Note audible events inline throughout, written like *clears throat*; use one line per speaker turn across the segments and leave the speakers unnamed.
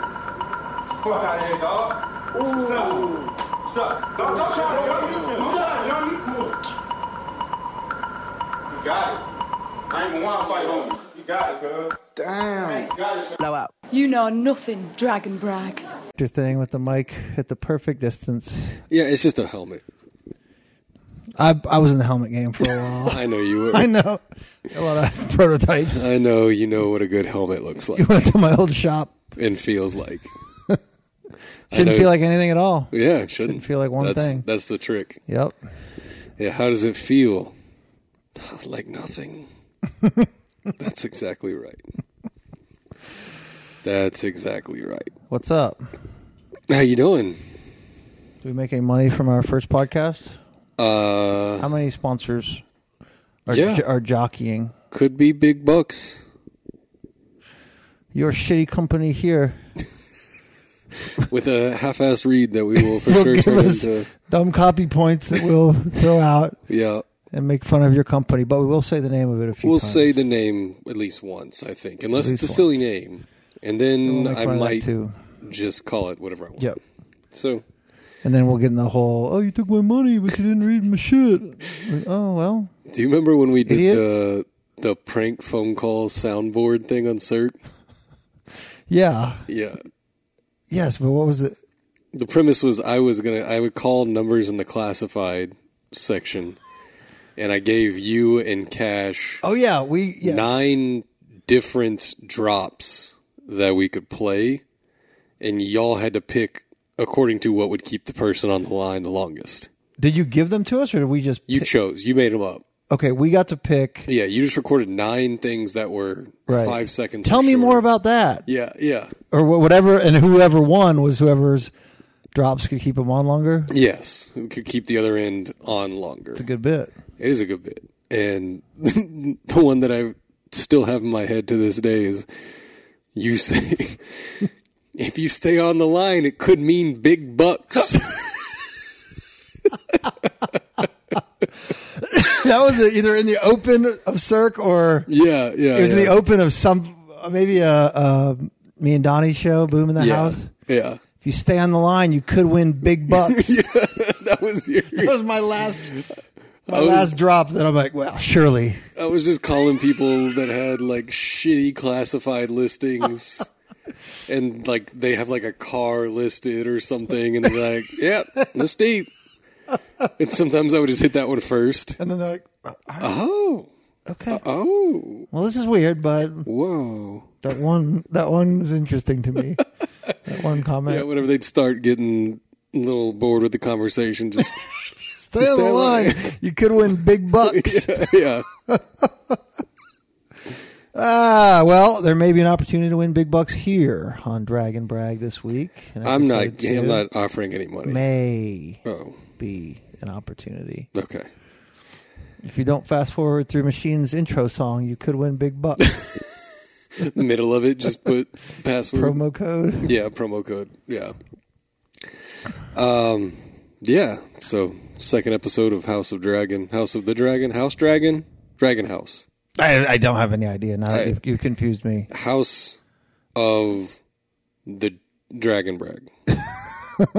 Fuck out of here, dog. Ooh. Suck. Suck. Don't, don't try to jump me. Don't try to jump me. You got it. I ain't gonna wanna fight on you. You got it, girl.
Damn.
You got it, girl.
Blow up.
You know nothing, Dragon Brag.
Your thing with the mic at the perfect distance.
Yeah, it's just a helmet.
I I was in the helmet game *laughs* for a while.
I know you were.
I know a lot of *laughs*
*laughs*
prototypes.
I know you know what a good
*laughs*
helmet looks like
Went to my old shop.
and feels like. I
Shouldn't
know-
feel like anything at all.
Yeah, it shouldn't,
feel like one
That's-
thing.
That's the trick.
Yep.
Yeah, how does it feel? *sighs*
*laughs*
Like nothing. That's exactly right. That's exactly right.
What's up?
How you doing?
Do we make any money from our first podcast?
Uh,
How many sponsors are
Yeah.
are jockeying?
could be big bucks.
Your shitty company here
With a half-assed read that we
*laughs*
will for
will
sure
give
turn
us
into.
dumb copy points that we'll *laughs* throw out
Yeah,
and make fun of your company, but we will say the name of it a few
we'll
times.
say the name at least once, I think, unless
At
it's a
least
silly
once.
name, and then
We'll make fun
I
of that
might
too.
just call it whatever I want.
Yep.
So
And then we'll get in the whole, oh, you took my money, but you didn't read my shit. oh, well.
Do you remember when we did
Idiot.
the the prank phone call soundboard thing on CERT?
Yeah.
Yeah.
Yes, but what was it?
The premise was I was gonna I would call numbers in the classified section and I gave you and Cash
Oh, yeah. We, yes.
nine different drops that we could play and y'all had to pick according to what would keep the person on the line the longest.
Did you give them to us or did we just.
You chose. You made them up.
Okay, we got to pick.
Yeah, you just recorded nine things that were
Right.
five seconds. or
Tell me
shorter.
more about that.
Yeah, yeah.
Or wh- whatever. And whoever won was whoever's drops could keep them on longer.
Yes, we could keep the other end on longer.
It's a good bit.
It is a good bit, and *laughs* the one that I still have in my head to this day is you say, *laughs* "If you stay on the line, it could mean
*laughs*
big bucks."
*laughs* that was either in the open of Cirque or
yeah, yeah.
it was
yeah.
in the open of some, uh, maybe a, a me and Donnie show, Boom in the
yeah,
House.
Yeah, *laughs*
If you stay on the line, you could win big bucks.
that was your.
*laughs* That was my last, my
I was-
last drop. That I'm like, well, surely.
I was just calling people that had like shitty classified *laughs* listings. And like they have like a car listed or something, and they're like, "Yeah, that's deep." And sometimes I would just hit that one first.
And then they're like,
Oh,
okay,
oh,
well, this is weird, but
whoa.
that one, that one was interesting to me. that one comment.
Yeah, whenever they'd start getting a little bored with the conversation, just
stay on
stay
the
on the
line. *laughs* you could win big *laughs* bucks.
*laughs* yeah,
Ah, well, there may be an opportunity to win big bucks here on Dragon Brag this week. and
I'm not.
episode two
I'm not offering any money.
May
Oh,
be an opportunity.
okay.
If you don't fast forward through Machine's intro song, you could win big *laughs* bucks.
Middle of it, just *laughs* put password.
Promo code.
Yeah, promo code. Yeah. Um. Yeah. So second episode of House of Dragon, House of the Dragon, House Dragon, Dragon House,
I, I don't have any idea now.
Hey.
You, you confused me.
House of the Dragon Brag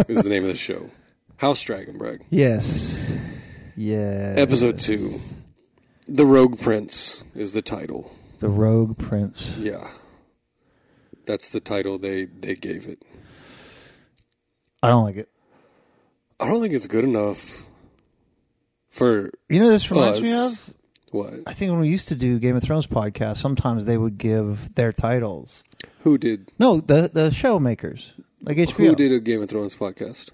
is the name of the show. House Dragon Brag.
Yes. Yeah.
Episode two. The Rogue Prince is the title.
The Rogue Prince.
Yeah. That's the title they, they gave it.
I don't like it.
I don't think it's good enough for
You know, this reminds me
us.
of.
What?
I think when we used to do Game of Thrones podcast, sometimes they would give their titles.
Who did
No, the the show makers like HBO.
who did a Game of Thrones podcast?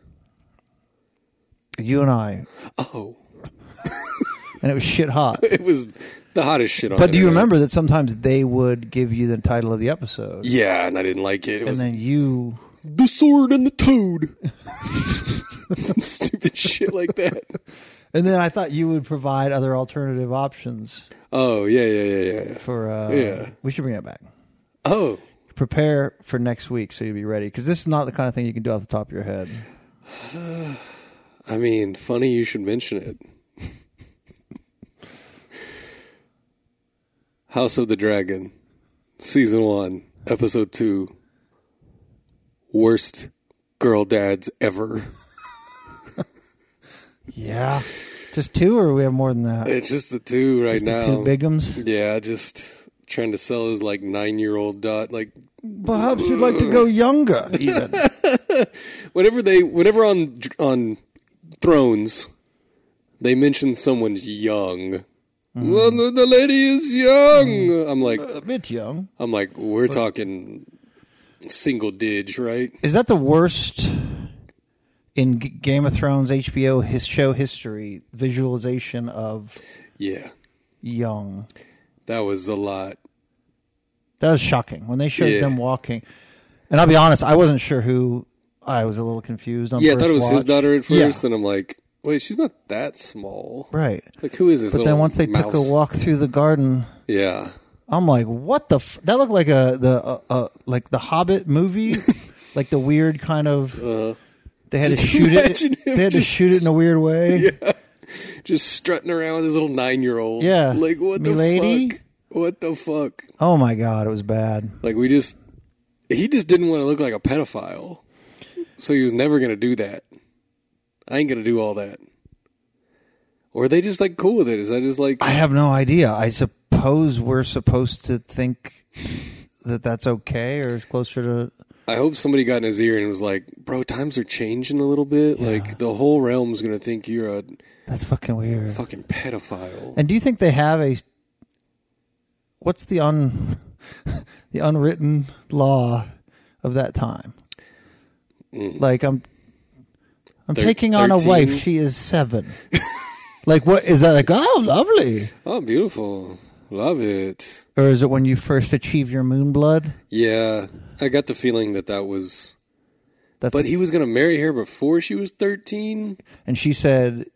You and I,
Oh.
*laughs* and it was shit
*laughs*
hot.
It was the hottest shit on
But do you
internet.
remember that sometimes they would give you the title of the episode,
Yeah, and I didn't like it. It
and
was
then you
The Sword and the Toad. *laughs* Some stupid shit like that.
And then I thought you would provide other alternative options
Oh, yeah, yeah, yeah, yeah, yeah.
for. Uh,
Yeah.
We should bring that back.
Oh.
Prepare for next week so you'll be ready because this is not the kind of thing you can do off the top of your head.
I mean, funny you should mention it. House of the Dragon, Season 1, episode two. Worst girl dads ever.
Yeah. Just two, or we have more than that?
It's just the two right
The
now.
two bigums.
Yeah, just trying to sell his like nine year old dot. Like
Perhaps you'd like to go younger, even.
whenever they, whenever on on Thrones, they mention someone's young.
Mm-hmm.
Well, the, the lady is young. I'm like,
*laughs* a bit young.
I'm like, we're talking single dig, right?
Is that the worst in G- Game of Thrones HBO his show history visualization of
Yeah,
young?
that was a lot.
That was shocking when they showed
Yeah.
them walking. And I'll be honest, I wasn't sure who. I was a little confused. On
Yeah, I
first
thought it was his
watch.
daughter at
Yeah.
first, and I'm like, wait, she's not that small.
Right.
Like, who is this?
But then once they took a walk through the garden,
yeah,
I'm like, what the? F-? That looked like a the uh, uh, like the Hobbit
*laughs*
movie, like the weird kind of. They had to
Uh-huh. Just
shoot it.
imagine him
They had to
just-
shoot it in a weird way.
*laughs* just strutting around with his little nine year old.
Yeah.
like what the
Milady?
fuck? What the fuck?
Oh my god, it was bad.
Like we just, he just didn't want to look like a pedophile, so he was never gonna do that. I ain't gonna do all that. Or are they just like cool with it? Is that just like
I have no idea. I suppose we're supposed to think that that's okay or closer to.
I hope somebody got in his ear and was like, "Bro, times are changing a little bit. Like the whole realm's gonna think you're a
That's fucking weird.
fucking pedophile."
And do you think they have a? What's the un, *laughs* the unwritten law of that time? Like I'm, I'm
Mm. Thir-
taking on a
13?
wife. She is seven. *laughs* like what is that? Like oh, lovely.
oh, beautiful, love it.
Or is it when you first achieve your moon blood?
Yeah, I got the feeling that that was.
That's
But he was gonna marry her before she was thirteen.
and she said,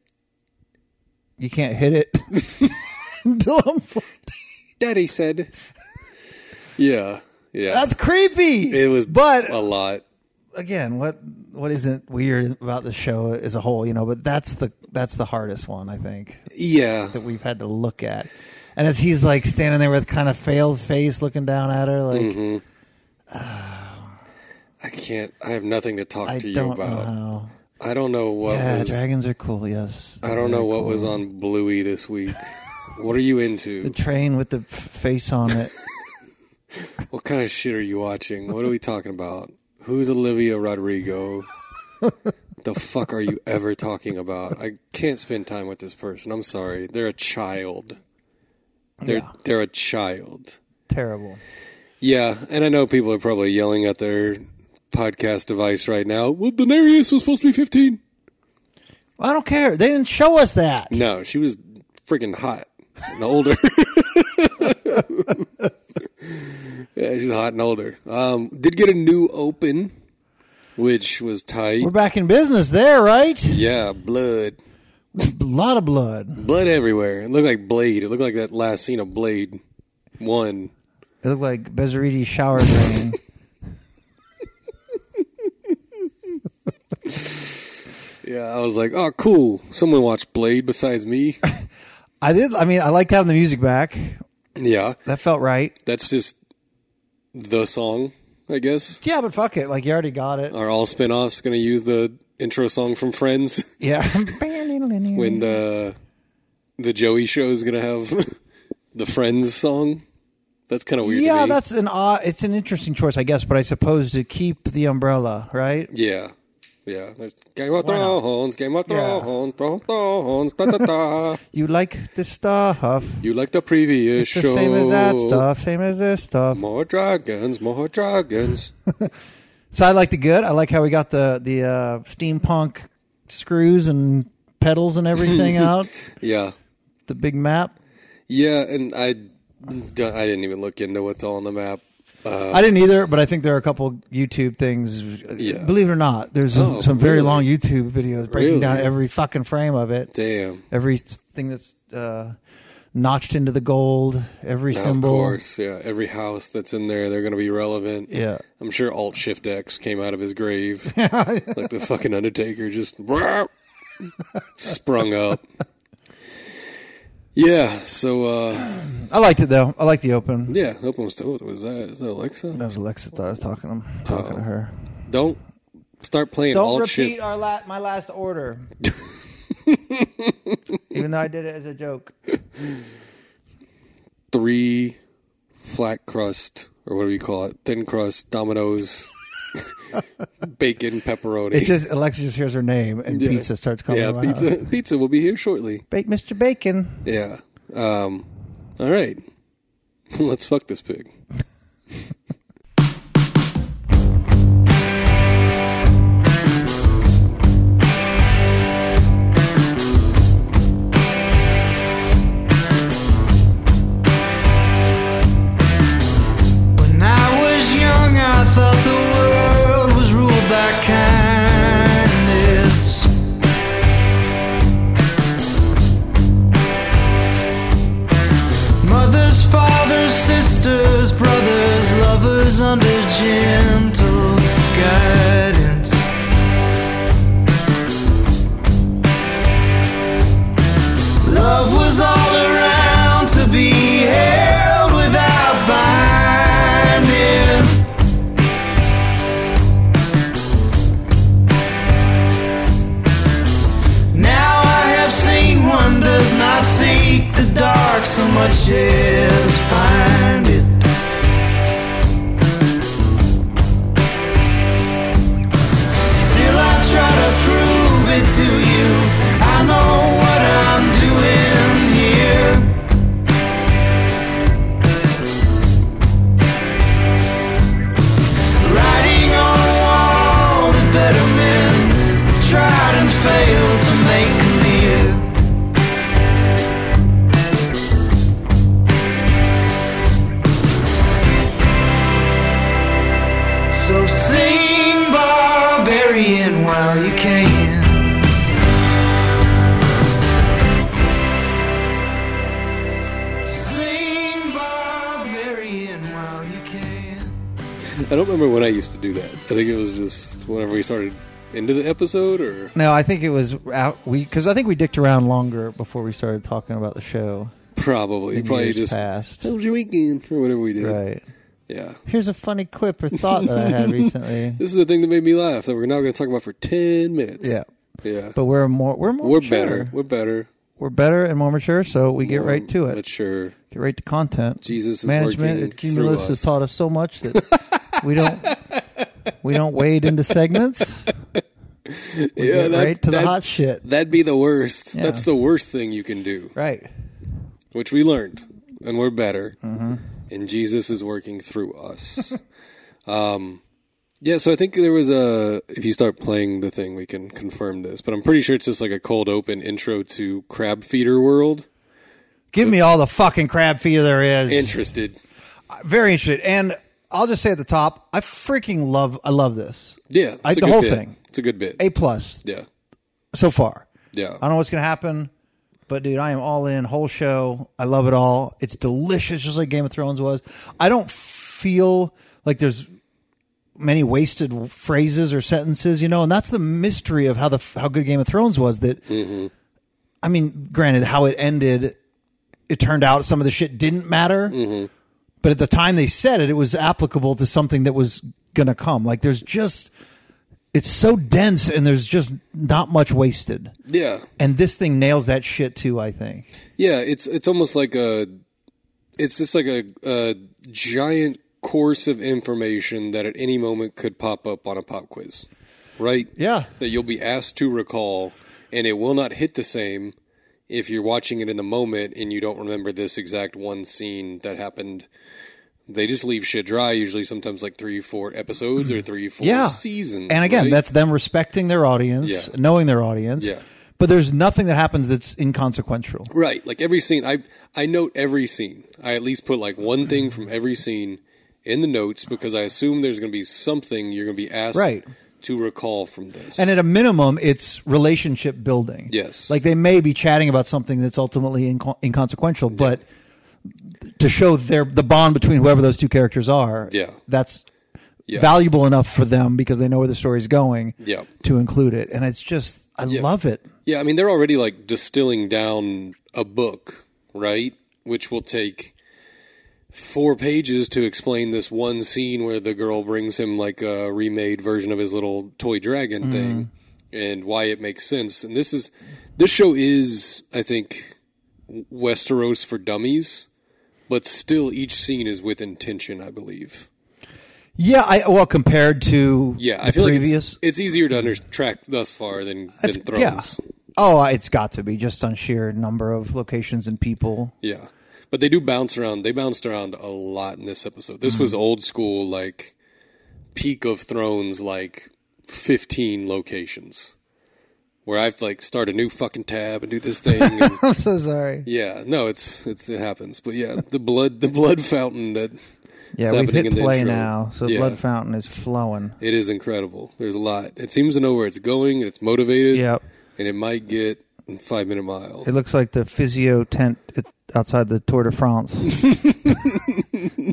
"You can't hit it *laughs* until I'm." 14."
Daddy said. Yeah, yeah.
That's creepy.
it was,
but
a lot.
again, what what isn't weird about the show as a whole, you know? But that's the that's the hardest one I think
Yeah,
that we've had to look at. And as he's like standing there with kind of failed face, looking down at her, like
Mm-hmm. I can't. I have nothing to talk
I
to you
don't know.
about.
how.
I don't know what
Yeah,
was.
dragons are cool. Yes,
I don't know what was on Bluey this week. what are you
*laughs*
into?
the train with the f- face on it. *laughs*
What kind of shit are you watching? What are we talking about? Who's Olivia Rodrigo? the fuck are you ever talking about? I can't spend time with this person. I'm sorry. They're a child. They're
Yeah.
they're a child.
Terrible.
Yeah, and I know people are probably yelling at their podcast device right now. Well, Daenerys was supposed to be 15.
I don't care. They didn't show us that.
No, she was freaking hot and older. *laughs* yeah, she's hot and older. Um, did get a new open, which was tight.
We're back in business there, right?
Yeah, blood,
A lot of blood.
blood everywhere. It looked like Blade. It looked like that last scene of Blade One.
It looked like Bezeriti's shower
*laughs*
drain.
Yeah, I was like, oh, cool. Someone watched Blade besides me.
I did. I mean, I liked having the music back.
yeah,
That felt right.
that's just the song, I guess.
Yeah, but fuck it. Like you already got
*laughs*
it.
Are all spinoffs going to use the intro song from Friends?
Yeah.
when the the Joey show is gonna have *laughs* the Friends song. That's kind of weird. to
yeah,
me.
that's an odd. It's an interesting choice, I guess. But I suppose to keep the umbrella, right?
yeah, yeah. There's Game of Thrones, Game of Thrones, Thrones, Thrones, da da
*laughs*
da.
You like this stuff.
You like the previous
It's the
show?
same as that stuff. Same as this stuff.
More dragons, more dragons.
*laughs* So I like the good. I like how we got the the uh, steampunk screws and pedals and
*laughs*
everything out.
yeah,
The big map.
yeah. And I, d- I didn't even look into what's all on the map. Uh,
I didn't either, but I think there are a couple YouTube things.
Yeah.
Believe it or not, there's some,
Oh,
some very
really?
long YouTube videos breaking
Really?
down every fucking frame of it,
Damn.
every thing that's uh, notched into the gold, every
Of
symbol.
course, yeah. Every house that's in there, they're going to be relevant.
Yeah.
I'm sure Alt Shift X came out of
*laughs*
his grave like the fucking *laughs* Undertaker, just sprung up. Yeah. So uh,
I liked it though. I like the open.
yeah, open was what was that? Is that Alexa?
That was Alexa thought I was talking to him, talking to
Oh.
her.
Don't start playing
Don't
alt
repeat
shift.
our la- my last
*laughs*
order. Even though I did it as a joke.
Three flat crust or whatever you call it, thin crust, Domino's, *laughs* bacon, pepperoni.
It's just Alexa just hears her name and
*laughs* Yeah.
pizza starts coming.
yeah,
around.
pizza. Pizza will be here shortly.
Bake Mr. Bacon.
Yeah. Um, all right. *laughs* Let's fuck this pig.
When I was young, I thought the world was ruled by kindness. Mothers, fathers, sisters, brothers, lovers under gentle guidance. Love was all around to be held without binding. Now I have seen one does not seek the dark so much as find it. Still I try to prove it to you. I know what I'm doing here. Writing on the wall that better men have tried and failed to make clear. So sing barbarian while you can. Sing barbarian while you can.
I don't remember when I used to do that. I think it was just whenever we started into the episode, or *laughs*
No, I think it was out. We because I think we dicked around longer before we started talking about the show.
probably,
in
probably
years
just
past.
"How was your weekend or whatever we did.
Right.
Yeah,
Here's a funny quip or thought that I
*laughs*
had recently.
this is the thing that made me laugh that we're now going to talk about for ten minutes.
Yeah,
yeah,
but we're more we're more
we're
mature.
better. We're better. Um,
We're better and more mature, so we get right to it.
Mature.
Get right to content.
Jesus is
management
working
at
through
Cumulus
us.
has taught us so much that
*laughs*
we don't we don't wade into segments. We
Yeah,
get
that-
right to
that-
the hot shit.
That'd be the worst.
Yeah.
That's the worst thing you can do,
Right.
which we learned, and we're better.
Mm-hmm.
And Jesus is working through us. *laughs* um, yeah, so I think there was a. If you start playing the thing, we can confirm this. But I'm pretty sure it's just like a cold open intro to Crab Feeder
*laughs*
World.
Give me all the fucking crab feeder there is.
Interested.
Very interested. And I'll just say at the top, I freaking love I love this.
Yeah,
I-
it's
the
a good
whole
bit.
thing.
It's a good bit.
A plus
yeah,
so far.
yeah.
I don't know what's gonna happen, but dude, I am all in. Whole show, I love it all. It's delicious, just like Game of Thrones was. I don't feel like there's many wasted phrases or sentences, you know. And that's the mystery of how the how good Game of Thrones was. That I mean, granted, how it ended, it turned out some of the shit didn't matter. But at the time they said it, it was applicable to something that was gonna come. Like there's just. It's so dense, and there's just not much wasted
Yeah,
and this thing nails that shit too. I think.
yeah. It's it's almost like a, it's just like a, a giant course of information that at any moment could pop up on a pop quiz, right?
Yeah.
That you'll be asked to recall, and it will not hit the same if you're watching it in the moment and you don't remember this exact one scene that happened. They just leave shit dry. Usually, sometimes like three, four episodes or three, four
Yeah.
seasons.
And again,
right?
that's them respecting their audience,
Yeah.
knowing their audience.
Yeah.
But there's nothing that happens that's inconsequential.
Right, like every scene, I I note every scene. I at least put like one thing from every scene in the notes because I assume there's going to be something you're going to be asked
Right.
to recall from this.
And at a minimum, it's relationship building.
Yes.
Like they may be chatting about something that's ultimately inco- inconsequential, but to show their the bond between whoever those two characters are,
Yeah.
that's
Yeah.
valuable enough for them because they know where the story's going
Yeah.
to include it. And it's just, I love it.
yeah, I mean they're already like distilling down a book right? Which will take four pages to explain this one scene where the girl brings him like a remade version of his little toy
Mm.
dragon thing and why it makes sense. And this is this show is, I think, Westeros for dummies, but still each scene is with intention, I believe.
Yeah, I well compared to
Yeah,
the
I feel like
previous. Mm.
it's, it's easier to under- track thus far than, than Thrones.
yeah. Oh, it's got to be just on sheer number of locations and people. *laughs*
Yeah. But they do bounce around. They bounced around a lot in this episode. This
Mm-hmm.
was old school, like peak of Thrones, like 15 locations where I have to like start a new fucking tab and do this thing. and-
*laughs* I'm so sorry.
yeah. No, it's, it's, it happens. But yeah, the blood, the blood fountain that
Yeah,
It's
we've
happening in
hit
the
play
intro.
now, so the
Yeah.
blood fountain is flowing.
it is incredible. There's a lot. It seems to know where it's going and it's motivated.
Yep.
And it might get five minute mile.
It looks like the physio tent at- outside the Tour de
*laughs*
France.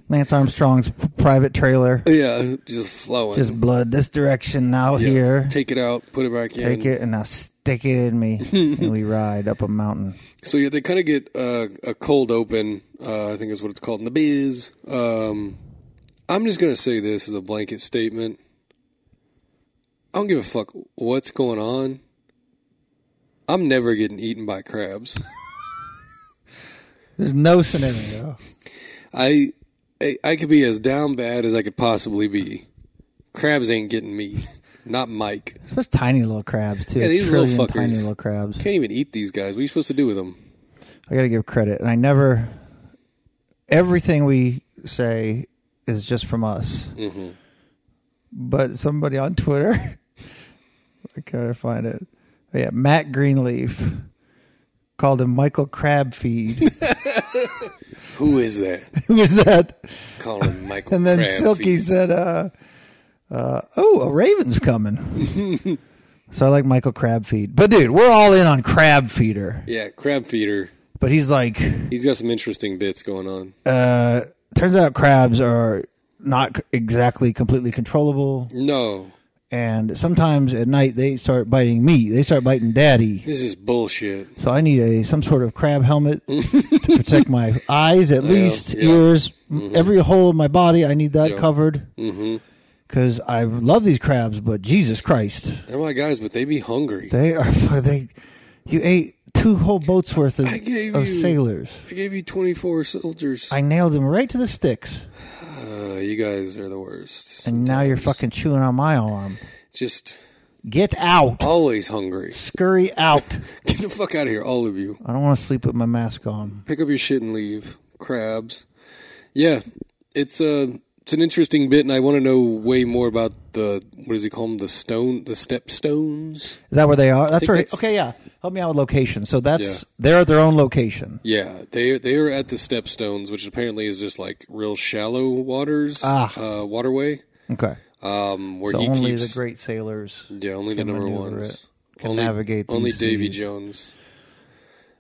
Lance Armstrong's private trailer.
yeah. Just flowing.
Just blood this direction, now
Yeah.
here. Take,
Take it out, put it back in.
it and now stick it in
*laughs*
me. and we ride up a mountain.
So yeah, they kind of get uh, a cold open. Uh, I think is what it's called in the biz. Um, I'm just gonna say this as a blanket statement. I don't give a fuck what's going on. I'm never getting eaten by crabs.
There's no scenario.
I I, I could be as down bad as I could possibly be. Crabs ain't getting me. Not Mike.
Those tiny little crabs, too.
Yeah, these
A
little
trillion
fuckers.
tiny little crabs.
Can't even eat these guys. What are you supposed to do with them?
I got to give credit. And I never, everything we say is just from us. But somebody on Twitter, *laughs* I gotta find it. Oh, yeah, Matt Greenleaf called him Michael Crabfeed.
Who is that?
Who was that?
Call him
*laughs*
Michael.
And then
Crabfeet.
Silky said, uh, uh, "Oh, a raven's coming." so I like Michael Crabfeed. But dude, we're all in on Crab Feeder.
Yeah, crab feeder.
But he's like,
He's got some interesting bits going on.
uh, turns out crabs are not c- exactly completely controllable,
No,
and sometimes at night they start biting me. They start biting daddy.
this is bullshit.
So I need a some sort of crab
*laughs*
helmet to protect my eyes, at least
yeah. Mm-hmm.
ears, m every hole of my body. I need that
Yeah. Mm-hmm.
covered because I love these crabs, but Jesus Christ,
They're my guys, but they be hungry.
they are *laughs* they. You ate two whole boats worth of,
I gave
of
you-
sailors.
I gave you 24 soldiers.
I nailed them right to the sticks,
uh, you guys are the worst.
and now you're fucking chewing on my arm.
Just
Get out.
always hungry. *laughs*
Scurry out.
Get the fuck out of here, all of you.
I don't want to sleep with my mask on.
Pick up your shit and leave. Crabs. Yeah, it's uh, it's an interesting bit, and I want to know way more about the what does he call them? The stone, the stepstones.
Is that where they are? That's
think
where.
that's-
okay, yeah. Help me out with location. So that's
Yeah.
they're at their own location.
Yeah, they they are at the stepstones, which apparently is just like real shallow waters,
Ah.
uh, waterway.
Okay.
Um, where
So
he
only
keeps
the great sailors.
Yeah, only the
can
number
maneuver
ones.
it, can
only,
navigate these
Only Davy
seas.
Jones.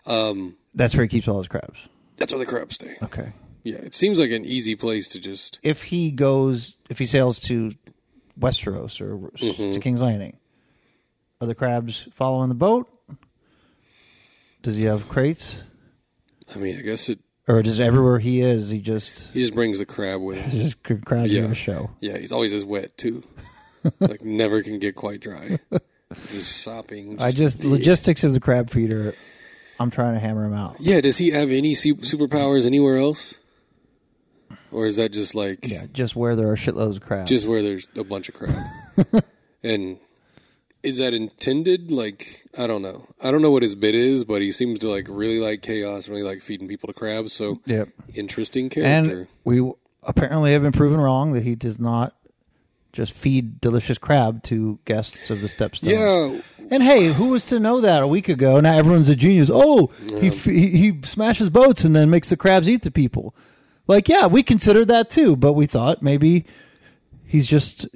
That's where he keeps all his crabs.
That's where the crabs stay.
Okay.
Yeah, it seems like an easy place to just.
If he goes, if he sails to Westeros or s- to
Mm-hmm.
King's Landing, are the crabs following the boat? Does he have crates?
I mean, I guess it.
Or just everywhere he is, he just *laughs*
He just brings the crab with him.
he's just c- crabs
Yeah.
in a show.
Yeah, he's always as
*laughs*
wet too. like never can get quite dry. Just sopping.
I just logistics of the crab feeder. I'm trying to hammer him out.
Yeah, does he have any su- superpowers anywhere else? Or is that just like
Yeah, just where there are shitloads of crabs.
just where there's a bunch of crab?
*laughs*
and is that intended? Like, I don't know. I don't know what his bit is, but he seems to like really like chaos, really like feeding people to crabs. So,
Yep.
interesting
and
character.
we apparently have been proven wrong that he does not just feed delicious crab to guests of the stepstone.
yeah,
And hey, who was to know that a week ago? Now everyone's a genius. Oh, he f- he he smashes boats and then makes the crabs eat the people. Like, yeah, we considered that too, but we thought maybe he's just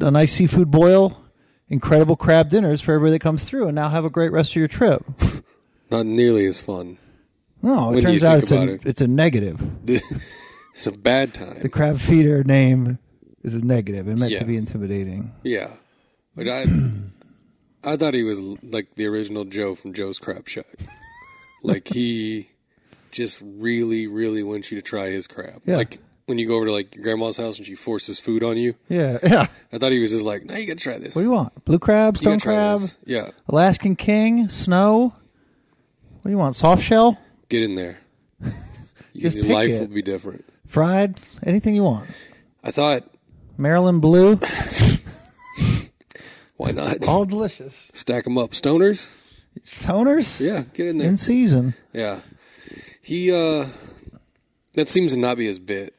a nice seafood boil, incredible crab dinners for everybody that comes through, and now have a great rest of your trip.
not nearly as fun.
No, it
When do you
turns out
think
it's a
about it?
it's a negative.
It's a bad
The
time.
crab feeder name is a negative and meant
Yeah.
to be intimidating.
Yeah, but I, I thought he was like the original Joe from Joe's Crab Shack. Like he just really, really wants you to try his crap.
Yeah.
Like when you go over to like your grandma's house and she forces food on you.
Yeah, *laughs* yeah.
I thought he was just like, "No, you got to try this.
What do you want? Blue crab,
You
stone
gotta
crab,
this. Yeah,
Alaskan king, snow. What do you want? Soft shell,
get
*laughs*
in there. Your
Just pick
life
it.
will be different."
fried, anything you want.
I thought,
Maryland
*laughs*
blue,
why not
all delicious.
*laughs* stack them up? Stoners,
Stoners
yeah, get in there.
in season.
Yeah. He uh that seems to not be his bit.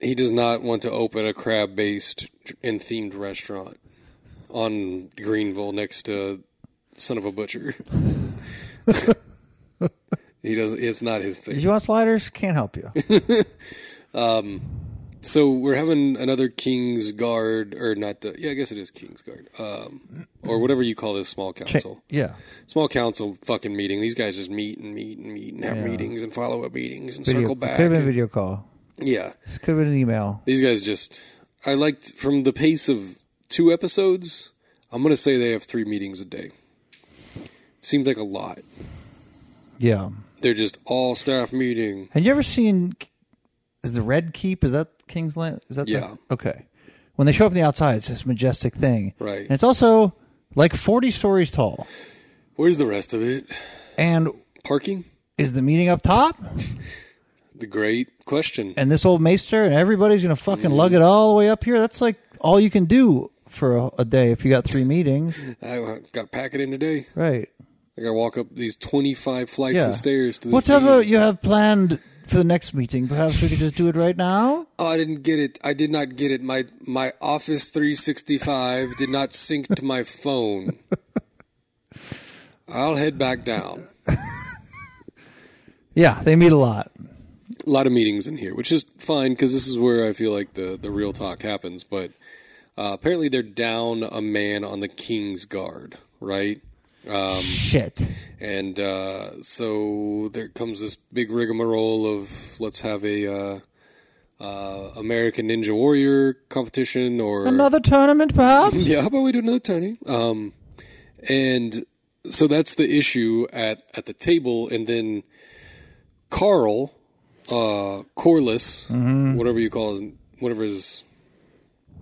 He does not want to open a crab based and themed restaurant on Greenville next to Son of
*laughs*
a Butcher. *laughs* he does it's not his
Did
thing.
you want sliders? Can't help you.
So we're having another King's Guard or not the yeah, I guess it is King's Guard. Um or whatever you call this small council.
yeah,
Small council fucking meeting. These guys just meet and meet and meet and have meetings and follow up meetings and
video,
circle
could
back.
have been a
and-
video call.
yeah.
This could have been an email.
These guys just I liked from the pace of two episodes, I'm gonna say they have three meetings a day. Seems like a lot.
Yeah.
They're just all staff meeting.
Have you ever seen? Is the Red Keep? Is that King's Land? Is that the-
Yeah.
okay? When they show up on the outside, it's this majestic thing,
Right.
And it's also like forty stories tall.
Where's the rest of it?
And
Parking?
is the meeting up top?
The great question.
And this old maester and everybody's gonna fucking lug it all the way up here. That's like all you can do for a, a day if you got three
*laughs*
meetings,
I uh, got to pack it in today.
right?
I gotta walk up these twenty five flights
Yeah.
of stairs to this
Whatever
meeting.
you have planned for the next meeting, perhaps we could just do it right now.
Oh, I didn't get it. I did not get it. My my Office 365 did not sync to
*laughs*
my phone. I'll head back down.
Yeah, they meet a lot.
a lot of meetings in here, which is fine because this is where I feel like the, the real talk happens. But uh, apparently, they're down a man on the King's Guard, right? Um,
Shit.
And uh, so there comes this big rigmarole of let's have a uh, uh, American Ninja Warrior competition or
Another tournament, perhaps.
*laughs* yeah, how about we do another tiny? Um, and so that's the issue at at the table, and then Carl, uh, Corliss,
Mm-hmm.
whatever you call his, whatever his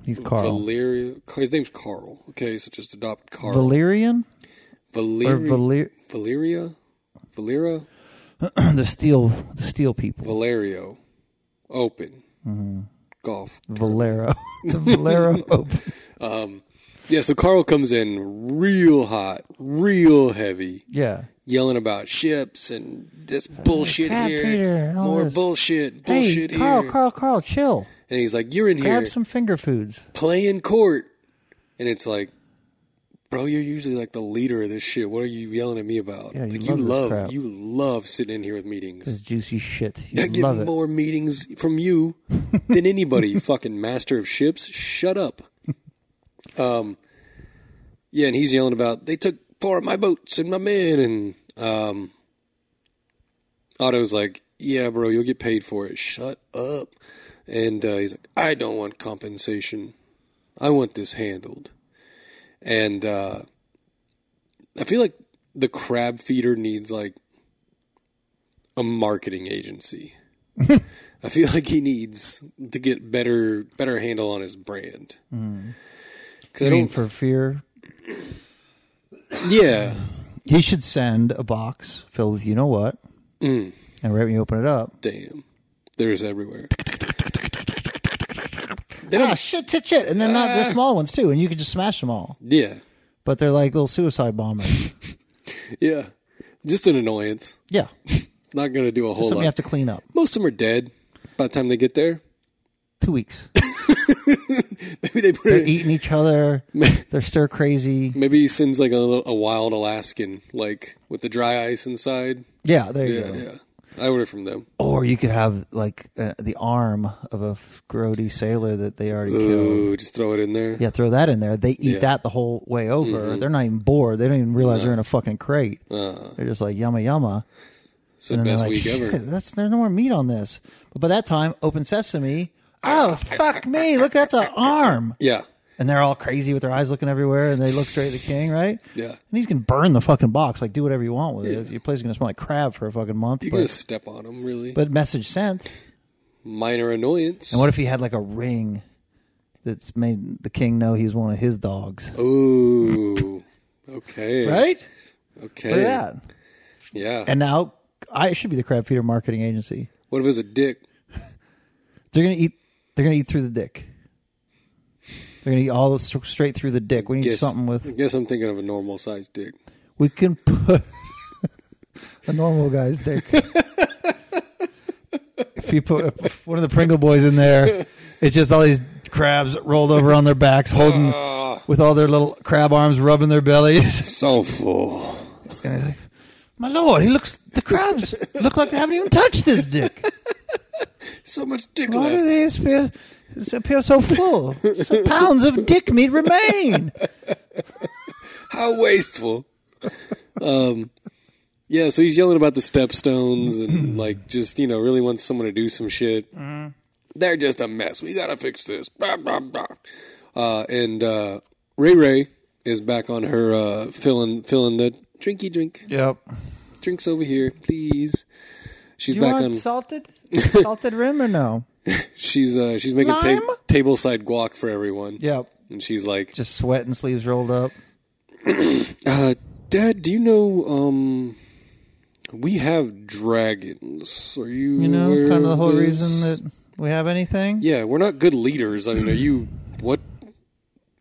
He's Carl.
Valeria, his name's Carl. Okay, so just adopt Carl.
Valerian or
Valeri-
Valer. *clears throat*
Valeria, Valera,
the steel the steel
*laughs*
people
Valerio, open
Mm-hmm.
golf. *laughs*
valero the valero open
Yeah, so Carl comes in real hot, real heavy.
yeah
yelling about ships and this bullshit
crab
here,
feeder and all
more
this.
bullshit, bullshit
hey carl
here.
carl carl chill
And he's like, "You're in
grab
here
some finger foods
playing court," and it's like, "Bro, you're usually like the leader of this shit. What are you yelling at me about?
Yeah, you
like,
love this
love,
crap.
you love sitting in here with
this
meetings.
is juicy shit you
I get
love it
more meetings from you than
*laughs*
anybody. you fucking master of ships, shut up." Um, yeah, and he's yelling about they took four of my boats and my men and um. Otto's like, "Yeah, bro, you'll get paid for it. Shut up." And uh, he's like, "I don't want compensation. I want this handled." And uh, I feel like the crab feeder needs like a marketing
*laughs*
agency. I feel like he needs to get better better handle on his brand.
I
Cause I
Mm. mean,
don't,
for fear
yeah,
he should send a box filled with you know what
Mm.
and right when you open it up
damn, there's everywhere.
ah, shit shit shit and then not
Ah.
the small ones too and you could just smash them all
Yeah,
but they're like little suicide
*laughs*
bombers
yeah, just an annoyance.
yeah
Not gonna do a whole
something
lot.
you have to clean up
Most of them are dead by the time they get there. *laughs*
two weeks
Maybe they put *laughs*
they're
it.
eating each other they're stir crazy
Maybe he sends like a, little- a wild Alaskan, like with the dry ice inside.
yeah there you
Yeah,
go
yeah. I order from them.
Or you could have like uh, the arm of a f- grody sailor that they already killed.
Ooh, just throw it in there.
Yeah, throw that in there. They eat
Yeah. Mm-hmm.
that the whole way over. They're not even bored. They don't even realize they're in a fucking crate. they're just like yumma yumma.
it's Uh. the
they're
best
like,
week ever.
"Shit, that's there's no more meat on this. But by that time, open sesame. Oh fuck me! Look, that's an arm.
Yeah,
and they're all crazy with their eyes looking everywhere, and they look straight at the king, right?
Yeah.
And he's gonna burn the fucking box. Like, do whatever you want with it.
Yeah.
Your place is gonna smell like crab for a fucking month.
You
but,
can just step on them, really.
but message sent.
Minor annoyance.
And what if he had like a ring that's made the king know he's one of his dogs?
Ooh. Okay.
Right?
Okay.
Look at that.
Yeah.
And now I should be the crab feeder marketing agency.
what if it's a dick?
They're gonna eat. They're gonna eat through the dick. They're gonna eat all the st- straight through the dick. We need
Guess,
something
I
with.
guess I'm thinking of a normal sized dick.
We can put *laughs* a normal guy's dick. if you put a- one of the Pringle boys in there, it's just all these crabs rolled over on their backs, holding with all their little crab arms rubbing their bellies.
So full.
and he's like, "My lord, he looks. The crabs look like they haven't even touched this dick."
So much dick
Why do
left.
they appear, appear so full? So pounds of dick meat remain.
How wasteful. um, yeah, so he's yelling about the stepstones
*clears throat*
and like just you know really wants someone to do some shit.
Mm-hmm.
They're just a mess. We gotta fix this. Blah blah blah. Uh, and uh, Ray Ray is back on her uh, filling filling the drinky drink.
Yep.
Drinks over here, please. She's
Do you
back
want
on.
salted, salted rim or no?
she's uh, she's making
Lime?
ta- table side guac for everyone.
Yep.
And she's like,
Just sweat and sleeves rolled up.
Uh, Dad, do you know? Um, we have dragons. Are you?
You know,
aware
kind of the whole
this?
reason that we have anything.
Yeah, we're not good leaders. I mean, are you? What?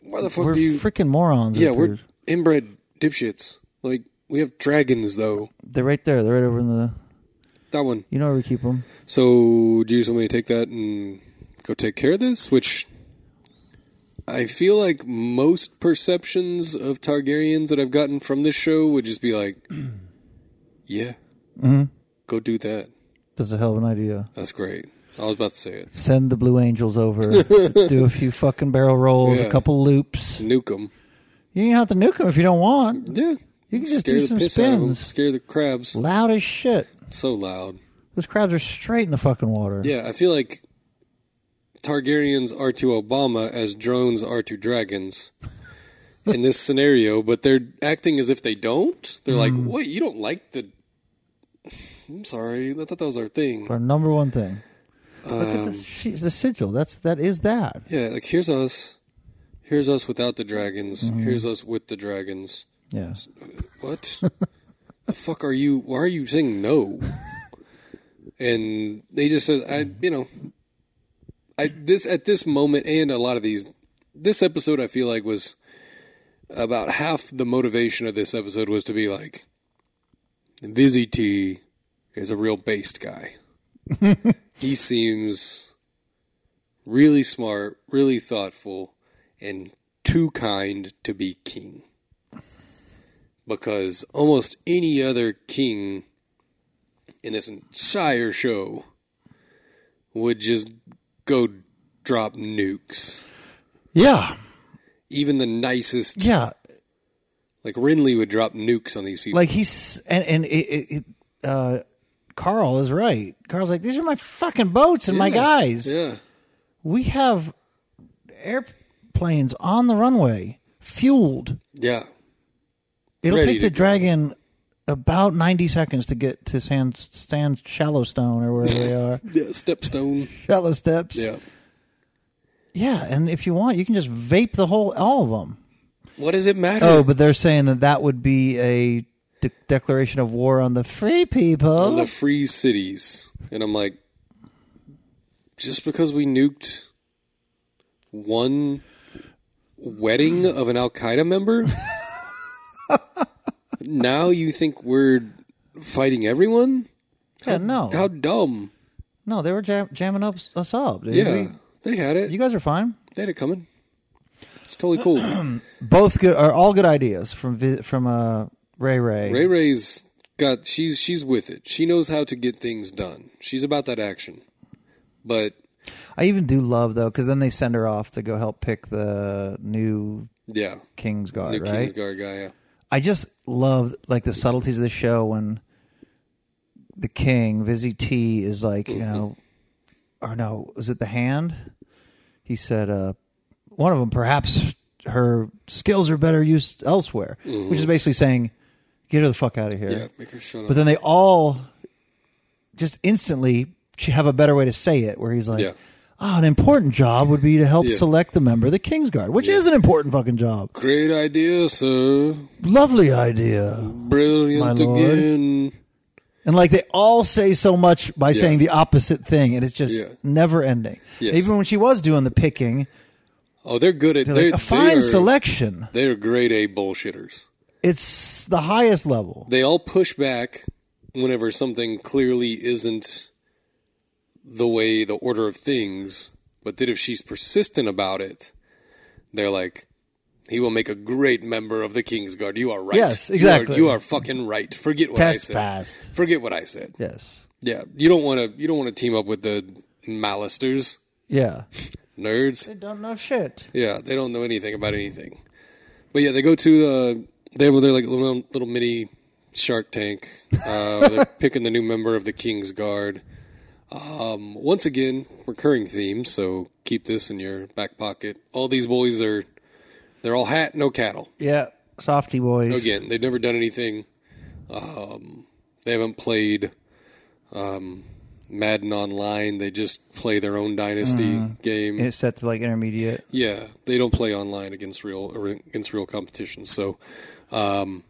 Why the fuck
we're
do you?
freaking morons.
yeah,
up
we're
here.
inbred dipshits. Like we have dragons, though.
They're right there. They're right over in the.
That one.
You know where we keep them.
So, do you just want me to take that and go take care of this? Which I feel like most perceptions of Targaryens that I've gotten from this show would just be like, *clears throat* yeah,
Mm-hmm.
go do that.
That's a hell of an idea.
That's great. I was about to say it.
Send the Blue Angels
*laughs*
over, do a few fucking barrel rolls,
Yeah.
a couple loops.
Nuke them.
You don't have to nuke them if you don't want.
Yeah.
You can just do some
of 'em.
spins.
Scare the crabs.
Loud as shit.
So loud.
Those crabs are straight in the fucking water.
Yeah, I feel like Targaryens are to Obama as drones are to dragons in this scenario, but they're acting as if they don't. They're like, wait, you don't like the. *sighs* I'm sorry. I thought that was our thing.
Our number one thing. Look at
Um,
this. She, the sigil. That's that is that.
Yeah, like here's us. Here's us without the dragons. Here's us with the dragons.
Yes.
What? the fuck are you? Why are you saying no? And they just says, I, you know, I this at this moment and a lot of these, this episode I feel like was about half the motivation of this episode was to be like, Vizzy T is a real based guy. he seems really smart, really thoughtful, and too kind to be king because almost any other king in this entire show would just go drop nukes.
Yeah.
Even the nicest,
Yeah.
like Renly, would drop nukes on these people.
Like he's and and it, it, it, uh, Carl is right. Carl's like these are my fucking boats and my
Yeah.
guys.
yeah,
We have airplanes on the runway, fueled.
yeah,
It'll
Ready
take
to
the
go.
dragon about ninety seconds to get to sand sand shallow stone or wherever
*laughs*
they are.
yeah. Stepstone,
Shallow steps.
yeah.
Yeah, and if you want, you can just vape the whole all of them.
What does it matter?
Oh, but they're saying that that would be a de- declaration of war on the free people.
on the free cities. And I'm like, just because we nuked one wedding of an Al Qaeda
*laughs*
member, now you think we're fighting everyone?
yeah, no,
How dumb.
no, they were jam- jamming up s- us up. Dude.
Yeah,
We-
they had
you
it.
guys are fine.
They had it coming. It's
*clears throat*
totally cool.
Both good are all good ideas from Vi- from uh, Ray Ray.
Ray Ray's got she's she's with it. She knows how to get things done. She's about that action. But
I even do love though, because then they send her off to go help pick the new
yeah,
King's Guard,
new
right?
Kingsguard guy. Yeah.
I just love like the subtleties of the show when the king Vizzy T is like, you know, or no, was it the hand? He said, uh, one of them, perhaps her skills are better used elsewhere, which is basically saying, get her the fuck out of here.
Mm-hmm. Yeah, make her shut up.
But then they all just instantly ch- have a better way to say it, where he's like,
Yeah.
"Oh, an important job would be to help
Yeah.
select the member of the Kingsguard, which is an important fucking job.
Great idea, sir.
Lovely
Mm-hmm.
idea." My
Brilliant
lord.
again.
And like they all say so much by saying the opposite thing, and it's just
Yeah.
never ending.
Yes.
Even when she was doing the picking,
Oh, they're good at
they're
they're,
like a fine
they're,
selection.
They're grade A bullshitters.
It's the highest level.
They all push back whenever something clearly isn't the way the order of things. But then if she's persistent about it, they're like, "He will make a great member of the Kingsguard." You are right.
Yes,
You are-
exactly.
You are, fucking right. Forget what I
Test
said.
passed.
Forget what I said.
Yes.
Yeah, you don't want to. You don't want to team up with the Malisters,
Yeah.
nerds.
They don't know shit.
Yeah, they don't know anything about anything. But yeah, they go to the they have their like little, little mini Shark Tank. Uh, *laughs* where they're picking the new member of the King's Guard. Um, once again, recurring themes. So keep this in your back pocket. All these boys are they're all hat, no cattle.
Yeah. Softy boys. *laughs*
Again, they've never done anything. Um, they haven't played um, Madden Online. They just play their own dynasty game.
It's set to like intermediate.
Yeah, they don't play online against real or against real competition. So, um,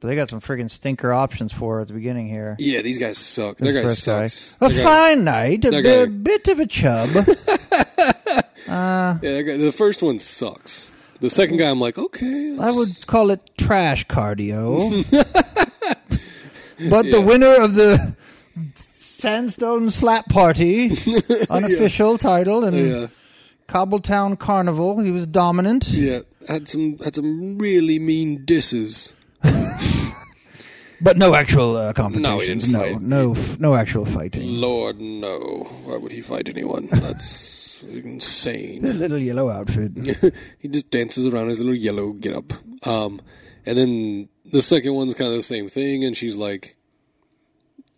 But they got some friggin' stinker options for her at the beginning here.
yeah, these guys suck. That guy
First guy.
sucks.
A
That guy-
fine night, a
that
bi-
guy-
bit of a chub.
yeah, that guy- the first one sucks. The second guy, I'm like, okay,
I
that's-
would call it trash
*laughs*
cardio. but the winner of the Sandstone Slap
*laughs*
Party, unofficial title, and
yeah,
Cobbletown Carnival, he was dominant.
yeah, had some had some really mean disses.
But no actual uh, competitions.
didn't
No,
fight.
no, f- no actual fighting.
Lord, no, why would he fight anyone? That's *laughs* insane.
The little yellow outfit.
*laughs* he just dances around his little yellow get up. Um, and then the second one's kind of the same thing, and she's like,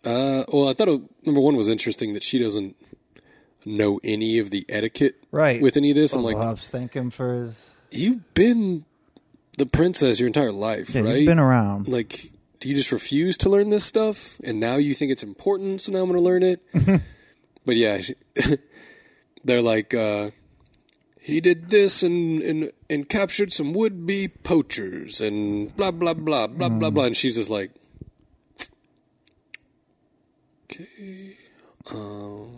uh, well, I thought it, number one was interesting that she doesn't know any of the etiquette
Right. Oh,
with any of this. I'm
Like,
like,
Pops, thank him for his.
you've been the princess your entire life,
Yeah,
right?
He's been around.
Like, do you just refuse to learn this stuff? And now you think it's important, so now I'm going to learn
*laughs*
it? but yeah, she- *laughs* they're like, uh, he did this and, and, and captured some would be poachers and blah, blah, blah, blah,
Mm.
blah, blah. And she's just like, okay. Um,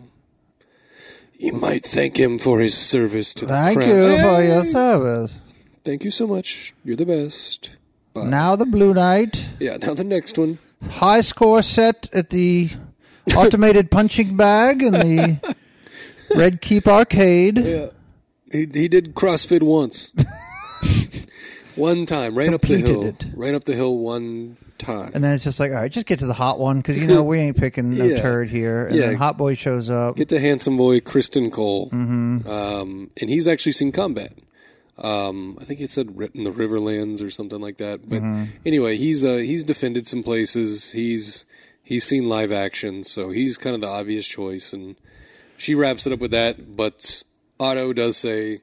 you might thank him for his service to the
Thank
crown.
you for
Hey!
your service.
Thank you so much. You're the best. Bye.
Now the Blue Knight.
Yeah, now the next one.
high score set at the automated punching bag in
*laughs*
the Red Keep Arcade.
He, he did
*laughs*
CrossFit once. one time, ran up the hill.
Completed it.
Ran up the hill one time.
And then it's just like, all right, just get to the hot one because you know we ain't picking no
Yeah.
turd here. And
Yeah.
then Hot Boy shows up.
Get the handsome boy, Kristen Cole. Um, and he's actually seen combat. Um, I think he said ri- in the Riverlands or something like that. But anyway, he's uh, he's defended some places. He's he's seen live action, so he's kind of the obvious choice. And she wraps it up with that. But Otto does say,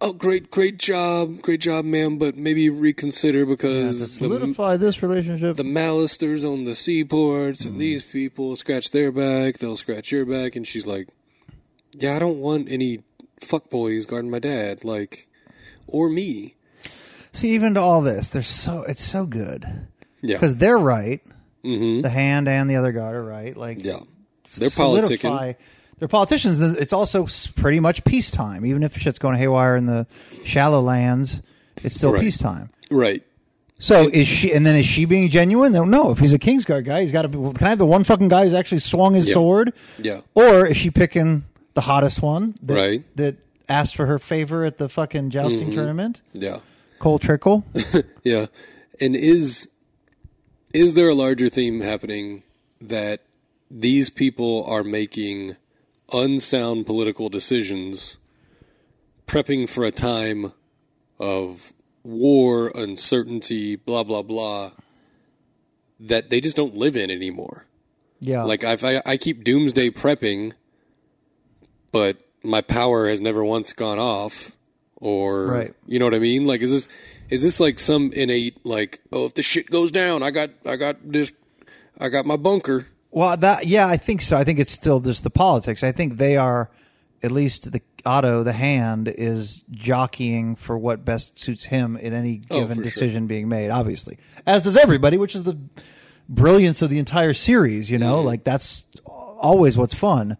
"Oh, great, great job, great job, ma'am. But maybe reconsider because the
Solidify this relationship.
the Malisters on the seaports, and these people scratch their back, they'll scratch your back. And she's like, Yeah, I don't want any fuckboys guarding my dad, like, or me.
See, even to all this, they're so it's so good
Yeah.
because they're right.
hmm
The hand and the other guard are right. Like
Yeah. They're politicking.
solidify- They're politicians. Then It's also s- pretty much peacetime. Even if shit's going haywire in the shallow lands, it's still
Right.
peacetime.
Right.
So is she? And then is she being genuine? No, no. If he's a Kingsguard guy, he's got to. be Can I have the one fucking guy who's actually swung his
Yeah.
sword?
Yeah.
Or is she picking the hottest one? That,
Right. Mm-hmm.
That asked for her favor at the fucking jousting tournament.
Yeah.
Cole
*laughs*
Trickle.
Yeah. And is is there a larger theme happening that these people are making unsound political decisions prepping for a time of war, uncertainty, blah blah blah that they just don't live in anymore.
yeah.
Like I've, I I keep doomsday prepping but my power has never once gone off. or
Right.
you know what I mean? Like, is this is this like some innate like, oh, if the shit goes down, I got I got this, I got my bunker.
Well, that yeah, I think so. I think it's still just the politics. I think they are, at least the Otto, the hand, is jockeying for what best suits him in any
Oh,
given
for sure.
decision being made. Obviously, as does everybody, which is the brilliance of the entire series. You
Mm-hmm.
know, like that's always what's fun.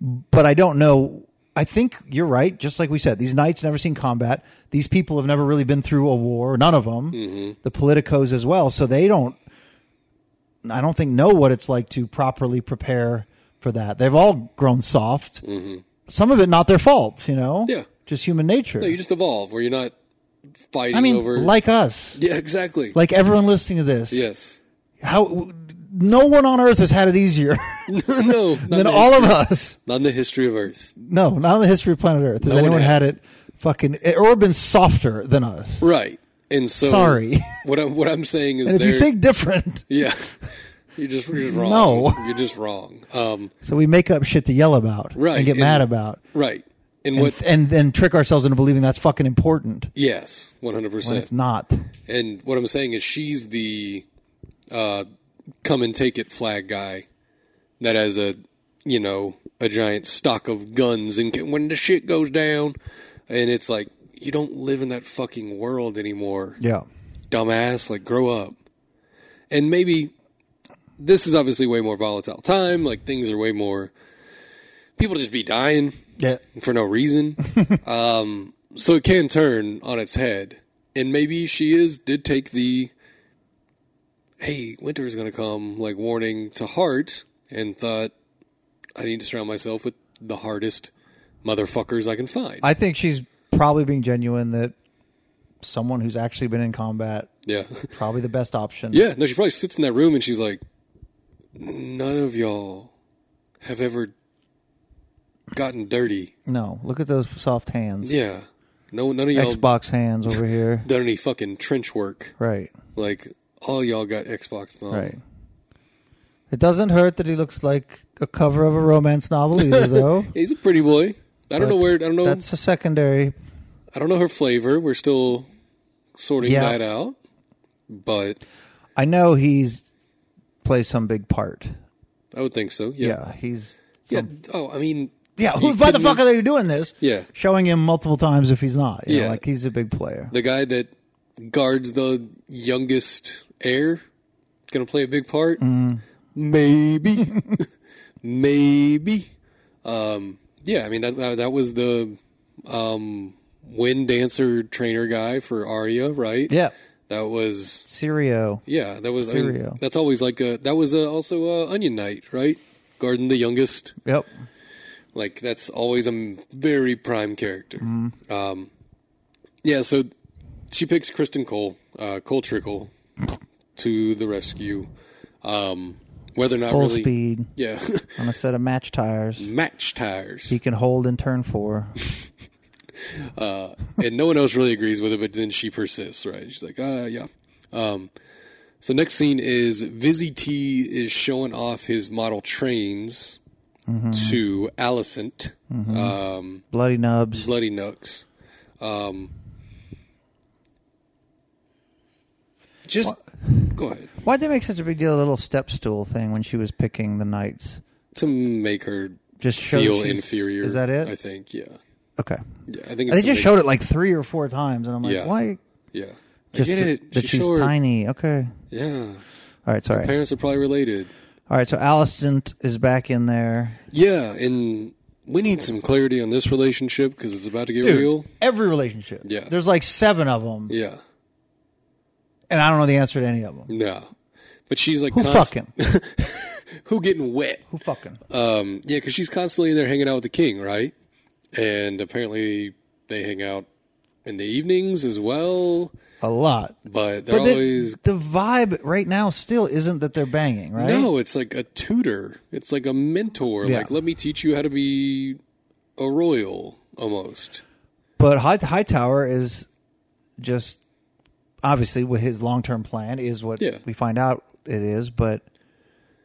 But I don't know. I think you're right. Just like we said, these knights never seen combat. These people have never really been through a war. None of them.
Mm-hmm.
The politicos as well. So they don't I don't think know what it's like to properly prepare for that. They've all grown soft. Some of it not their fault, you know.
Mm-hmm. Yeah.
just human nature.
No, you just evolve where you're not fighting
I mean,
over.
like us,
*laughs* yeah, exactly.
like everyone listening to this. *laughs*
yes.
How no one on earth has had it easier
no.
*laughs*
*laughs* Not
than
in the
all of
history-
us.
Not in the history of Earth.
No, not in the history of planet Earth has
No one
anyone had
has.
it fucking or been softer than us.
Right. And so
Sorry. *laughs*
What I'm what I'm saying is
And if you
there-
think
*laughs*
different,
yeah. You're just you're just wrong.
*laughs* No.
You're just wrong. Um
so we make up shit to yell about
Right,
and get
and-
mad about,
right. And,
and
what
and then trick ourselves into believing that's fucking important
yes, one hundred
when it's
percent.
not.
And what I'm saying is she's the uh come and take it flag guy that has a you know, a giant stock of guns and can, when the shit goes down and it's like you don't live in that fucking world anymore.
Yeah.
dumbass, like grow up. And maybe this is obviously way more volatile time. Like things are way more. People just be dying
Yeah.
for no
*laughs*
reason. um, so it can turn on its head. And maybe she is did take the hey, winter is going to come like warning to heart and thought I need to surround myself with the hardest motherfuckers I can find.
I think she's probably being genuine that someone who's actually been in combat
yeah. *laughs*
probably the best option.
Yeah, no, she probably sits in that room and she's like, none of y'all have ever gotten dirty.
No, look at those soft hands.
Yeah, no, none of y'all
Xbox hands over
*laughs*
here.
done any fucking trench work.
Right.
Like all y'all got Xbox thumb.
Right. It doesn't hurt that he looks like a cover of a romance novel either though.
He's a pretty boy. I don't know where. I don't know.
That's a secondary.
I don't know her flavor. We're still sorting
Yeah.
that out. But
I know he's plays some big part.
I would think so.
Yeah,
Yeah.
he's
Yeah.
some,
Oh, I mean.
yeah.
you
Who, why the
couldn't-
fuck are they doing this?
Yeah.
showing him multiple times if he's not. yeah,
Yeah.
like he's a big player.
the guy that guards the youngest heir gonna play a big part
Mm. *laughs*
maybe *laughs* maybe um yeah i mean that that was the um wind dancer trainer guy for Arya, right
Yeah,
that was
Sirio.
yeah that was I mean,
Sirio.
that's always like a that was uh also uh onion knight right guarding the youngest
Yep.
like that's always a m- very prime character.
Mm-hmm.
Um, yeah, so she picks Kristen Cole, uh, Cole Trickle, to the rescue. Um, whether or not
Full
really,
speed.
yeah, *laughs*
on a set of match tires
match tires,
he can hold and turn for.
and no one else really agrees with it. But then she persists, right? She's like, uh, yeah. Um, so next scene is Vizzy T is showing off his model trains
Mm-hmm.
to Alicent. Um,
Bloody nubs.
Bloody Nooks. Um, just go ahead
Why'd they make such a big deal of the little step stool thing when she was picking the knights?
to make her
Just show
feel
that she's-
inferior.
Is that it?
I think. Yeah.
okay.
Yeah. I think it's
They just
to make-
showed it like three or four times, and I'm like,
Yeah.
why?
Yeah.
Just
I get
that-
it.
that
she's
she's
short.
tiny. Okay.
Yeah.
All right. Sorry.
Parents are probably related.
All right. So Alliston is back in there.
Yeah, and we need some clarity on this relationship because it's about to get real.
every relationship.
Yeah.
There's like seven of them,
Yeah.
and I don't know the answer to any of them.
No. But she's like
Who
const-
fucking?
*laughs* who getting wet.
Who fucking?
Um, yeah, because she's constantly in there hanging out with the king, right? And apparently they hang out in the evenings as well,
A lot.
but they're
But the,
always.
the vibe right now still isn't that they're banging, right?
No, it's like a tutor. It's like a mentor.
Yeah.
Like, let me teach you how to be a royal almost.
But High Hightower is just obviously with his long term plan is what
Yeah.
we find out it is, but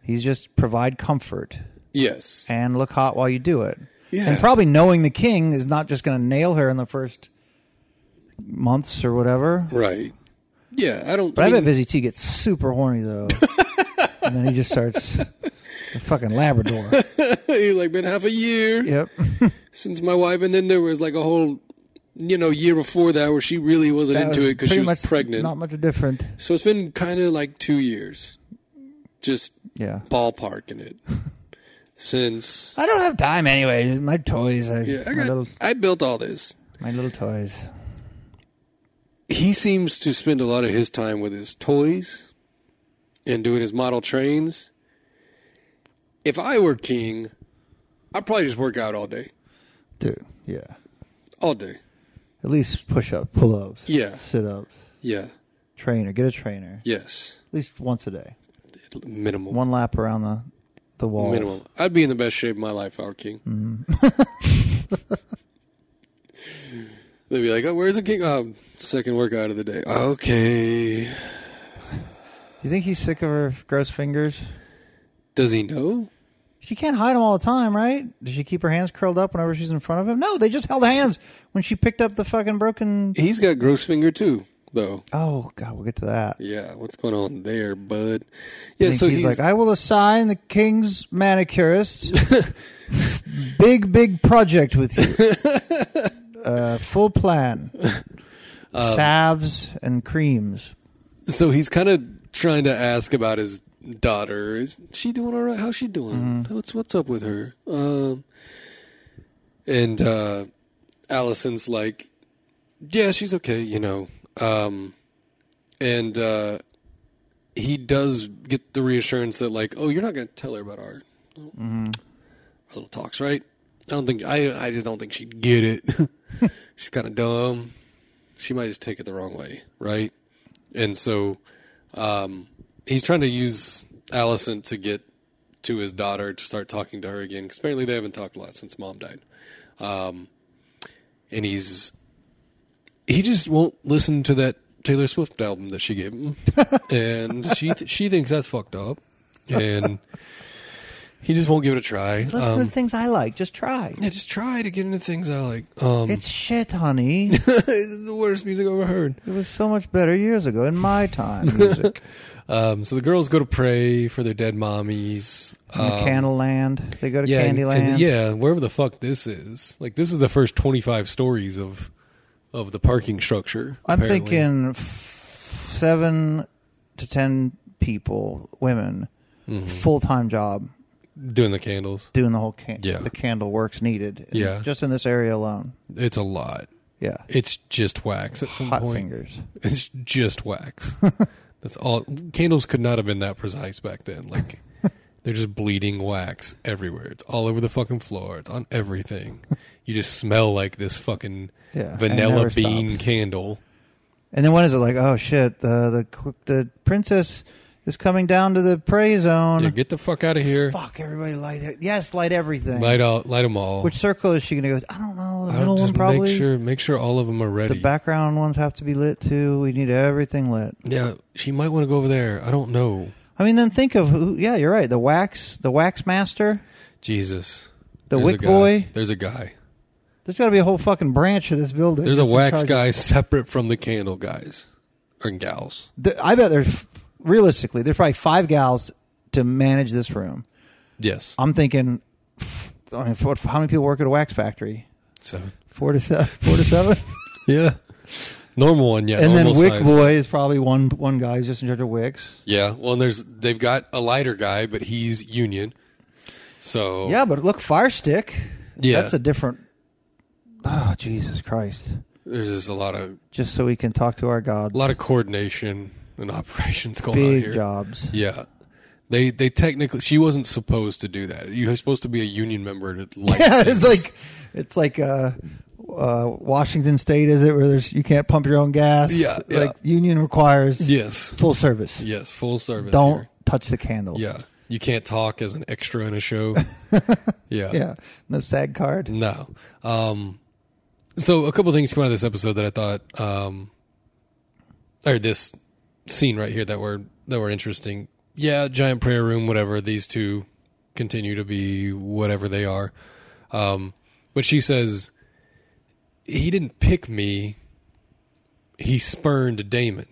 he's just provide comfort
Yes.
and look hot while you do it.
Yeah.
and probably knowing the king is not just going to nail her in the first months or whatever.
Right. Yeah, I don't.
But I
mean,
bet Busy T gets super horny
*laughs*
though, and then he just starts a fucking Labrador.
*laughs* it's like been half a year
Yep.
since my wife, and then there was like a whole, you know, year before that where she really wasn't
That
into it because she
pretty much
was pregnant.
Not much different.
so it's been kind of like two years, just
Yeah. *laughs*
ballparking it since.
I don't have time anyway. My toys. I,
Yeah, I,
my
got,
little
I built all this.
my little toys.
He seems to spend a lot of his time with his toys and doing his model trains. If I were king, I'd probably just work out all day,
Dude. Yeah.
all day.
At least push up, pull ups.
Yeah.
Sit ups.
Yeah.
Trainer. Get a trainer.
Yes.
At least once a day.
Minimal.
One lap around the the wall.
Minimal. I'd be in the best shape of my life if I were king.
Mm-hmm. *laughs*
They'd be like, oh, where's the king? Oh, second workout of the day. Okay.
You think he's sick of her gross fingers?
Does he know?
She can't hide them all the time, right? Does she keep her hands curled up whenever she's in front of him? No, they just held hands when she picked up the fucking broken.
He's got gross finger too, though.
Oh God, we'll get to that.
Yeah, what's going on there, bud? Yeah,
think
so
he's, like, I will assign the king's
*laughs*
manicurist big, big project with you.
*laughs*
uh, full plan.
Um,
Salves and creams.
so he's kind of trying to ask about his daughter. Is she doing all right? How's she doing? What's what's up with her? Um, and uh, Allison's like, yeah, she's okay, you know. Um, and uh, he does get the reassurance that like, oh, you're not going to tell her about our, our little talks, right? I don't think I. I just don't think she'd get it. *laughs* she's kind of dumb. She might just take it the wrong way, right? and so um, he's trying to use Allison to get to his daughter to start talking to her again because apparently they haven't talked a lot since mom died. Um, and he's he just won't listen to that Taylor Swift album that she
*laughs*
gave him, and she th- she thinks that's fucked up, and he just won't give it a try.
Listen to
Um,
the things I like. Just
*laughs*
try.
yeah, just try to get into things I like. Um,
It's shit,
*laughs*
honey. it
it's the worst music I've ever heard.
was so much better years ago in my time. Music.
Um, so the girls go to pray for their dead mommies. um,
In the Candle Land. They go to
yeah, and-
Candyland.
and- yeah, wherever the fuck this is. Like this is the first twenty five stories of of the parking structure.
I'm
apparently.
thinking f- seven to ten people, women,
Mm-hmm.
full time job.
doing the candles.
doing the whole can-
Yeah.
the candle works needed. in-
Yeah.
just in this area alone.
It's a lot.
Yeah,
It's just wax at some
hot
point.
fingers.
It's
*laughs*
just wax. That's all. Candles could not have been that precise back then. Like *laughs* they're just bleeding wax everywhere. It's all over the fucking floor. It's on everything. You just smell like this fucking
Yeah, and
vanilla
never
bean
stops.
candle.
And then when is it like? Oh shit! The the qu- the princess is coming down to the prey zone.
Yeah, get the fuck out of here.
Fuck everybody! Light it. Yes, light everything.
Light out, light them all.
Which circle is she gonna go? I don't know. The
I'll
middle one
just
probably.
Make sure, make sure all of them are ready.
The background ones have to be lit too. We need everything lit.
yeah, she might want to go over there. I don't know.
I mean, then think of who. Yeah, you're right. The wax, the wax master.
Jesus.
The
There's a
wick
guy.
boy?
There's a guy.
There's got to be a whole fucking branch of this building.
There's a
just in
wax
charge of-
guy separate from the candle guys or gals.
Th I bet there's realistically there's probably five gals to manage this room.
Yes.
I'm thinking, I mean, what, how many people work at a wax factory?
So
Four to seven. *laughs* Four to
*laughs*
seven.
yeah, normal one. Yeah,
and then
normal
Wick
size.
Boy is probably one one guy who's just in charge of wicks.
Yeah. Well, and there's they've got a lighter guy, but he's union. So
Yeah, but look, Fire Stick.
Oh. Yeah.
that's a different. Oh Jesus Christ!
there's just a lot of
Just so we can talk to our gods.
a lot of coordination and *laughs* operations going on
big
here.
jobs.
Yeah. They they technically she wasn't supposed to do that. You were supposed to be a union
*laughs*
member to like
Yeah, it's
things.
like it's like uh, uh, Washington State, is it? Where there's you can't pump your own gas.
Yeah, yeah.
like union requires
yes.
full service.
Yes, full service.
Don't
here.
touch the candle.
Yeah. You can't talk as an extra in
*laughs*
a show. yeah.
Yeah. No SAG card.
No. Um so a couple things come out of this episode that I thought um or this scene right here that were that were interesting. Yeah, giant prayer room, whatever, these two continue to be whatever they are. Um But she says, he didn't pick me. He spurned Damon.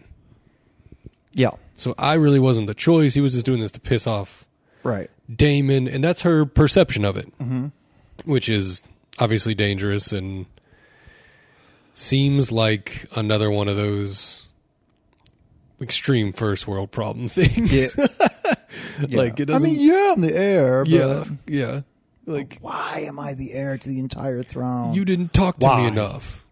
Yeah.
So I really wasn't the choice. He was just doing this to piss off
Right.
Damon. And that's her perception of it, mm-hmm. which is obviously dangerous and seems like another one of those extreme first world problem *laughs* things.
Yeah.
like it
I
doesn't.
mean, uh, yeah, I'm the heir, but
yeah. Yeah. Like
why am I the heir to the entire throne?
You didn't talk to
Why?
me enough.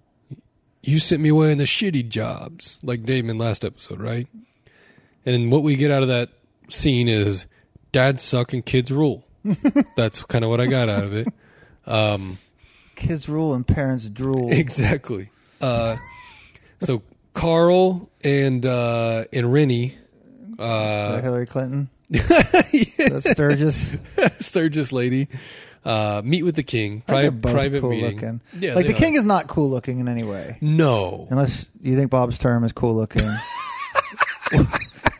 You sent me away in the shitty jobs, like Damon last episode, right? And what we get out of that scene is dads suck and
*laughs*
kids rule. That's kind of what I got out of it.
Kids rule and parents drool.
Exactly. Uh, so Carl and uh, and Rennie Uh,
By Hillary
*laughs*
Clinton. That's Sturgis.
Sturgis lady uh, meet with the king.
I think
Pri-
they're both
private
cool
meeting.
looking.
Yeah,
like
they
the
are.
king is not cool looking in any way,
No,
unless you think Bob Sturm is cool looking,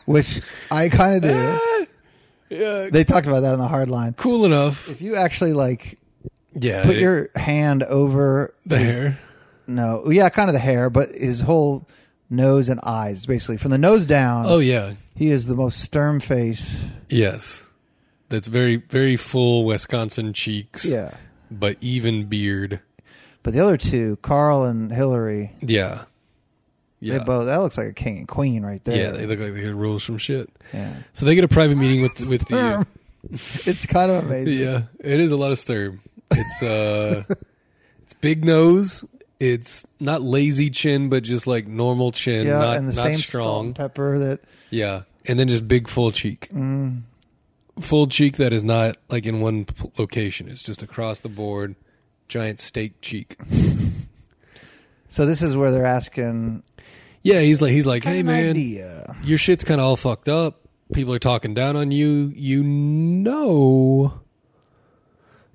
which I kind of do.
yeah,
They talked about that in the hard line.
cool enough.
If you actually like
Yeah,
put
it-
your hand over
the
his-
hair.
no, yeah, kind of the hair, but his whole nose and eyes, basically from the nose down.
Oh yeah,
He is the most stern face.
Yes. That's very very full Wisconsin cheeks.
Yeah.
But even beard.
But the other two, Carl and Hillary,
Yeah. Yeah.
they both that looks like a king and queen right there.
yeah, they look like they could rule some shit.
Yeah. Um,
So they get a private meeting with
*laughs*
with the
It's kind of amazing.
*laughs* Yeah. It is a lot of stir.
*laughs*
It's uh it's big nose. It's not lazy chin, but just like normal chin,
Yeah,
not,
and the
not
same salt
strong.
and pepper that
Yeah, and then just big full cheek.
Mm.
Full cheek that is not like in one p- location. It's just across the board, giant steak cheek.
So this is where they're asking.
Yeah, he's like he's like,
"Got
hey
an
man,
idea."
your shit's kind of all fucked up. People are talking down on you. You know,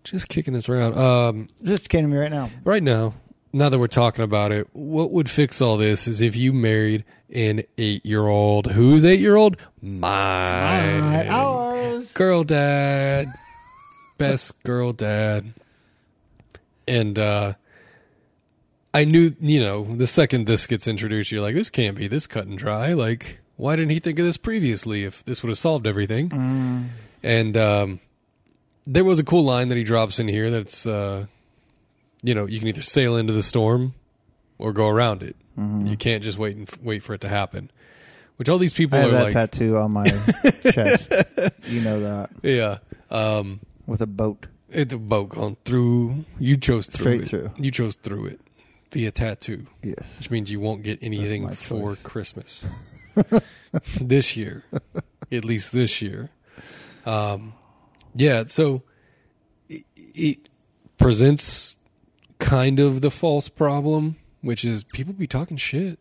just kicking this around. Um,
Just came to me right now.
right now, now that we're talking about it, what would fix all this is if you married an eight-year-old. Who's eight-year-old? Mine.
At ours.
girl dad best girl dad and uh i knew you know the second this gets introduced you're like this can't be this cut and dry like why didn't he think of this previously if this would have solved everything
Mm.
and um there was a cool line that he drops in here that's uh you know you can either sail into the storm or go around it
Mm-hmm.
you can't just wait and f- wait for it to happen which all these people
I have
are
that
like
tattoo on *laughs* my chest. You know that
yeah um
with a boat.
It, the boat gone through. You chose through
Straight
it.
through.
You chose through it via tattoo,
Yes.
which means you won't get anything
my
for
choice. *laughs*
Christmas this year, at least this year. Um, yeah. So it, it presents kind of the false problem, which is people be talking shit.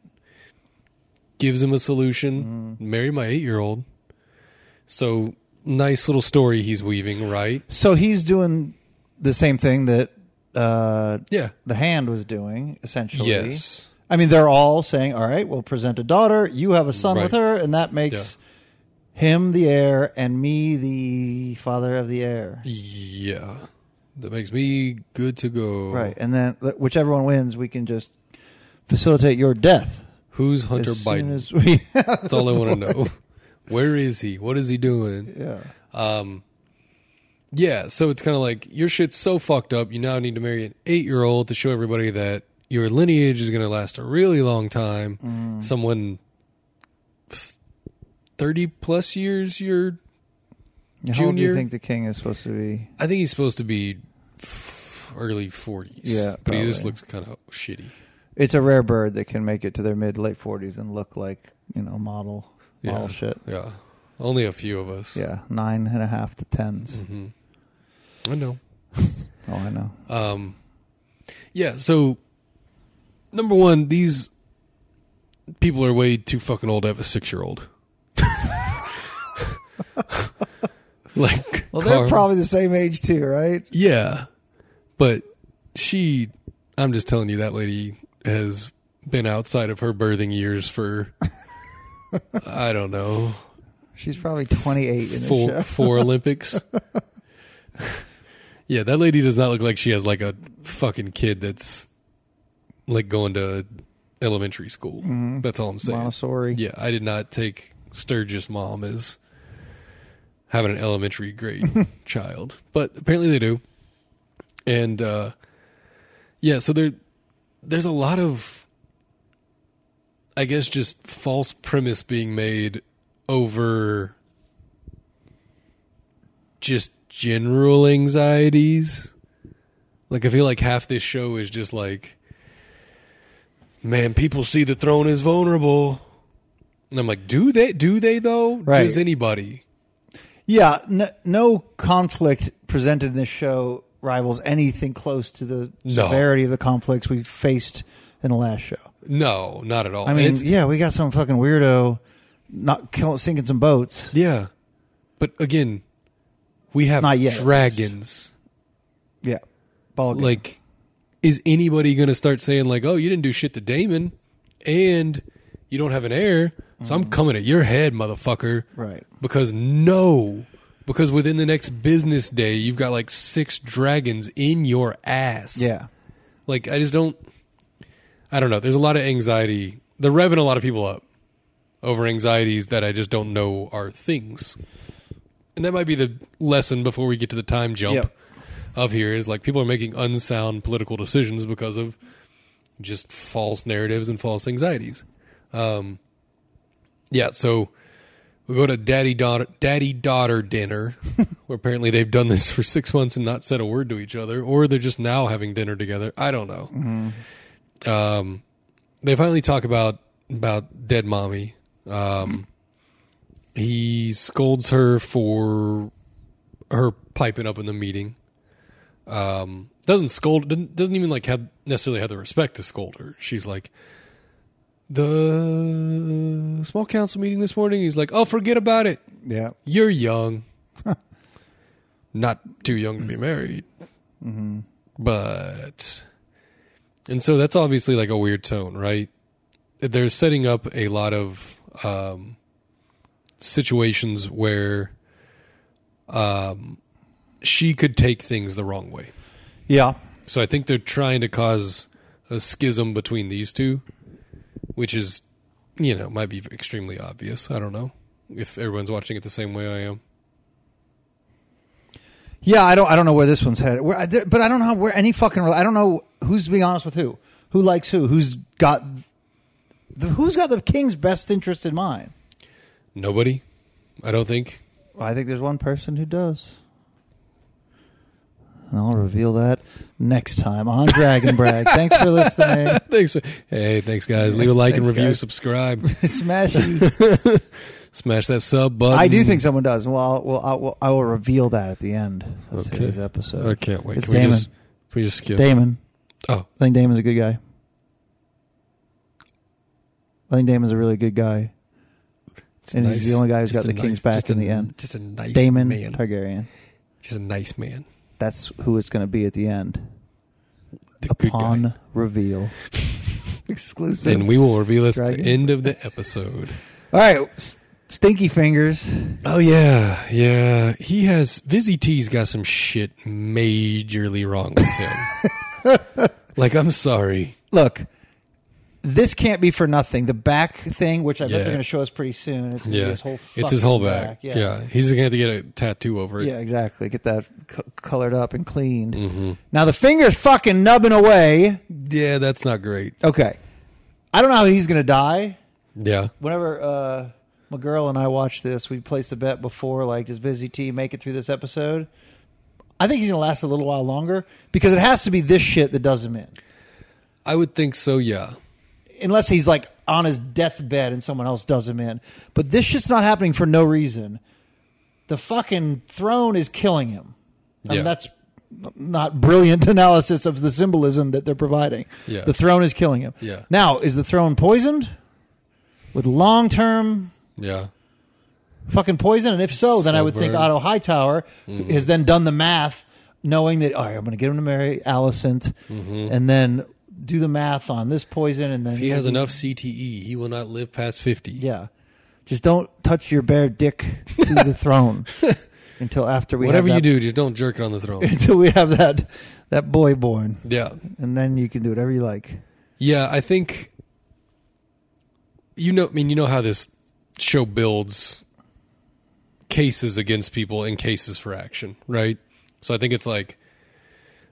Gives him a solution.
Mm-hmm.
Marry my eight-year-old. So nice little story he's weaving, right?
So he's doing the same thing that uh,
Yeah.
the hand was doing, essentially.
Yes.
I mean, they're all saying, "All right, we'll present a daughter. You have a son with
Right.
her, and that makes him the heir and me the father of the heir."
Yeah. That makes me good to go.
Right, and then th- whichever one wins, we can just facilitate your death.
Who's Hunter
as soon
Biden?
as we- *laughs*
That's all I want to know. Where is he? What is he doing?
yeah,
Yeah, so it's kind of like your shit's so fucked up. You now need to marry an eight year old to show everybody that your lineage is going to last a really long time.
Mm.
Someone f- 30 plus years, you're,
Now, how old do
Junior-
you think the king is supposed to be?
I think he's supposed to be f- early 40s.
Yeah,
But he just
probably.
looks kind of shitty.
It's a rare bird that can make it to their mid late forties and look like you know model
Yeah.
model shit.
Yeah. Only a few of us.
Yeah, nine and a half to 10s
Mm-hmm. I know.
Oh, I know.
Um, yeah, so number one, these people are way too fucking old to have a six year old. *laughs* like,
well, they're
Carl-
probably the same age too, right?
yeah, but she, I'm just telling you, that lady has been outside of her birthing years for, *laughs* I don't know,
She's probably twenty eight in the
four
show.
four Olympics. Yeah, that lady does not look like she has like a fucking kid that's like going to elementary school. That's all I'm saying.
Montessori.
Yeah, I did not take Sturgis mom as having an elementary grade child, but apparently they do. And uh, yeah, so there there's a lot of I guess just false premise being made over just general anxieties. Like I feel like half this show is just like man, people see the throne is vulnerable. And I'm like, do they do they though?
Right.
Does anybody?
Yeah, no, no conflict presented in this show rivals anything close to the
No.
severity of the conflicts we faced in the last show.
No, not at all.
I
And
mean,
it's-
yeah, we got some fucking weirdo not kill, sinking some boats.
yeah. But again, we have
Not yet.
dragons.
Yeah, ball game.
Like, is anybody going to start saying like, "Oh, you didn't do shit to Damon, and you don't have an heir, so I'm coming at your head, motherfucker"?
Mm. Right.
Because no, because within the next business day, you've got like six dragons in your ass.
yeah,
Like, I just don't. I don't know. There's a lot of anxiety. They're revving a lot of people up over anxieties that I just don't know are things. And that might be the lesson before we get to the time jump
Yep.
of here is like people are making unsound political decisions because of just false narratives and false anxieties. Um, yeah, so we go to daddy daughter daddy daughter dinner, where apparently they've done this for six months and not said a word to each other, or they're just now having dinner together. I don't know. Um, they finally talk about about dead mommy. Um, he scolds her for her piping up in the meeting. Um, doesn't scold. doesn't- Doesn't even like have necessarily have the respect to scold her. She's like the small council meeting this morning. He's like, oh, forget about it.
yeah,
You're young, not too young to be married, but and so that's obviously like a weird tone, right? They're setting up a lot of um, situations where um, she could take things the wrong way.
yeah,
So I think they're trying to cause a schism between these two, which is, you know, might be extremely obvious. I don't know if everyone's watching it the same way I am.
yeah. I don't, I don't know where this one's headed. Where, I- there- but I don't know how, where any fucking. I don't know who's being honest with who. Who likes who? Who's got the who's got the king's best interest in mind?
Nobody, I don't think.
Well, I think there's one person who does. And I'll reveal that next time *laughs* on Dragon Brag. Thanks for *laughs* listening.
Thanks. Hey, thanks guys. Leave a like and
Thanks,
review,
guys.
subscribe,
Smash.
smash that sub button.
I do think someone does. Well, I'll, well, I will, I will reveal that at the end of
Okay.
today's episode.
I can't wait.
It's
Can we
Damon.
just can we just skip?
Damon.
Oh,
I think Damon's a good guy. I think Damon's a really good guy.
it's
And he's the only guy who's
who's
got the king's back in the end.
Just a nice
Damon
man.
Targaryen.
Just a nice man.
That's who it's going to be at the end.
The good guy.
Upon
*laughs*
reveal. Exclusive.
And we will reveal this at the
Dragon.
end of the episode.
All right. S- Stinky fingers.
Oh yeah, yeah. He has Vizzy T's got some shit majorly wrong with him.
*laughs*
like I'm sorry.
look, this can't be for nothing. The back thing, which I bet
Yeah.
they're going to show us pretty soon, it's gonna
Yeah,
be his whole.
it's his
fucking
whole back. Yeah.
Yeah.
he's gonna have to get a tattoo over it.
Yeah, exactly. Get that c- colored up and cleaned.
Mm-hmm.
Now the finger's fucking nubbing away.
Yeah, that's not great.
Okay, I don't know how he's going to die.
Yeah,
Whenever uh, my girl and I watched this, we placed a bet before, like, does Busy T make it through this episode? I think he's going to last a little while longer because it has to be this shit that does him in.
I would think so. Yeah,
unless he's like on his deathbed and someone else does him in. But this shit's not happening for no reason. The fucking throne is killing him. I mean,
Yeah.
that's not brilliant *laughs* analysis of the symbolism that they're providing.
Yeah.
The throne is killing him.
Yeah.
Now, is the throne poisoned with long term
yeah,
fucking poison? And if so, then I would think
Stubborn.
Otto Hightower
Mm-hmm.
has then done the math, knowing that, all right, I'm going to get him to marry Alicent and then do the math on this poison. And then
Mm-hmm. he has enough CTE. He will not live past fifty. *laughs*
Yeah. Just don't touch your bare dick to the throne. until after we
Whatever
have
you
that,
do, just don't jerk it on the
*laughs*
throat.
until we have that that boy born,
yeah.
and then you can do whatever you like.
Yeah, I think you know. I mean, you know how this show builds cases against people and cases for action, right? So I think it's like,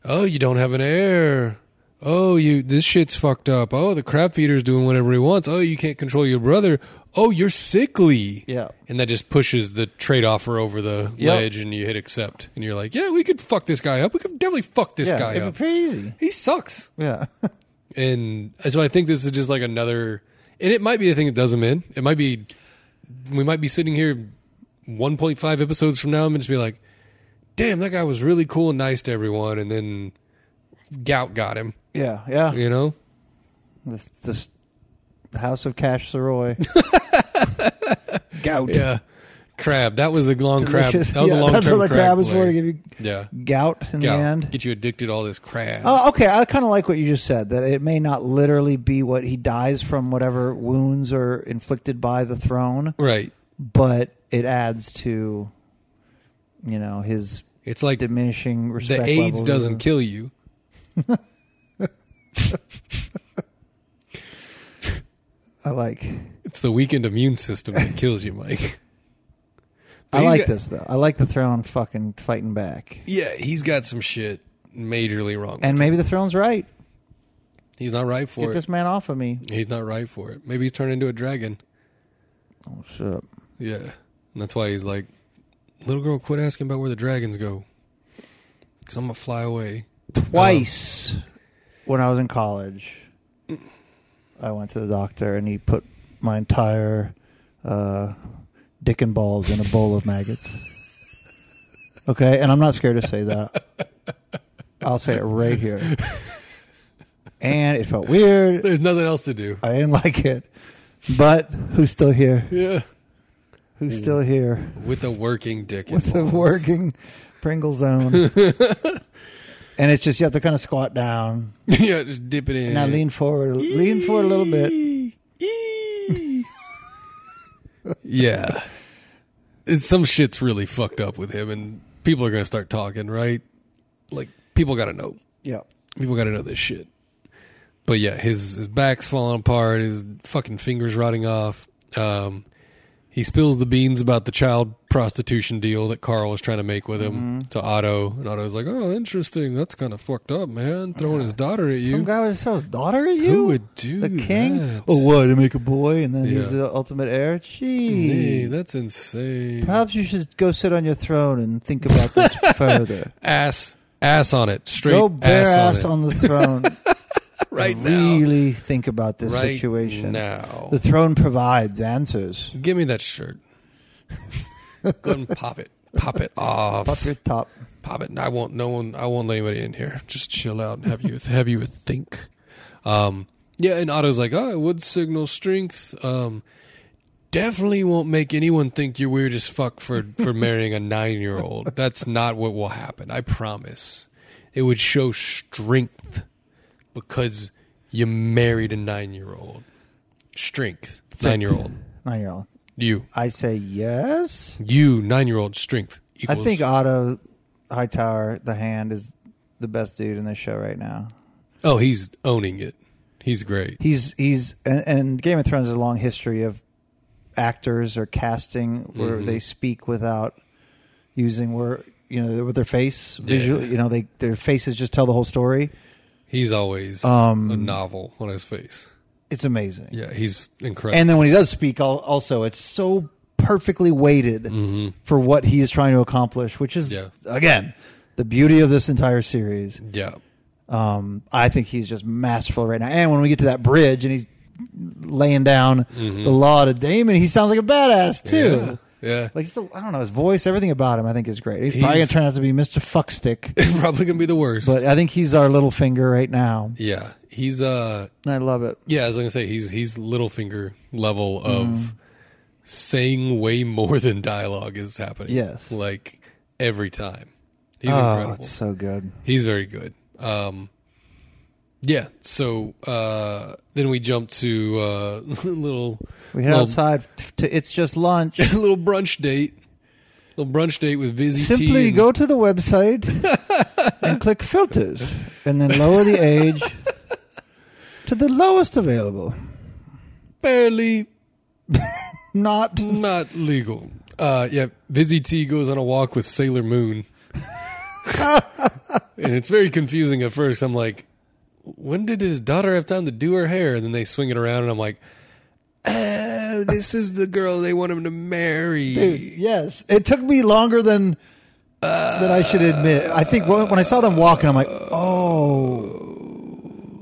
oh, you don't have an heir. Oh, you this shit's fucked up. Oh, the crab feeder's doing whatever he wants. Oh, you can't control your brother. Oh, you're sickly.
Yeah.
and that just pushes the trade offer over the
Yep.
ledge, and you hit accept, and you're like, yeah, we could fuck this guy up. We could definitely fuck this
yeah,
guy
it'd be
up.
pretty easy.
he sucks.
Yeah, *laughs*
And so I think this is just like another, and it might be the thing that does him in. It might be, we might be sitting here 1.5 episodes from now and just be like, damn, that guy was really cool and nice to everyone. And then gout got him,
yeah, yeah.
you know?
This this the House of Cash
*laughs*
Saroy. gout.
Yeah. Crab. That was a long crab.
Delicious.
That was
Yeah,
a long term
That's what the crab was for
play.
to give you
Yeah.
gout in the
Gout.
end.
Get you addicted to all this crab.
Oh, okay. I kind of like what you just said that it may not literally be what he dies from, whatever wounds are inflicted by the throne,
Right.
but it adds to, you know, his
It's like the
diminishing respect.
AIDS
levels.
doesn't kill you.
I like.
It's the weakened immune system that kills you, Mike. *laughs*
I
he's
like
got-
this though. I like the throne fucking fighting back,
Yeah, he's got some shit majorly wrong.
and maybe the throne's right.
he's not right for
Get
it.
this man off of me.
He's not right for it. Maybe he's turned into a dragon.
Oh, shut up.
Yeah. And that's why he's like, little girl, quit asking about where the dragons go. Because I'm going to fly away.
twice when I was in college. I went to the doctor and he put my entire uh, dick and balls in a bowl of maggots. Okay, and I'm not scared to say that. I'll say it right here. And it felt weird.
There's nothing else to do.
I didn't like it. But who's still here?
Yeah.
Who's still here?
With a working dick.
with a
involved.
working Pringle zone. and it's just you have to kind of squat down.
*laughs* yeah, just dip it in.
Now lean forward, lean forward a little bit.
bit. *laughs* yeah. It's, some shit's really fucked up with him, and people are going to start talking, right? Like, people got to know.
Yeah,
People got to know this shit. But yeah, his his back's falling apart. His fucking fingers rotting off. Um, he spills the beans about the child prostitution deal that Carl was trying to make with him
Mm-hmm.
to Otto, and Otto's like, "Oh, interesting. That's kind of fucked up, man. Throwing his daughter at
some
you.
guy would sell his daughter to you.
Who would do
the king?
that?
Oh, what to make a boy, and then he's
Yeah.
the ultimate heir.
Hey,
Gee,
that's insane.
perhaps you should go sit on your throne and think about
*laughs*
this further.
ass, ass on it. Straight
Go bare
ass,
ass
on,
on, the throne.
it. *laughs* right now.
really think about this
Right
situation.
now.
The throne provides answers.
Give me that shirt. Go ahead and pop it. Pop it off.
Pop your top.
pop it. And I won't. No one. I won't let anybody in here. Just chill out and have you have you a think. Um, yeah, and Otto's like, oh, it would signal strength. Um, definitely won't make anyone think you're weird as fuck for for marrying a nine year old. That's not what will happen. I promise. It would show strength because you married a nine year old. Strength, nine year old.
Nine year old.
You,
I say yes.
you, nine year old strength.
I
Equals
think uh, Otto Hightower, the hand, is the best dude in this show right now.
Oh, he's owning it. He's great.
He's he's and, and Game of Thrones has a long history of actors or casting where
Mm-hmm.
they speak without using where you know with their face visually. You know, they their faces just tell the whole story.
He's always
Um,
a novel on his face.
It's amazing.
Yeah, he's incredible.
And then when he does speak, al- also it's so perfectly weighted for what he is trying to accomplish, which is
Mm-hmm. Yeah.
again the beauty of this entire series.
yeah,
Um, I think he's just masterful right now. And when we get to that bridge and he's laying down the law to Damon, he sounds like a badass too.
Mm-hmm. yeah, yeah.
Like he's the, I don't know his voice, everything about him. I think is great. He's, probably gonna
He's-
turn out to be Mister Fuckstick,
*laughs* *laughs* probably gonna be the worst.
but I think he's our little finger right now.
yeah, he's uh,
And I love it.
yeah. I was gonna say he's he's Littlefinger level of
Mm.
saying way more than dialogue is happening.
Yes.
like every time. He's
oh,
incredible.
it's so good.
He's very good. Um, yeah. So uh, then we jump to uh, *laughs* little
We head
little, *laughs*
outside to it's just lunch. *laughs*
little brunch date. Little brunch date with Vizzy T.
Simply
and-
go to the website and click filters and then lower the
*laughs*
age to the lowest available.
barely
Not
not legal. Uh, yeah, Vizzy T goes on a walk with Sailor Moon, *laughs* and it's very confusing at first. I'm like, when did his daughter have time to do her hair? And then they swing it around, and I'm like, oh, this is the girl they want him to marry.
Dude, yes. It took me longer than uh, than I should admit. I think when, when I saw them walking, I'm like, oh.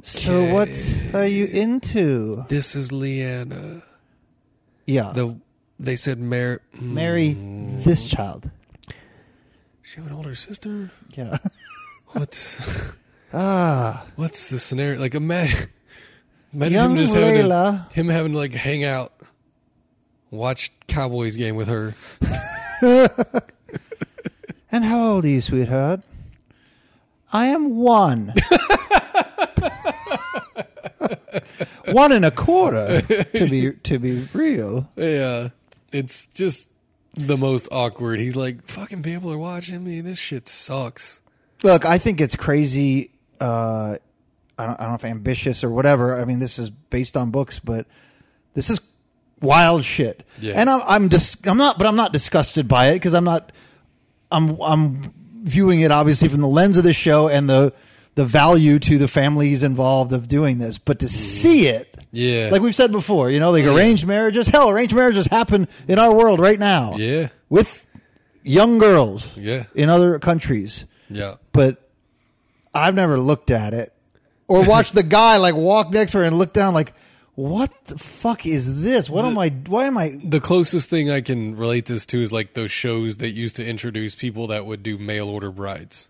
So what are you into?
This is Leanna.
Yeah,
The they said Mar- mm,
marry this child.
She have an older sister.
Yeah,
What's
*laughs* ah,
what's the scenario? Like imagine, imagine
Young
him just having to-
Layla.
him having to like hang out, watch Cowboys game with her.
*laughs* and how old are you, sweetheart? I am *laughs* one. one and a quarter to be to be real.
Yeah, it's just the most awkward. He's like, fucking people are watching me. This shit sucks.
Look, I think it's crazy. Uh, I, don't, I don't know if ambitious or whatever. I mean, this is based on books, but this is wild shit.
Yeah.
And I'm I'm dis- I'm not, but I'm not disgusted by it because I'm not. I'm I'm viewing it obviously from the lens of the show and the the value to the families involved of doing this. But to see it,
Mm-hmm. Yeah,
like we've said before, you know, like arranged marriages. Hell, arranged marriages happen in our world right now.
yeah,
with young girls.
Yeah.
in other countries
yeah.
but I've never looked at it or watched the guy like walk next to her and look down like, what the fuck is this? What am I? Why am I?
The closest thing I can relate this to is like those shows that used to introduce people that would do mail order brides.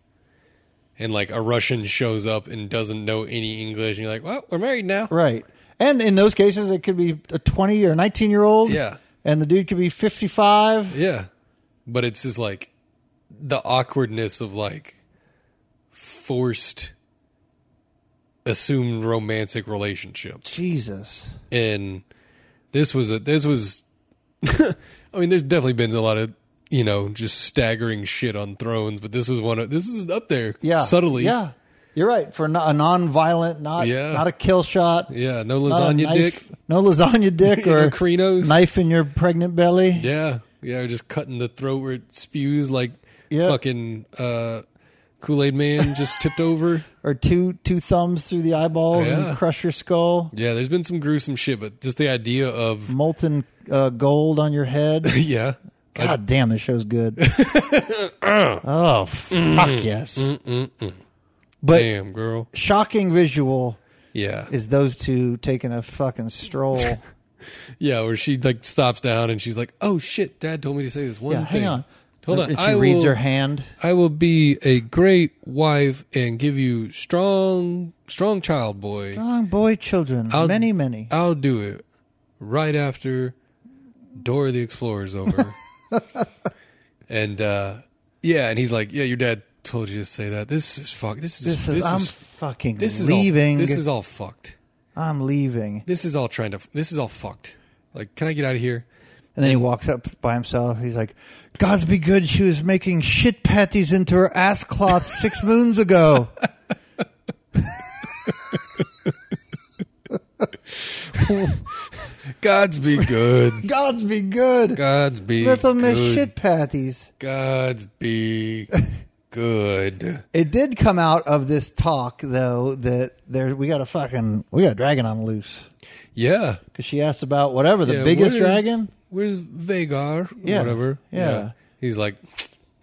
And like a Russian shows up and doesn't know any English, and you're like, "Well, we're married now."
Right. And in those cases, it could be a 20 or 19 year old.
Yeah.
And the dude could be 55.
Yeah. But it's just like the awkwardness of like forced assumed romantic relationships.
Jesus.
And this was a this was *laughs* I mean, there's definitely been a lot of you know, just staggering shit on thrones, but this was one of this is up there.
Yeah.
Subtly.
Yeah. You're right. For no- a non-violent, not
Yeah.
not a kill shot.
Yeah. No
not a
lasagna
knife-
dick.
No
*laughs*
lasagna dick
Or
or
Crinos.
knife in your pregnant belly.
Yeah. Yeah. or Just cutting the throat where it spews like
Yeah.
fucking uh Kool
*laughs*
Aid man just tipped over.
Or two two thumbs through the eyeballs
Yeah.
and crush your skull.
Yeah, there's been some gruesome shit, but just the idea of
molten uh, gold on your head.
*laughs* yeah,
God damn, this show's
*laughs*
good. oh fuck yes. But
Mm-hmm. damn girl,
shocking visual
yeah,
is those two taking a fucking
*laughs*
stroll.
yeah, where she like stops down and she's like, "Oh shit, Dad told me to say this one
yeah,
thing."
hang on.
hold
And
on.
She
I
reads
will,
her hand.
I will be a great wife and give you strong, strong child boy.
Strong boy children,
I'll-
many many.
I'll do it right after Dora the
*laughs*
Explorer's over. and uh yeah, and he's like, "Yeah, your dad told you to say that. This is fuck. This is
this is, I'm fucking
this is
leaving.
All, this is all fucked.
I'm leaving.
This is all trying to. This is all fucked. Like, can I get out of here?
And then he walks up by himself. He's like, "God's be good. She was making shit patties into her ass cloth six *laughs* moons
*laughs*
ago."
God's be
*laughs*
good.
God's be good.
God's be
Little Miss
good.
Shit Patties.
God's
*laughs*
be good.
It did come out of this talk though that there we got a fucking we got a dragon on loose
Yeah.
because she asked about whatever the
Yeah,
biggest
where's-
dragon.
Where's Vagar?
Yeah,
Whatever.
yeah.
He's like,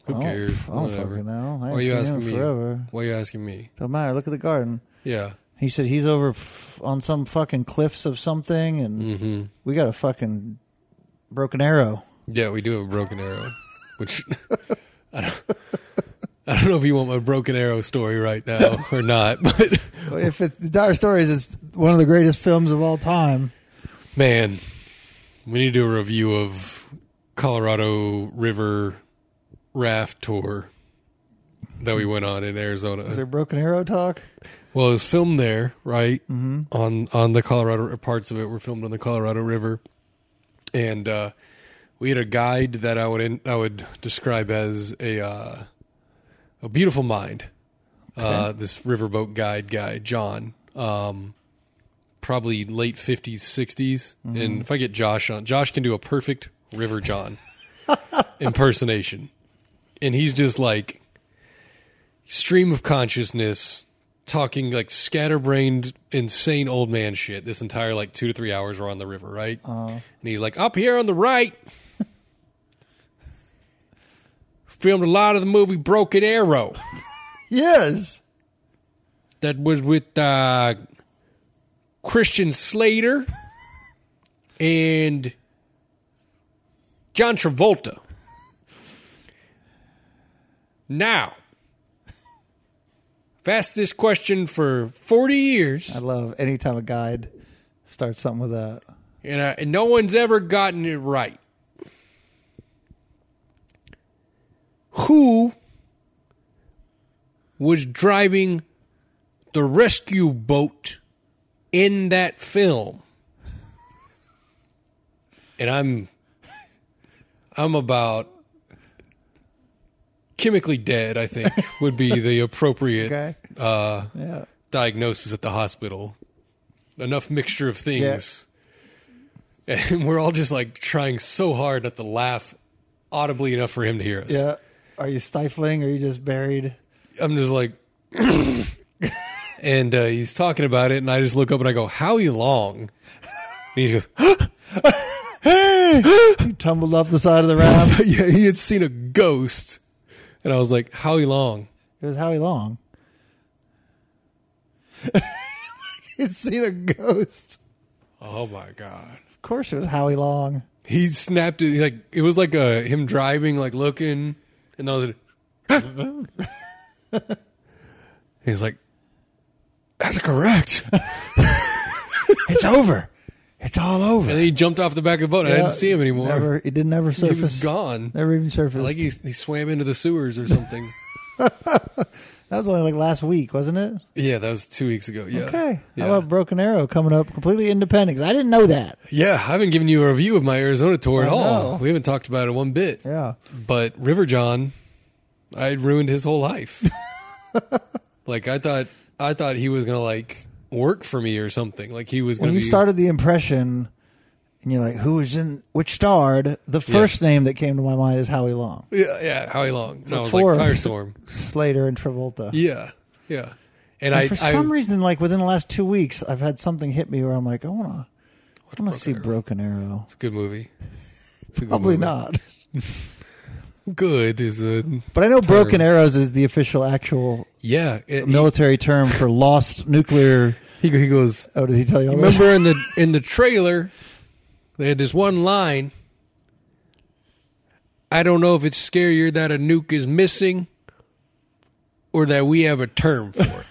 who
don't-
cares?
I don't
Whatever.
fucking know. I
Why
ain't
are you
seen
asking
him
me?
forever.
Why are you asking me?
Don't matter. Look at the garden.
Yeah.
He said he's over f- on some fucking cliffs of something, and
Mm-hmm.
we got a fucking broken arrow. *laughs*
Yeah, we do have a broken arrow, which *laughs* I don't, I don't know if you want my broken arrow story
*laughs*
right now or not, but
if it, the dire stories, it's one of the greatest films of all time.
Man, we need to do a review of Colorado River raft tour that we went on in
Is
Arizona.
there broken arrow talk? *laughs*
Well, it was filmed there, right? Mm-hmm. On on the Colorado parts of it were filmed on the Colorado River, and uh, we had a guide that I would in, I would describe as a uh, a beautiful mind. Uh, this riverboat guide guy, John, um, probably late fifties, and if I get Josh on, Josh can do a perfect River John impersonation, and he's just like stream of consciousness talking like scatterbrained insane old man shit this entire like two to three hours we're on the river right and he's like up here on the right *laughs* filmed a lot of the movie broken arrow
Yes.
that was with uh christian slater and john travolta now I've asked this question for 40 years
I love any time a guide starts something with that.
and, uh, and no one's ever gotten it right. Who was driving the rescue boat in that film? And I'm I'm about chemically dead, I think, would be the appropriate
Okay.
uh,
Yeah.
diagnosis at the hospital. Enough mixture of things. And we're all just like trying so hard not to laugh audibly enough for him to hear us.
Yeah. Are you stifling? Or are you just buried?
I'm just like, *coughs* and uh, he's talking about it, and I just look up and I go, "How long?" And he just goes, *gasps*
You tumbled off the side of the *laughs* raft.
*laughs* "Yeah, he had seen a ghost," and I was like, "How long?"
It was Howie Long. *laughs* He'd seen a ghost.
Oh my god.
Of course, it was Howie Long.
He snapped it like it was like a him driving, like looking, and I was like, *laughs* he's like, "That's correct." and
*laughs* It's over. It's all over.
then he jumped off the back of the boat. and I didn't see him anymore.
Never, it didn't ever
he
surface.
was gone.
Never even surfaced.
Like he he swam into the sewers
*laughs*
or something.
that was only like last week, wasn't it?
yeah, that was two weeks ago. Yeah.
Okay.
Yeah.
How about Broken Arrow coming up completely independent? 'Cause I didn't know that.
yeah, I haven't given you a review of my Arizona tour at
I
all.
know.
We haven't talked about it one bit.
Yeah.
But River John, I had ruined his
*laughs*
whole life. like I thought, I thought he was gonna like work for me or something. Like he was gonna
When you
be
started the impression, and you're like, "Who was in? Which starred?" The first name that came to my mind is Howie Long,
yeah, yeah, Howie Long. No, I was like
Before.
Firestorm.
Slater, and Travolta.
yeah, yeah. And, I,
And for some
I
reason, like within the last two weeks, I've had something hit me where I'm like, I wanna, I wanna see Broken Arrow.
it's a good movie. It's a good
Probably
movie.
not,
Good is a
but I know Broken
Term.
Arrows is the official, actual
yeah. it- he-
military term for lost nuclear.
he, he goes.
Oh, did he tell you all this?
Remember in the in the trailer, they had this one line. I don't know if it's scarier that a nuke is missing, or that we have a term for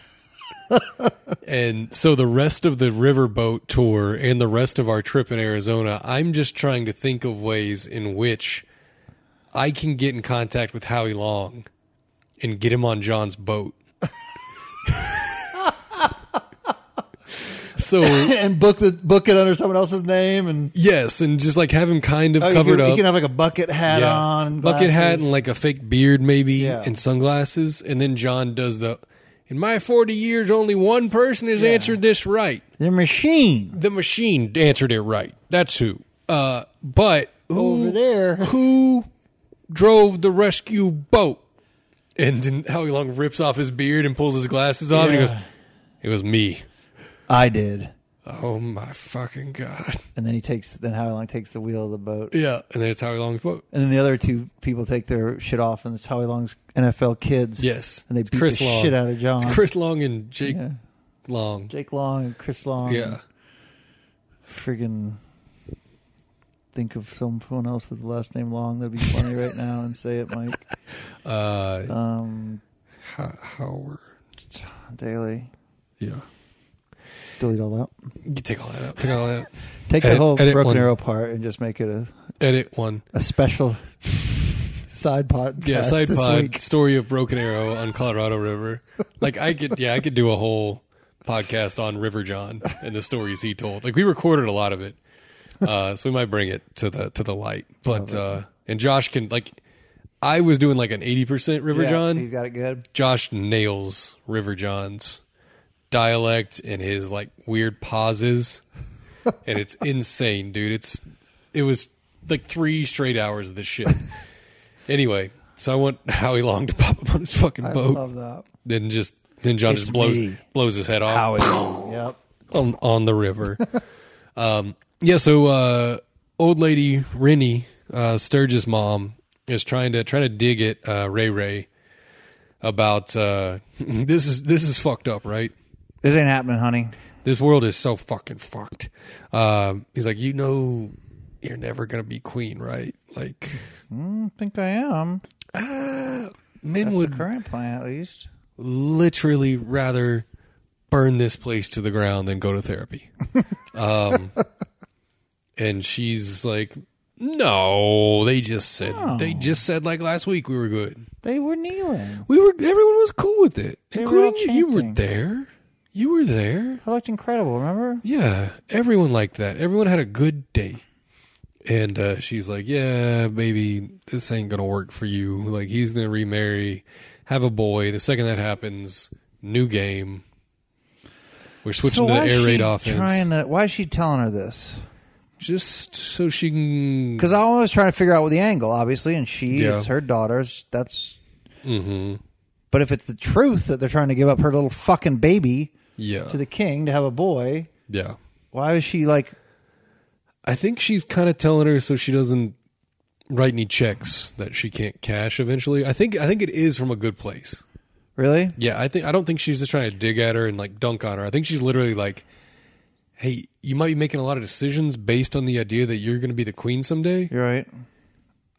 it. and so the rest of the riverboat tour and the rest of our trip in Arizona, I'm just trying to think of ways in which I can get in contact with Howie Long and get him on John's boat.
*laughs*
so
and book the book it under someone else's name, and
Yes, and just like have him kind of
oh, you,
covered
can, you
up.
can have like a bucket hat
Yeah.
on, and
bucket hat
glasses.
and like a fake beard maybe
Yeah.
and sunglasses and then John does the in my 40 years only one person has answered this right.
the machine
The machine answered it right. That's who. Uh but who
over there.
who drove the rescue boat? And then Howie Long rips off his beard and pulls his glasses off and he
Yeah.
goes, "It was me."
I did.
Oh my fucking god!
And then he takes. Then Howie Long takes the wheel of the boat,
Yeah, and then it's Howie Long's boat.
and then the other two people take their shit off, and it's Howie Long's NFL kids.
Yes,
and they
It's
beat
Chris
the
Long.
shit out of John.
It's Chris Long and Jake
Yeah.
Long.
Jake Long and Chris Long.
Yeah.
friggin' think of someone else with the last name Long. That'd be funny
*laughs*
right now and say it, Mike.
Uh,
Um,
Ho- Howard.
Daily.
Yeah.
Delete all that.
You take all that out. Take all that out.
Take
Edit-
the whole
edit
Broken
one.
Arrow part and just make it a,
Edit one.
a
*laughs*
special side pod.
Yeah, side
this
pod.
Week.
Story of Broken Arrow on Colorado River. Like, I could, yeah, I could do a whole podcast on River John and the stories he told. Like, we recorded a lot of it. uh, so we might bring it to the to the light. But uh, and Josh can like, I was doing like an eighty percent River John.
He's got it good.
Josh nails River John's dialect and his like weird pauses,
*laughs*
and it's insane, dude. It's it was like three straight hours of
*laughs*
this shit. anyway, so I want Howie Long to pop up on his fucking
I
boat,
love that.
then just then John
It's
just blows
me.
blows his head off
Howie. yep.
on on
*laughs*
the river. um, yeah, so uh, old lady Rennie uh, Sturgis' mom is trying to trying to dig at uh, Ray Ray about uh, *laughs* this is this is fucked up, right?
This ain't happening, honey.
This world is so fucking fucked. Um, he's like, you know, you're never gonna be queen, right? Like
I think I am.
men
That's
would
the current plan, at least.
literally rather burn this place to the ground than go to *laughs* therapy. um, and she's like, no, they just said they just said like last week we were good.
They were kneeling.
We were everyone was cool with it,
were all
including you. You were
chanting.
there. You were there.
I looked incredible. Remember?
Yeah, everyone liked that. Everyone had a good day. And uh, she's like, "Yeah, baby, this ain't gonna work for you. Like, he's gonna remarry, have a boy. The second that happens, new game. We're switching to
why
the
is
air raid
she
offense,
Trying to, why is she telling her this?
just so she can.
Because I was trying to figure out the angle, obviously, and she
Yeah. Mm-hmm.
is her daughter's. That's. But if it's the truth that they're trying to give up her little fucking baby
yeah,
to the king to have a boy,
yeah.
why is she like?
I think she's kind of telling her so she doesn't write any checks that she can't cash eventually. I think I think it is from a good place.
Really?
Yeah, I think I don't think she's just trying to dig at her and like dunk on her. I think she's literally like, "Hey, you might be making a lot of decisions based on the idea that you're going to be the queen someday.
You're right.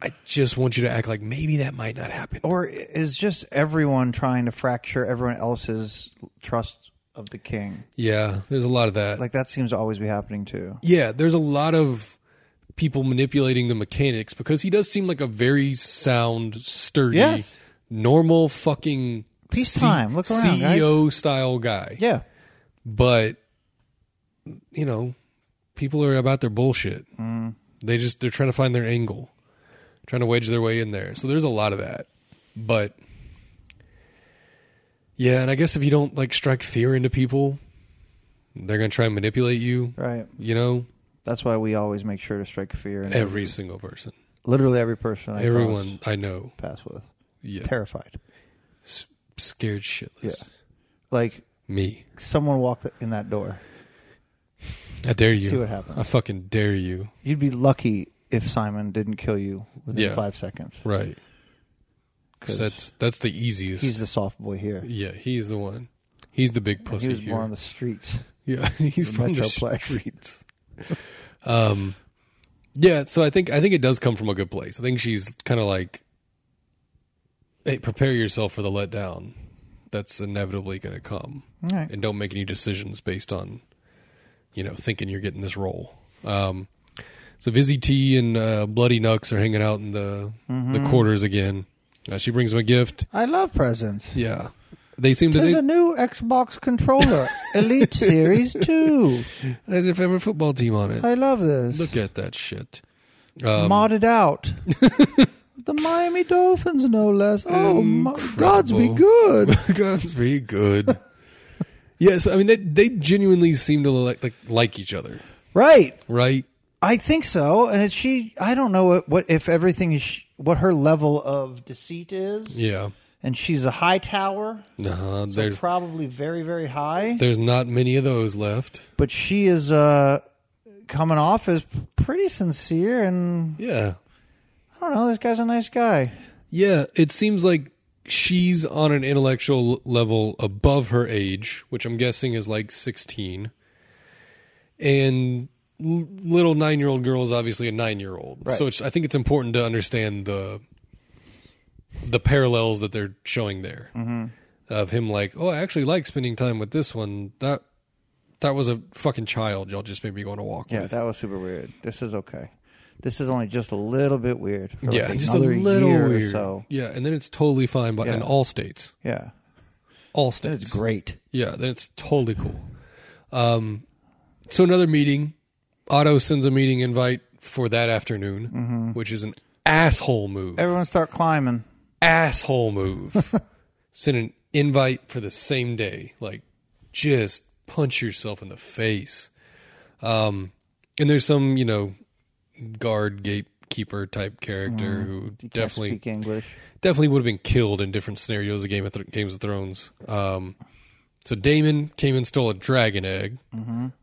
I just want you to act like maybe that might not happen."
Or is just everyone trying to fracture everyone else's trust of the king?
Yeah, there's a lot of that.
Like that seems to always be happening too.
yeah, there's a lot of people manipulating the mechanics because he does seem like a very sound, sturdy,
Yes.
normal fucking
Peacetime. Look around, guys.
CEO style guy.
Yeah.
but you know people are about their bullshit they just they're trying to find their angle trying to wedge their way in there so there's a lot of that but yeah and i guess if you don't like strike fear into people they're gonna try and manipulate you
Right.
you know
That's why we always make sure to strike fear in
every single person
literally every person I
everyone i know
cross pass with.
yeah
Terrified.
scared shitless
Like
me
someone walked in that door.
i dare you
See what happens.
i fucking dare you
You'd be lucky if Simon didn't kill you within
Yeah.
five seconds.
right
'Cause
because that's that's the easiest
He's the soft boy here.
Yeah, he's the one. He's the big
He
pussy
was
here.
born on the streets.
yeah, *laughs* he's
the
from the
Metroplex.
streets. um, yeah. So I think I think it does come from a good place. I think she's kind of like, hey, prepare yourself for the letdown that's inevitably going to come,
All *laughs* right.
and don't make any decisions based on, you know, thinking you're getting this role. Um, so Vizzy T and uh, Bloody Nux are hanging out in the
Mm-hmm.
the quarters again. Uh, she brings him a gift.
I love presents.
Yeah. They seem to
There's
think-
a new Xbox
*laughs*
controller, Elite Series 2.
There's a favorite football team on it.
I love this.
Look at that shit. Um,
Modded
*laughs*
out. the Miami Dolphins, no less. Oh, my, gods be
Incredible.
good.
*laughs* God's be good. *laughs* yes, I mean they they genuinely seem to like like, like each other,
Right.
right?
I think so. And it's she, I don't know what, what if everything is, sh- what her level of deceit is.
Yeah.
And she's a high tower, so
Uh, there's
probably very, very high.
there's not many of those left.
But she is uh, coming off as pretty sincere. And
Yeah.
I don't know, this guy's a nice guy.
Yeah, it seems like she's on an intellectual level above her age, which I'm guessing is like 16. And l- little 9-year-old girl is obviously a 9-year-old.
Right.
So it's, I think it's important to understand the the parallels that they're showing there.
Mm-hmm.
Of him like, "Oh, I actually like spending time with this one. That that was a fucking child y'all just made me go on a walk
Yeah,
with."
that was super weird. This is okay. This is only just a little bit weird. for, like,
yeah, just a
another
little
year or
weird.
So
Yeah, and then it's totally fine but in
Yeah.
all states.
yeah,
All states.
it's great.
Yeah, that's totally cool. Um, so another meeting. Otto sends a meeting invite for that afternoon, which is an asshole move.
Everyone start climbing.
asshole move. Send an invite for the same day. Like, just punch yourself in the face. Um, and there's some, you know, guard gatekeeper type character who definitely
Speak English.
definitely would have been killed in different scenarios of Game of Th- Games of Thrones. Um, so Damon came and stole a dragon egg.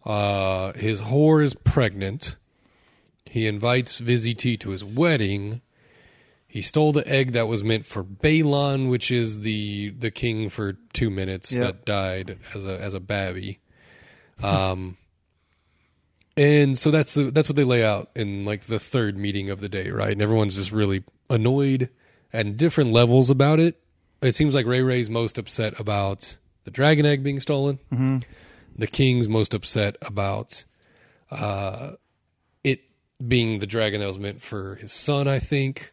Uh, his whore is pregnant. He invites Vizzy T to his wedding. He stole the egg that was meant for Balon, which is the the king for two minutes
Yep.
that died as a as a babby. Um, and so that's the that's what they lay out in like the third meeting of the day, right? And everyone's just really annoyed at different levels about it. It seems like Ray Ray's most upset about the dragon egg being stolen. The king's most upset about uh, it being the dragon that was meant for his son, I think.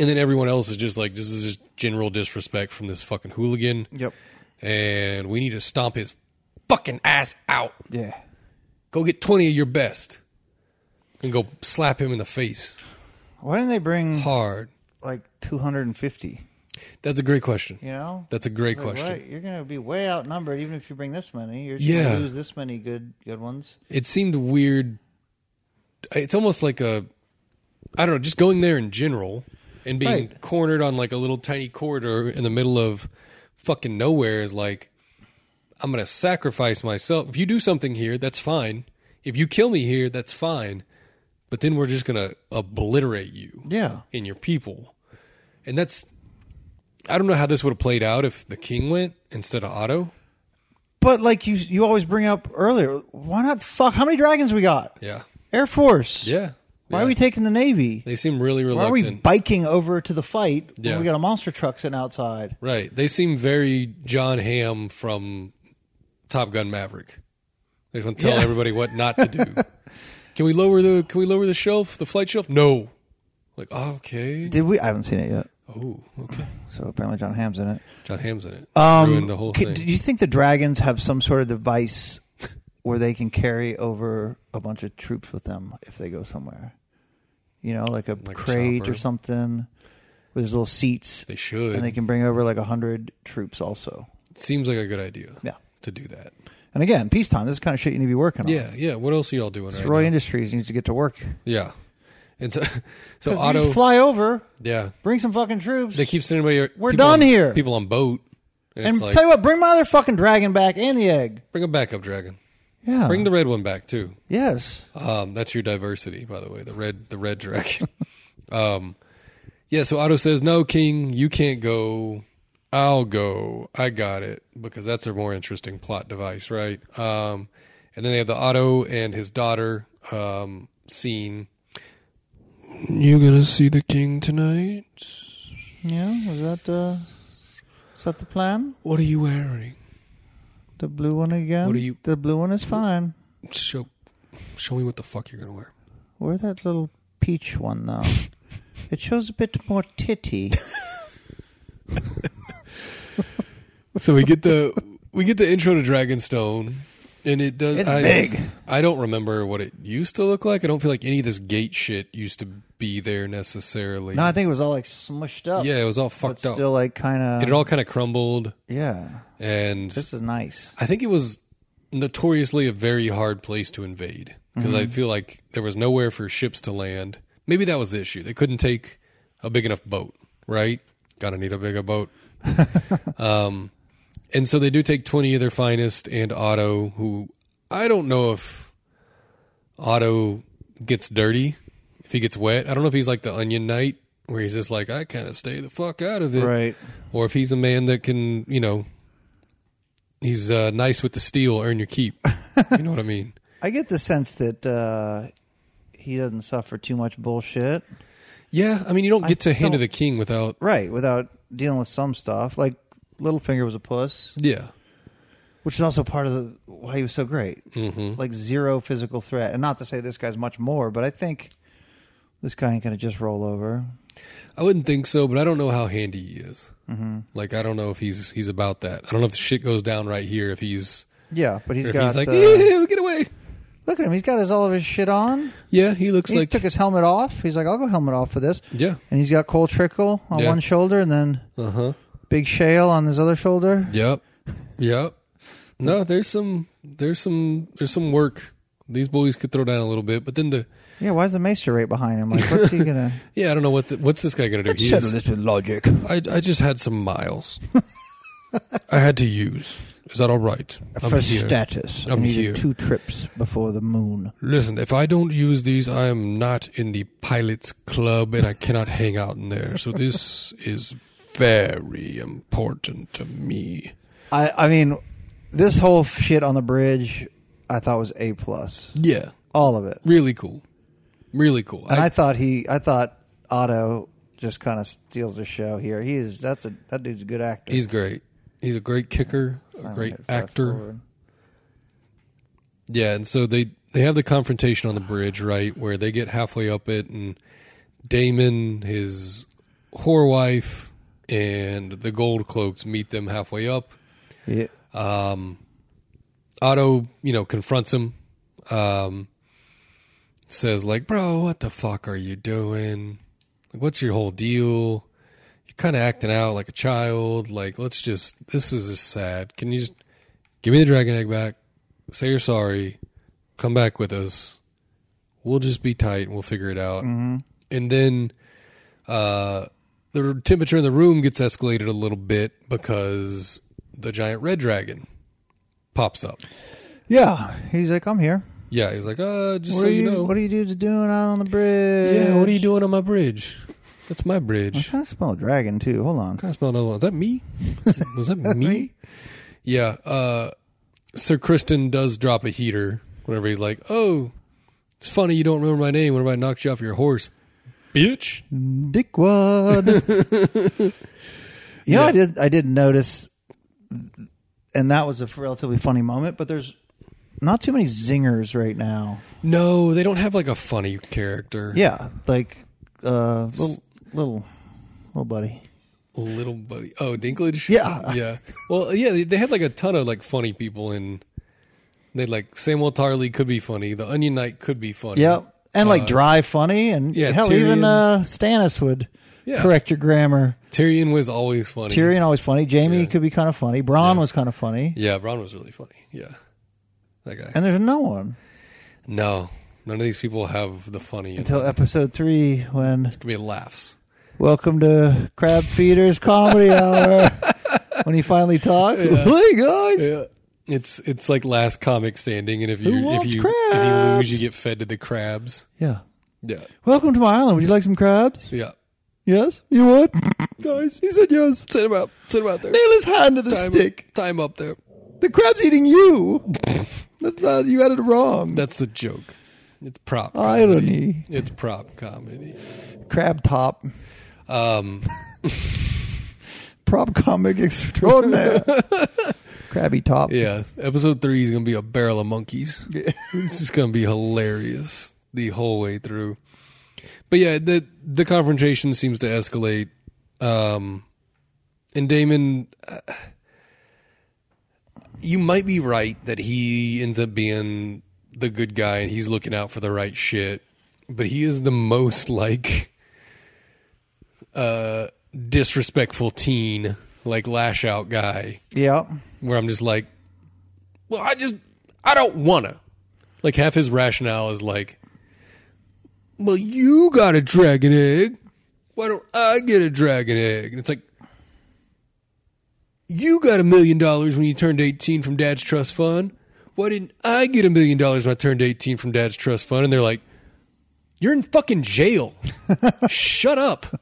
And then everyone else is just like, this is just general disrespect from this fucking hooligan,
Yep.
and we need to stomp his fucking ass out
Yeah.
go get 20 of your best and go slap him in the face
Why didn't they bring
hard
like 250?
that's a great question
You know,
that's a great
Like,
question
what? You're going to be way outnumbered, even if you bring this many. You're
Yeah.
going to lose this many good good ones.
it seemed weird it's almost like a i don't know just going there in general and being
Right.
cornered on like a little tiny corridor in the middle of fucking nowhere is like i'm gonna sacrifice myself if you do something here that's fine if you kill me here that's fine but then we're just gonna obliterate you
Yeah.
in your people. And that's I don't know how this would have played out if the king went instead of Otto.
But like you, you always bring up earlier. Why not fuck? How many dragons we got?
Yeah.
Air Force.
Yeah.
Why
Yeah.
are we taking the Navy?
They seem really
Why are we
reluctant.
biking over to the fight
Yeah.
when we got a monster truck sitting outside?
right. They seem very John Hamm from Top Gun Maverick. They just want to tell
Yeah.
everybody what not to do.
*laughs*
can we lower the can we lower the shelf, the flight shelf? No. Like, oh, okay.
Did we? I haven't seen it yet.
Oh, okay.
So apparently John Hamm's in it.
John Hamm's in it.
Um,
Ruined the whole
ca-
thing.
Do you think the dragons have some sort of device where they can carry over a bunch of troops with them if they go somewhere? You know, like a
Like a
crate or
chopper.
something. Where there's little seats,
they should.
and they can bring over like a hundred troops also.
seems like a good idea.
Yeah.
To do that.
And again, peacetime. This is the kind of shit you need to be working on.
Yeah, yeah. What else are y'all doing right
Roy
now?
Industries needs to get to work.
Yeah. And so, *laughs* so
'Cause you
Otto,
just fly over,
yeah,
bring some fucking troops,
they keep sending everybody.
We're
people
done
on-
here.
People on boat, and,
and
it's like,
tell you what, bring my other fucking dragon back and the egg.
bring a backup dragon.
Yeah.
Bring the red one back too.
yes.
Um, that's your diversity, by the way. The red, the red dragon. *laughs* um, yeah. So Otto says, "No, King, you can't go. I'll go. I got it because that's a more interesting plot device, right?" Um, and then they have the Otto and his daughter um, scene. You gonna see the king tonight?
Yeah. Is that uh, is that the plan?
What are you wearing?
The blue one again.
What are you-
The blue one is fine.
Show, show me what the fuck you're gonna wear.
Wear that little peach one
*laughs*
though. it shows a bit more titty.
So we get the we get the intro to Dragonstone, and it does.
It's
I,
big.
I don't remember what it used to look like. I don't feel like any of this gate shit used to be there necessarily.
no, I think it was all like smushed up.
yeah, it was all
But
fucked up.
still, like kind
it
of.
all kind of crumbled,
yeah.
and
This is nice.
I think it was notoriously a very hard place to invade because I feel like there was nowhere for ships to land. Maybe that was the issue. They couldn't take a big enough boat, right? Gotta need a bigger boat. um, and so they do take 20 of their finest and Otto, who I don't know if Otto gets dirty, if he gets wet. I don't know if he's like the onion knight where he's just like, I kind of stay the fuck out of it
Right.
or if he's a man that can, you know, he's uh, nice with the steel, earn
*laughs*
your keep. you know what I mean?
I get the sense that uh, he doesn't suffer too much bullshit.
Yeah, I mean, you don't get to hand
don't-
of the king without.
Right, without dealing with some stuff. Like Littlefinger was a puss,
Yeah,
which is also part of the why he was so great. Mm-hmm. Like zero physical threat, and not to say this guy's much more, but I think this guy ain't gonna just roll over.
I wouldn't think so, but I don't know how handy he is. Mm-hmm. Like, I don't know if he's he's about that. I don't know if the shit goes down right here. If he's
Yeah, but he's
if
got
*laughs* he's like,
uh,
yeah, get away.
Look at him. He's got his all of his shit on.
Yeah, he looks
He
like
took his helmet off. He's like, I'll go helmet off for this.
Yeah.
And he's got Cole Trickle on
Yeah.
one shoulder and then
uh huh.
Big Shale on his other shoulder.
Yep. Yep. No, there's some there's some there's some work. These boys could throw down a little bit, but then the
Yeah, why is the Maester right behind him? Like, what's he
*laughs*
gonna?
yeah, I don't know what the, what's this guy gonna do. He's-
Settle this with logic.
I I just had some miles. I had to use. Is that all right? I'm
for
here.
status, I
I'm
needed
here.
two trips before the moon.
Listen, if I don't use these, I am not in the pilots club and I cannot hang out in there. So this *laughs* is very important to me.
I, I mean, this whole shit on the bridge, I thought was a plus,
Yeah.
all of it.
Really cool. Really cool.
And I, thought he, I thought Otto just kind of steals the show here. He is that's a that dude's a good actor.
He's great. He's a great kicker, a
I'm
great
gonna fast
actor.
forward.
Yeah, and so they they have the confrontation on the bridge, right, where they get halfway up it, and Damon, his whore wife, and the gold cloaks meet them halfway up.
Yeah.
Otto, you know, confronts him, um, says like, "Bro, what the fuck are you doing? Like, what's your whole deal? You're kind of acting out like a child. Like, let's just this is just sad. Can you just give me the dragon egg back? Say you're sorry. Come back with us. We'll just be tight and we'll figure it out." And then uh, the temperature in the room gets escalated a little bit because the giant red dragon pops up.
yeah, he's like, I'm here.
Yeah, he's like, uh, just
What,
so
are
you,
you,
know.
what are you dudes doing out on the bridge?
yeah, what are you doing on my bridge? That's my
I
bridge.
kind of smell a dragon too. Hold on.
Can I smell another one? Is that me?
*laughs*
Was that me? yeah. Uh, Sir Kristen does drop a heater whenever he's like, oh, it's funny you don't remember my name whenever I knocked you off your horse. Bitch. *laughs*
Dickwad. you know,
Yeah.
I did. I did notice, and that was a relatively funny moment. But there's not too many zingers right now.
No, they don't have like a funny character.
Yeah, like uh, little little little buddy.
Little buddy. Oh, Dinklage?
Yeah.
Yeah. Well, yeah, they, they had like a ton of like funny people in. They like Samuel Tarley could be funny. The Onion Knight could be funny.
Yep, and like dry funny, and
Uh, yeah,
hell, even
Tyrion.
uh, Stannis would
Yeah.
correct your grammar.
Tyrion was always funny.
Tyrion always funny. Jamie could be kind of funny. Braun was kind of funny.
Yeah, Braun was really funny. Yeah. That guy.
And there's no one
no, none of these people have the funny. Until-
until episode three when
it's going to be laughs.
Welcome to Crab Feeders Comedy
*laughs*
Hour. when he finally talks, *laughs* hey guys,
Yeah. It's it's like last comic standing, and if you if
wants
you if you
crabs?
lose, you get fed to the crabs.
yeah.
Yeah,
Welcome to my island. Would you like some crabs?
yeah.
Yes, you
*laughs*
would, guys. He said yes.
Sit about sit about there.
Nail his hand to the
Time,
stick.
time up there.
The crab's eating you.
*laughs*
That's not. You got it wrong.
That's the joke. It's prop. comedy.
Irony.
It's prop comedy.
Crab top.
Um,
Prop comic extraordinaire.
*laughs*
Crabby top.
yeah, episode three is gonna be a barrel of monkeys. It's just gonna be hilarious the whole way through. But yeah, the the confrontation seems to escalate. Um, and Damon, uh, you might be right that he ends up being the good guy and he's looking out for the right shit. But he is the most like uh, disrespectful teen, like lash out guy
Yeah.
where I'm just like, well, I just, I don't wanna. Like half his rationale is like, well, you got a dragon egg. Why don't I get a dragon egg? And it's like, you got a million dollars when you turned 18 from dad's trust fund. Why didn't I get a million dollars when I turned 18 from dad's trust fund? And they're like, you're in fucking *laughs* jail. Shut up.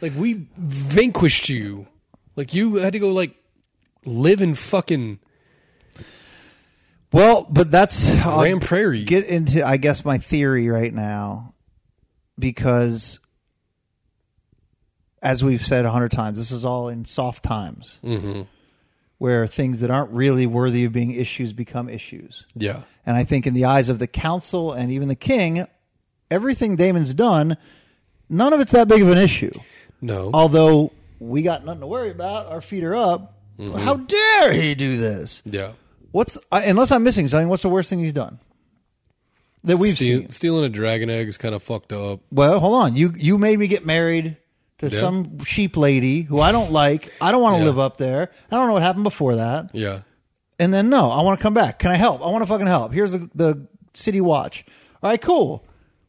Like we vanquished you. Like you had to go like live in fucking
Well, but that's how I
Grand Prairie.
Get into, I guess, my theory right now, because as we've said a hundred times, this is all in soft times, mm-hmm. where things that aren't really worthy of being issues become issues.
yeah.
And I think, in the eyes of the council and even the king, everything Damon's done, none of it's that big of an issue.
No.
Although we got nothing to worry about, our feet are up.
Mm-hmm.
How dare he do this?
yeah.
What's I, unless I'm missing something? What's the worst thing he's done? that we've
Steal,
seen.
stealing a dragon egg is kind of fucked up.
Well, hold on. You you made me get married to
Yeah.
some sheep lady who I don't like. I don't want to
Yeah.
live up there. I don't know what happened before that.
Yeah.
And then no, I want to come back. Can I help? I want to fucking help. Here's the the city watch. All right, cool.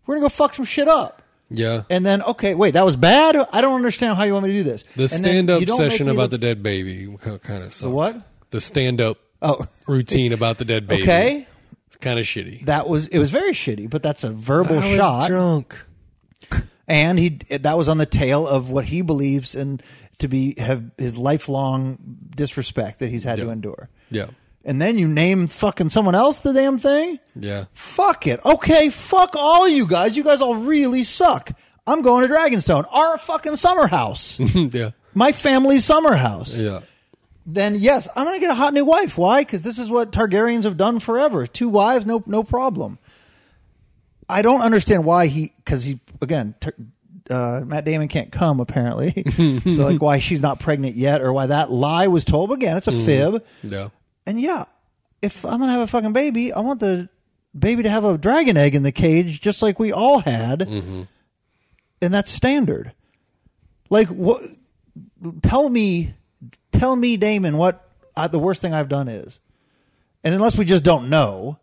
We're gonna go fuck some shit up.
Yeah.
And then okay, wait, that was bad. I don't understand how you want me to do this.
the stand up session about the dead baby kind of sucks.
what?
The stand up
oh
routine about the dead *laughs* baby.
okay.
It's kind of shitty.
That was it was very shitty, but that's a verbal
I was
shot.
drunk.
and he that was on the tail of what he believes in to be have his lifelong disrespect that he's had to
Yeah.
endure.
Yeah.
And then you name fucking someone else the damn thing?
Yeah. *laughs*
Fuck it. Okay, fuck all you guys. You guys all really suck. I'm going to Dragonstone, our fucking summer
*laughs*
house,
yeah.
my family's summer house.
Yeah.
Then yes, I'm going to get a hot new wife. Why? Because this is what Targaryens have done forever. Two wives, no no problem. I don't understand why he because he again Tar- uh, Matt Damon can't come apparently, *laughs* so like why she's not pregnant yet or why that lie was told. But again, it's a fib.
Yeah.
And yeah, if I'm gonna have a fucking baby, I want the baby to have a dragon egg in the cage, just like we all had, and that's standard. Like what? Tell me, tell me, Damon, what uh, the worst thing I've done is, and unless we just don't know,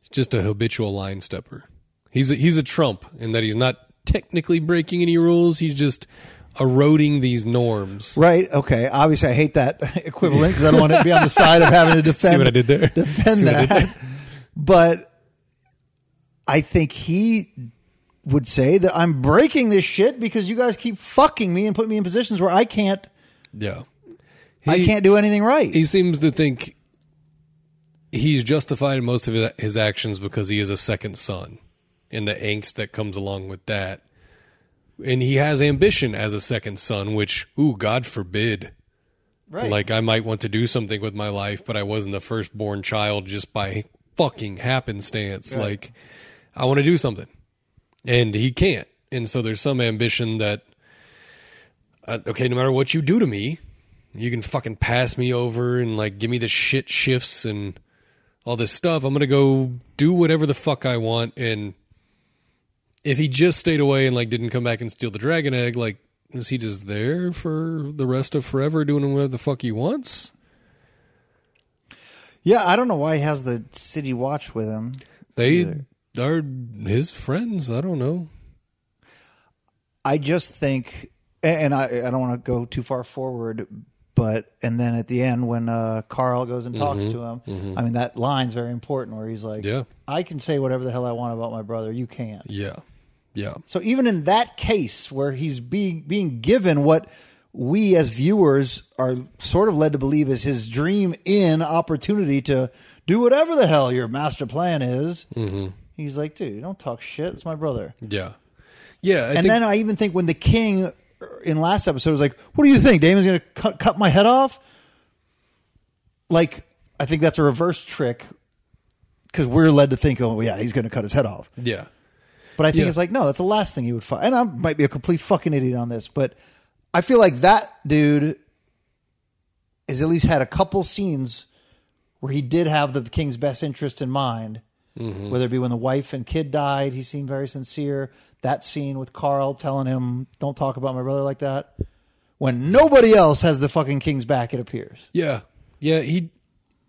He's just a habitual line stepper. He's a, he's a Trump in that he's not technically breaking any rules. He's just eroding these norms.
right? Okay, obviously I hate that *laughs* equivalent because I don't want to be on the side of having to defend.
*laughs* See what I did there?
defend
See what I did
that. But I think he would say that I'm breaking this shit because you guys keep fucking me and putting me in positions where I can't
Yeah.
I
He-
can't do anything right.
he seems to think he's justified in most of his- his actions because he is a second son and the angst that comes along with that. And he has ambition as a second son, which, ooh, God forbid.
right.
Like, I might want to do something with my life, but I wasn't the firstborn child just by fucking happenstance. Like, I want to do something. And he can't. And so there's some ambition that, uh, okay, no matter what you do to me, you can fucking pass me over and like give me the shit shifts and all this stuff. I'm going to go do whatever the fuck I want. And if he just stayed away and like didn't come back and steal the dragon egg, like, is he just there for the rest of forever doing whatever the fuck he wants?
yeah, I don't know why he has the city watch with him.
They are his friends. I don't know.
I just think and I, I don't want to go too far forward but and then at the end when uh, Carl goes and talks to him, I mean that line's very important where he's like,
Mm-hmm. Yeah.
I can say whatever the hell I want about my brother, you can't.
Yeah. Yeah.
So even in that case where he's being being given what we as viewers are sort of led to believe is his dream in opportunity to do whatever the hell your master plan is, he's like, dude, don't talk shit. It's my brother.
Yeah. Yeah. I
and
think,
then uh, I even think when the king in last episode was like, what do you think? Damon's going to cut, cut my head off? Like, I think that's a reverse trick because we're led to think, oh, yeah, he's going to cut his head off.
yeah.
But I think
Yeah.
it's like, no, that's the last thing he would fight. And I might be a complete fucking idiot on this, but I feel like that dude has at least had a couple scenes where he did have the king's best interest in mind. Whether it be when the wife and kid died, he seemed very sincere. That scene with Carl telling him, "Don't talk about my brother like that," when nobody else has the fucking king's back, it appears.
Yeah. Yeah, he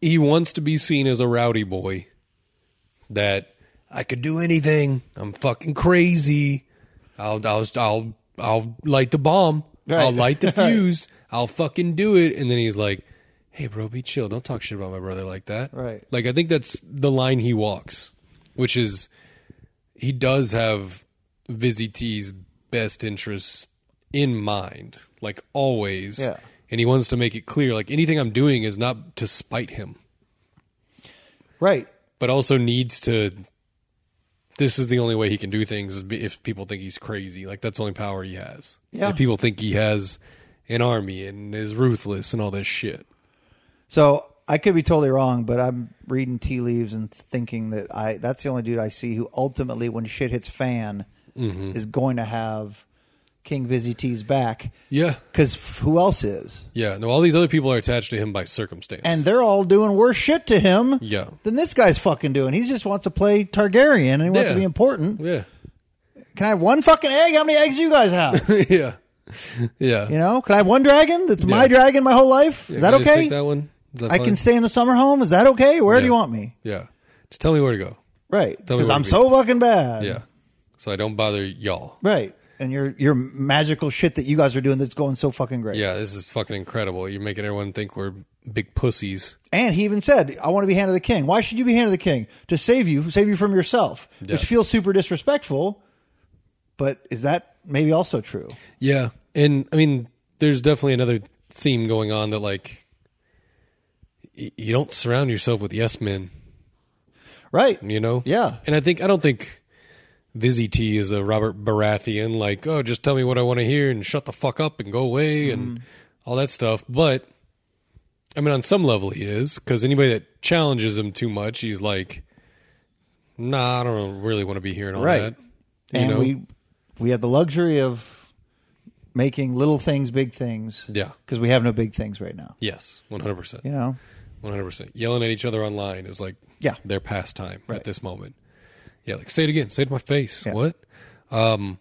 he wants to be seen as a rowdy boy that I could do anything. I'm fucking crazy. I'll I'll I'll, I'll light the bomb. I'll
Right.
light
*laughs*
the fuse. I'll fucking do it. And then he's like, "Hey bro, be chill. Don't talk shit about my brother like that."
Right.
Like I think that's the line he walks, which is he does have Vizit's best interests in mind, like always.
Yeah.
And he wants to make it clear, like anything I'm doing is not to spite him,
Right.
but also needs to. This is the only way he can do things is be- if people think he's crazy. Like that's the only power he has.
Yeah.
If people think he has an army and is ruthless and all this shit.
So I could be totally wrong, but I'm reading tea leaves and thinking that I
Mm-hmm.
that's the only dude I see who ultimately, when shit hits fan, is going to have King Vizzy T's back
Yeah.
because who else is?
Yeah. No, all these other people are attached to him by circumstance.
And they're all doing worse shit to him
Yeah.
than this guy's fucking doing. He just wants to play Targaryen and he wants
Yeah.
to be important.
yeah. *laughs*
Can I have one fucking egg? How many eggs do you guys have?
*laughs* yeah. Yeah.
you know, can I have one dragon that's
Yeah.
my dragon my whole life? Is that
Can I just
okay?
take that one? Is that
I
fine?
can stay in the summer home. Is that okay? Where do
Yeah.
you want me?
Yeah. Just tell me where to go.
Right.
Tell me
Because
where
I'm
to be.
so fucking bad.
Yeah. So I don't bother y'all.
Right. And your your magical shit that you guys are doing that's going so fucking great.
Yeah, this is fucking incredible. You're making everyone think we're big pussies.
And he even said, I want to be hand of the king. Why should you be hand of the king? To save you, save you from yourself. Which
Yeah.
feels super disrespectful. But is that maybe also true?
Yeah. And I mean, there's definitely another theme going on that like y- you don't surround yourself with yes men,
Right.
you know?
Yeah.
And I think I don't think Vizzy T is a Robert Baratheon like, oh, just tell me what I want to hear and shut the fuck up and go away and
Mm-hmm.
all that stuff. But I mean, on some level, he is because anybody that challenges him too much, he's like, nah, I don't really want to be hearing all
Right.
that. you
And
know?
we we have the luxury of making little things big things.
Yeah.
Because we have no big things right now.
Yes, one hundred percent.
You know?
One hundred percent. Yelling at each other online is like
Yeah.
their pastime
Right.
at this moment. Yeah, like say it again, say it to my face.
Yeah.
What? Um,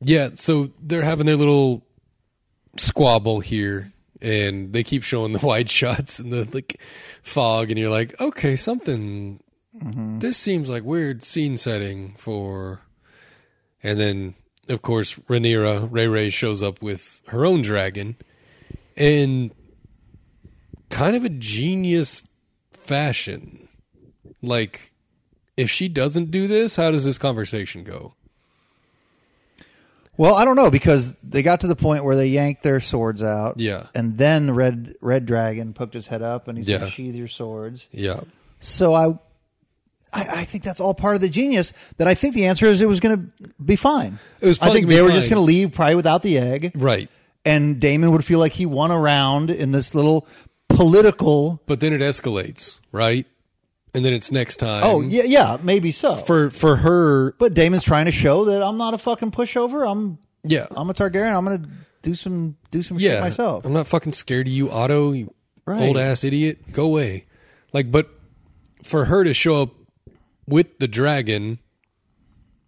yeah. So they're having their little squabble here, and they keep showing the *laughs* wide shots and the like fog, and you're like, okay, something.
Mm-hmm.
This seems like weird scene setting for, and then of course Rhaenyra Ray Ray shows up with her own dragon, and kind of a genius fashion. Like, if she doesn't do this, how does this conversation go?
Well, I don't know because they got to the point where they yanked their swords out.
Yeah.
And then Red Red Dragon poked his head up and he said,
Yeah.
"Sheathe your swords."
Yeah.
So I, I, I think that's all part of the genius. That I think the answer is it was going to be fine.
It was
I
probably
think
gonna be
they were just
fine.
going to leave probably without the egg,
Right.
and Damon would feel like he won a round in this little political.
But then it escalates, right? And then it's next time.
Oh yeah, yeah, maybe so.
Mm-hmm. For for her,
but Damon's trying to show that I'm not a fucking pushover. I'm
yeah.
I'm a Targaryen. I'm going to do some do some shit
yeah.
myself.
I'm not fucking scared of you, Otto, you
Right.
old ass idiot. Go away. Like, but for her to show up with the dragon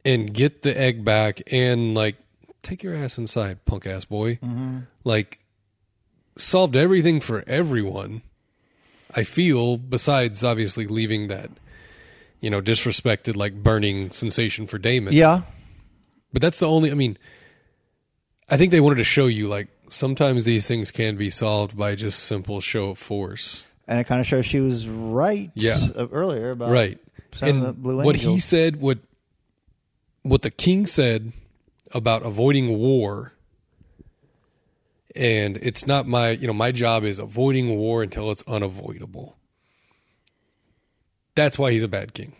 and get the egg back and like take your ass inside, punk ass boy.
Mm-hmm.
Like solved everything for everyone. I feel besides obviously leaving that you know disrespected like burning sensation for Damon.
Yeah,
But that's the only. I mean, I think they wanted to show you like sometimes these things can be solved by just simple show of force,
and it kind of shows she was right.
Yeah.
uh, earlier about
right?
Sound
And
of the Blue
what he
Angels.
said, what what the king said about avoiding war, and it's not my you know my job is avoiding war until it's unavoidable. That's why he's a bad king.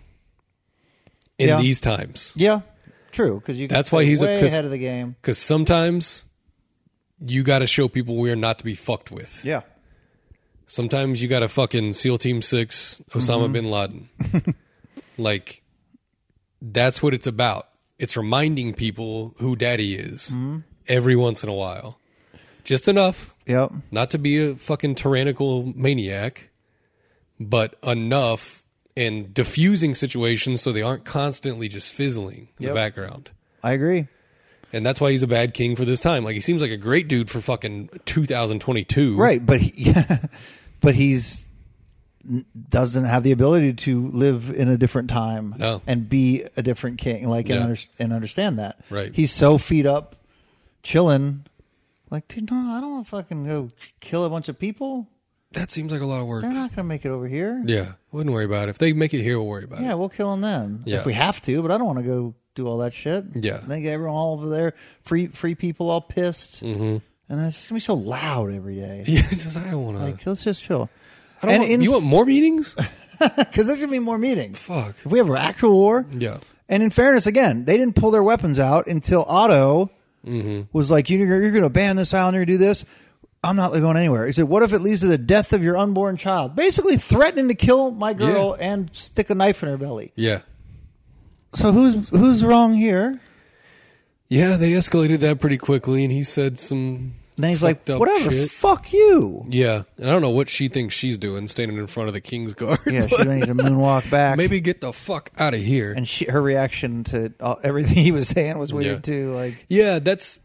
In
Yeah.
these times,
Yeah, true. Because you. Can
That's why
stay
he's a-
way
'cause-
ahead of the game.
Because sometimes you got to show people we are not to be fucked with.
Yeah.
Sometimes you got to fucking SEAL Team Six Osama
Mm-hmm.
bin Laden.
*laughs*
like, that's what it's about. It's reminding people who daddy is
Mm-hmm.
every once in a while. Just enough
Yep.
not to be a fucking tyrannical maniac, but enough and diffusing situations so they aren't constantly just fizzling in the
Yep.
background.
I agree.
And that's why he's a bad king for this time. Like he seems like a great dude for fucking 2022.
Right, but he, *laughs* but he's n- doesn't have the ability to live in a different time
No.
and be a different king, like and,
Yeah.
under, and understand that.
Right.
he's so feet up, chilling. Like, dude, no, I don't want to fucking go kill a bunch of people.
That seems like a lot of work.
They're not going to make it over here. Yeah.
yeah. Wouldn't worry about it. If they make it here, we'll worry about it.
we'll kill them then
Yeah.
if we have to. But I don't want to go do all that shit.
Yeah.
then get everyone all over there, free free people all pissed, mm-hmm. and then it's just gonna be so loud every day.
Yeah. *laughs* it's just, I don't want to.
Like, let's just chill.
I don't
and
want,
in-
you want
*laughs*
more meetings?
Because there's gonna be more meetings.
Fuck.
If we have an actual war,
Yeah.
and in fairness, again, they didn't pull their weapons out until Otto
Mm-hmm.
was like, "You're, you're going to ban this island. You're going to do this. I'm not going anywhere." He said, "What if it leads to the death of your unborn child?" Basically, threatening to kill my girl and stick a knife in her belly.
Yeah.
So who's who's wrong here?
Yeah, they escalated that pretty quickly, and he said some.
And then he's like,
fucked up
whatever,
shit.
fuck you.
Yeah, and I don't know what she thinks she's doing, standing in front of the king's guard.
Yeah, she then needs to *laughs* moonwalk back.
*laughs* Maybe get the fuck out of here.
And she, her reaction to all, everything he was saying was weird
Yeah.
too. Like,
yeah, that's.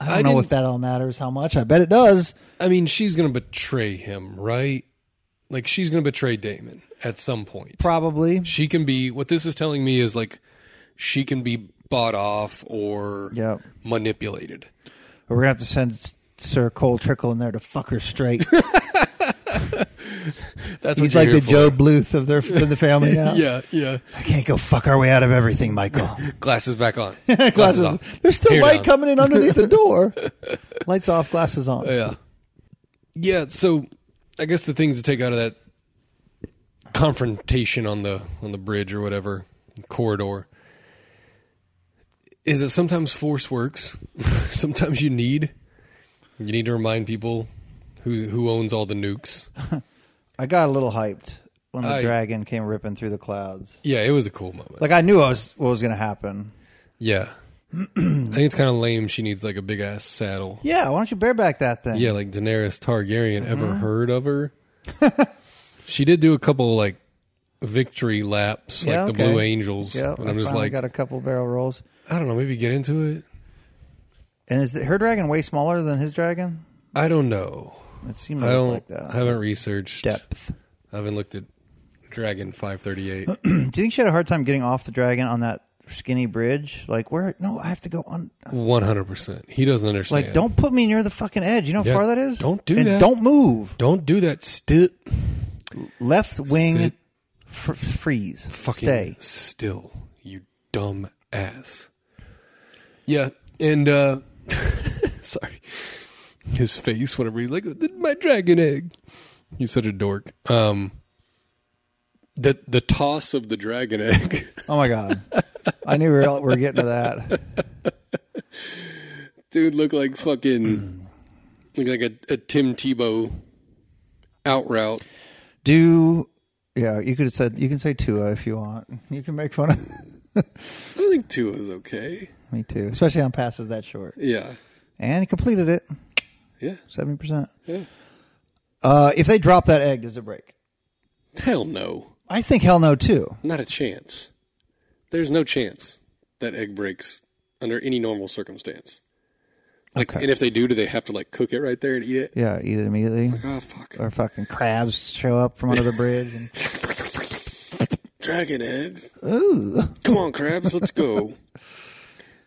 I don't know if
didn't-
that all matters how much. I bet it does.
I mean, she's gonna betray him, right? Like she's gonna betray Damon at some point.
Probably.
she can be what this is telling me is like she can be bought off or
Yeah.
manipulated.
We're going to have to send S- Sir Cole Trickle in there to fuck her
*laughs*
straight.
That's
He's
what
like
you're
the
here
*laughs* Joe Bluth of, their, of the family
for.
now.
Yeah, yeah.
I can't go fuck our way out of everything,
*laughs*
Michael.
Glasses back on.
*laughs* glasses
off.
There's still
Hair
light
down.
coming in underneath the door. *laughs* Lights off, glasses on.
Yeah. Yeah, so I guess the things to take out of that confrontation on the on the bridge or whatever corridor is that sometimes force works. *laughs* sometimes you need you need to remind people who who owns all the nukes.
I got a little hyped when the
I-
dragon came ripping through the clouds.
Yeah, it was a cool moment.
Like I knew I was what was going to happen.
Yeah. *clears throat* I think it's kind of lame she needs like a big ass saddle.
Yeah, why don't you bareback that thing?
Yeah, like Daenerys Targaryen.
Uh-huh.
Ever heard
*laughs*
of her? she did do a couple like victory laps, like
Yeah,
the Blue
okay.
Angels.
Yeah,
and
I
I'm just
finally
like,
got a couple barrel rolls.
I don't know, maybe get into it.
And is her dragon way smaller than his dragon?
I don't know.
It seemed
I don't.
like that.
I haven't researched.
Depth.
I haven't looked at Dragon *clears throat* 538.
Do you think she had a hard time getting off the dragon on that skinny bridge? Like where? No, I have to go on.
100. percent He doesn't understand.
Like don't put me near the fucking edge. You know how
Yeah,
far that is?
don't do
and
that.
Don't move.
don't do that. Still
Left wing
Sit.
fr- freeze.
fucking *laughs*
Stay.
still, you dumb ass. Yeah, and uh *laughs* sorry. His face whenever he's like my dragon egg. He's such a dork. Um the the toss of the dragon egg. *laughs*
Oh my god! I knew we were, we were getting to that.
Dude looked like fucking *clears throat* looked like a, a Tim Tebow out route.
Do yeah? You could have said you can say Tua if you want. You can make fun of *laughs*
I think Tua is okay.
me too, especially on passes that short.
Yeah.
And he completed it
Yeah.
seventy percent.
Yeah.
Uh, if they drop that egg, does it break?
Hell no.
I think hell no too.
Not a chance. There's no chance that egg breaks under any normal circumstance. Like,
Okay.
and if they do, do they have to like cook it right there and eat it?
Yeah, eat it immediately.
Oh fuck!
Or fucking crabs show up from under the bridge. And,
Dragon egg.
ooh, *laughs*
Come on, crabs. Let's go.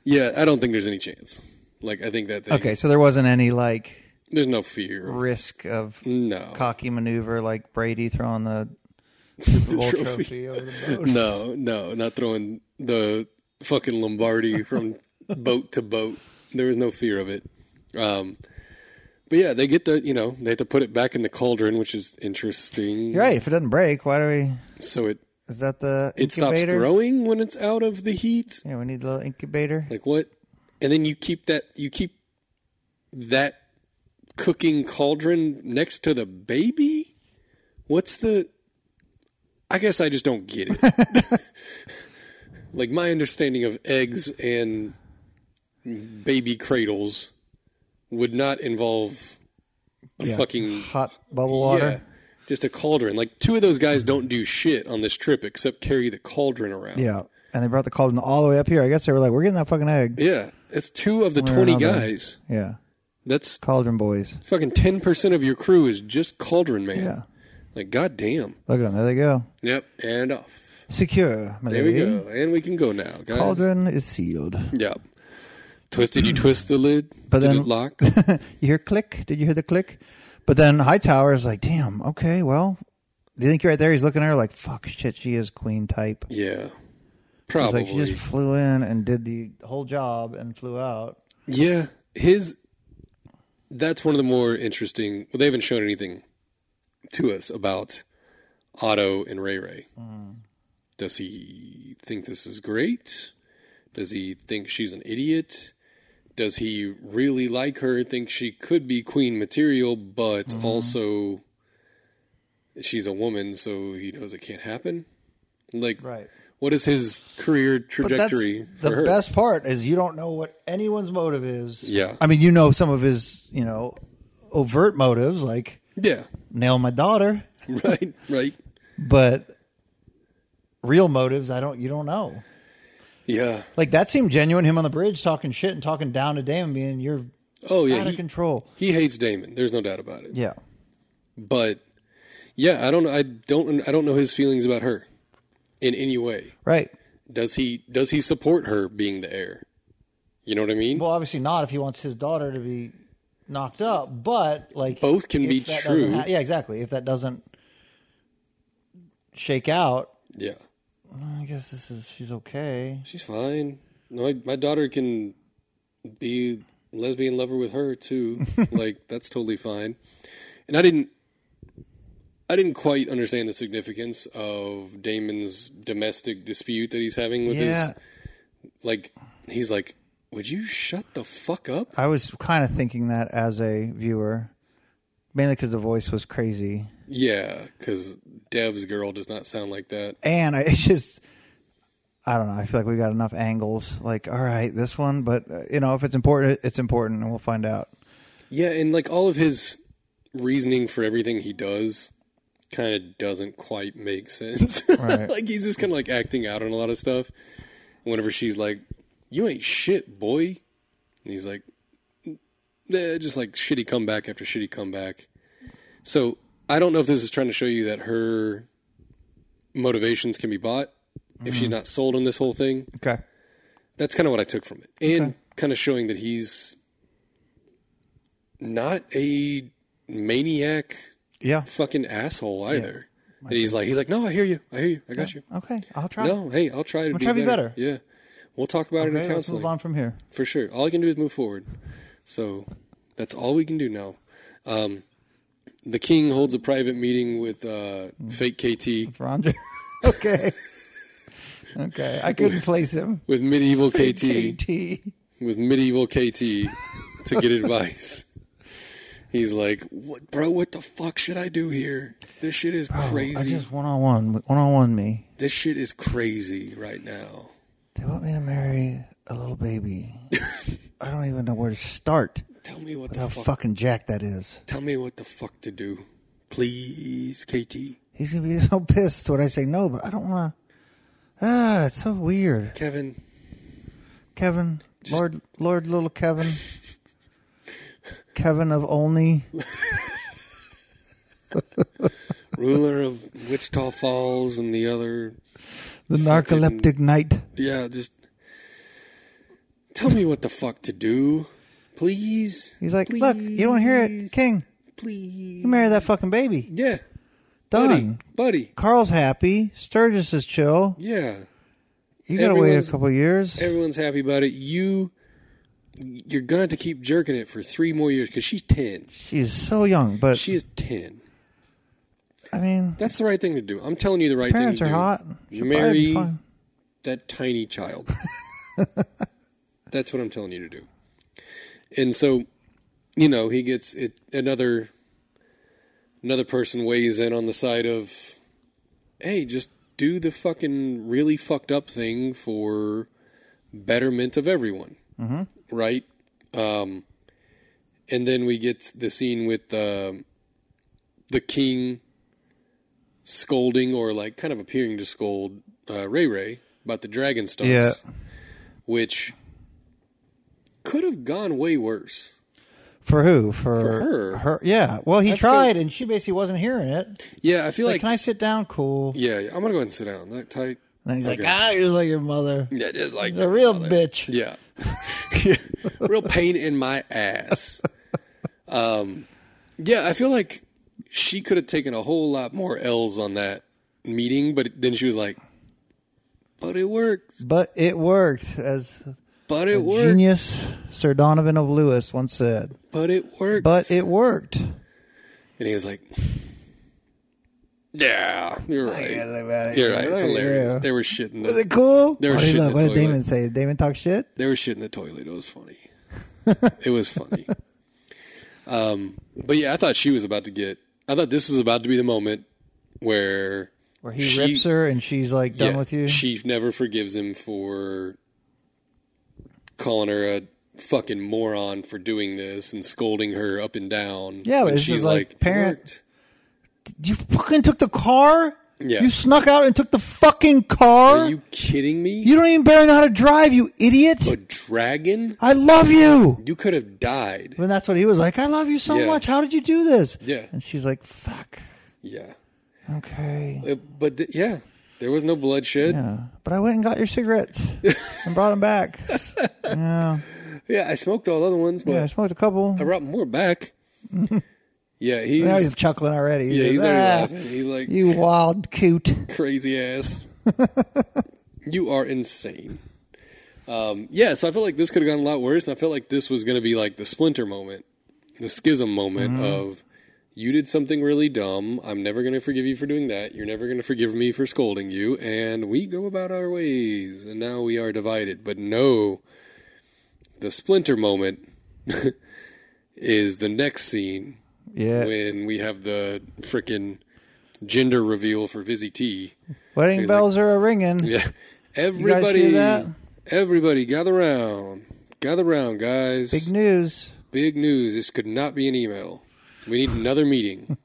yeah, I don't think there's any chance. Like, I think that
*laughs*
thing,
okay. So there wasn't any like
There's no fear.
risk of
No. *laughs*
cocky maneuver like Brady throwing the Super Bowl
trophy.
trophy. over the boat.
*laughs* No, no, not throwing the fucking Lombardi
*laughs*
from boat to boat. There was no fear of it. Um, but yeah, they get the you know they have to put it back in the cauldron, which is interesting.
You're right. If it doesn't break, why do we?
So it
Is that the
it stops
incubator?
growing when it's out of the heat.
Yeah, we need a little incubator.
Like what? And then you keep that you keep that cooking cauldron next to the baby? What's the I guess I just don't get it.
*laughs*
like my understanding of eggs and baby cradles would not involve a fucking
Hot bubble
Yeah,
water.
just a cauldron. Like two of those guys don't do shit on this trip except carry the cauldron around.
Yeah. And they brought the cauldron all the way up here. I guess they were like, we're getting that fucking egg.
Yeah, it's two of the
One way or
20
another.
guys.
Yeah.
That's
Cauldron boys.
fucking 10% of your crew is just Cauldron Man.
Yeah.
Like, goddamn.
Look at them. There they go.
Yep, and off.
Secure, my
There
lady.
we go. And we can go now, guys.
Cauldron is sealed.
Yep. Twist, did you twist the lid?
But
did
then- *laughs*
it lock?
you hear click? Did you hear the click? But then Hightower is like, damn, okay, well, do you think you're right there? He's looking at her like, fuck, shit, she is queen type.
yeah.
It's
Probably.
like she just flew in and did the whole job and flew out.
Yeah, his. That's one of the more interesting. Well, they haven't shown anything to us about Otto and Ray Ray.
Mm.
Does he think this is great? Does he think she's an idiot? Does he really like her? Think she could be queen material, but
Mm-hmm.
also she's a woman, so he knows it can't happen. Like, What is his career
But that's
trajectory?
the
for her?
best part is you don't know what anyone's motive is.
Yeah.
I mean, you know some of his, you know, overt motives like
Yeah.
nail my daughter,
*laughs* Right. Right.
but real motives I don't you don't know.
Yeah.
Like that seemed genuine him on the bridge talking shit and talking down to Damon being you're
Oh yeah.
out of
He,
control.
he hates Damon. There's no doubt about it.
Yeah.
But yeah, I don't. I don't. I don't know his feelings about her in any way.
Right.
Does he? Does he support her being the heir? You know what I mean?
Well, obviously not if he wants his daughter to be knocked up, but like
Both can
if
be
that doesn't
true.
ha- yeah, exactly. If that doesn't shake out,
yeah.
I guess this is she's okay.
She's fine. No, my, my daughter can be lesbian lover with her too. like that's totally fine. And I didn't I didn't quite understand the significance of Damon's domestic dispute that he's having with
Yeah,
his like he's like, "Would you shut the fuck up?"
I was kind of thinking that as a viewer, mainly because the voice was crazy,
Yeah, cuz Dev's girl does not sound like that.
and I *laughs* it's just. I don't know. I feel like we got enough angles. Like, all right, this one, but uh, you know, if it's important, it's important, and we'll find out.
Yeah, and like all of his reasoning for everything he does kind of doesn't quite make sense. *laughs*
Right.
like he's just kind of like acting out on a lot of stuff. Whenever she's like, "You ain't shit, boy," and he's like, eh, "Just like shitty comeback after shitty comeback." So I don't know if this is trying to show you that her motivations can be bought if she's not sold on this whole thing
Okay.
that's kind of what I took from it, and kind of showing that he's not a maniac
Yeah.
fucking asshole either. That he's like, he's like, no, I hear you, I hear you, I got you.
Okay. I'll try.
No, hey, I'll try to be,
try to be
better.
better.
Yeah, we'll talk about it
okay,
in
let's
counseling
move on from here.
for sure. All I can do is move forward. So that's all we can do now. Um, the king holds a private meeting with uh,
Mm.
fake KT,
It's Roger. *laughs* okay. Okay. I couldn't place *laughs* him.
with medieval KT.
KT.
with medieval KT to get advice. He's like, "What, bro? What the fuck should I do here? This shit is
Oh, I
crazy.
just one on one, one on one me.
This shit is crazy right now."
They want me to marry a little *laughs* baby. I don't even know where to start.
Tell me what
How
the fuck.
fucking jack that is.
Tell me what the fuck to do, please, KT.
He's gonna be *laughs* so pissed when I say no, but I don't want to. Ah, it's so weird.
Kevin,
Kevin, Lord, Lord, little Kevin, Kevin of only.
ruler of Wichita Falls, and the other,
The narcoleptic knight.
yeah, just tell me what the fuck to do, please.
He's like, look, you don't hear it,
Please.
King.
please.
You marry that fucking baby.
Yeah,
Done.
buddy, buddy.
Carl's happy. Sturgis is chill.
Yeah.
You gotta wait a
Everyone's-
couple years.
Everyone's happy about it. You, you're gonna have to keep jerking it for three more years because she's ten.
She's so young, but
She is ten.
I mean,
That's the right thing to do. I'm telling you, the right
parents
thing
are
to do.
hot. She'll probably be
Marry
fine.
that tiny child.
*laughs*
That's what I'm telling you to do. And so, you know, he gets it. Another, another person weighs in on the side of, hey, just do the fucking really fucked up thing for betterment of everyone, mm-hmm. right? Um, and then we get the scene with um the king scolding or like kind of appearing to scold uh, Ray Ray about the dragon stunts,
Yeah.
which could have gone way worse.
For who? For,
For her.
Yeah. Well, he
I
tried, and she basically wasn't hearing it.
Yeah, I feel
Like,
like,
can I sit down? Cool.
yeah, yeah, I'm gonna go ahead and sit down. That tight.
And then he's
Okay.
like, ah, you're like your mother.
Yeah, just like
The real bitch.
*laughs*
*laughs*
Yeah. Real pain in my ass. Um, yeah, I feel like she could have taken a whole lot more L's on that meeting, but then she was like, but it works.
But it worked, as
But it works.
genius Sir Donovan of Lewis once said.
But it works.
But it worked.
and he was like, yeah, you're right.
Is
You're right. It's
There you
hilarious.
go.
They were shitting. in the-
it cool?
They were
What did-
shitting
look,
the
what did
toilet.
Damon say? Did Damon talk shit?
They were shit in the toilet. It
*laughs*
was funny. it was funny. Um, but yeah, I thought she was about to get. I thought this was about to be the moment where
where he
She-
rips her and she's like done
Yeah,
with you.
She never forgives him for calling her a fucking moron for doing this and scolding her up and down.
Yeah, but
And
this
she's
is like
"It
parent-
worked."
you fucking took the car.
Yeah.
You snuck out and took the fucking car.
Are
You-,
you kidding me?
don't even barely know how to drive, you idiot.
a dragon?
I love you.
You could have died.
And that's what he was like. I love you so
Yeah.
much. How did you do this?
Yeah.
And she's like, fuck.
Yeah.
Okay.
Uh, But th- yeah, there was no bloodshed. Yeah.
Yeah. But I went and got your
*laughs*
cigarettes and brought them back. yeah.
I smoked all the other ones, but
Yeah. I smoked a couple.
I brought
*laughs*
more back. yeah, he's
Now he's chuckling already.
yeah, he's
just,
already
"Ah,
laughing. He's like
You wild coot.
crazy ass. you are insane. Um, yeah, so I feel like this could have gone a lot worse, and I felt like this was going to be like the splinter moment, the schism moment of you did something really dumb. I'm never going to forgive you for doing that. You're never going to forgive me for scolding you, and we go about our ways, and now we are divided. But no, the splinter moment *laughs* is the next scene
Yeah.
when we have the freaking gender reveal for Vizzy T.
Wedding
He's
bells are a ringing.
Yeah. Everybody
that?
Everybody gather round. Gather round, guys.
Big news.
Big news. This could not be an email. We need
*laughs*
another meeting.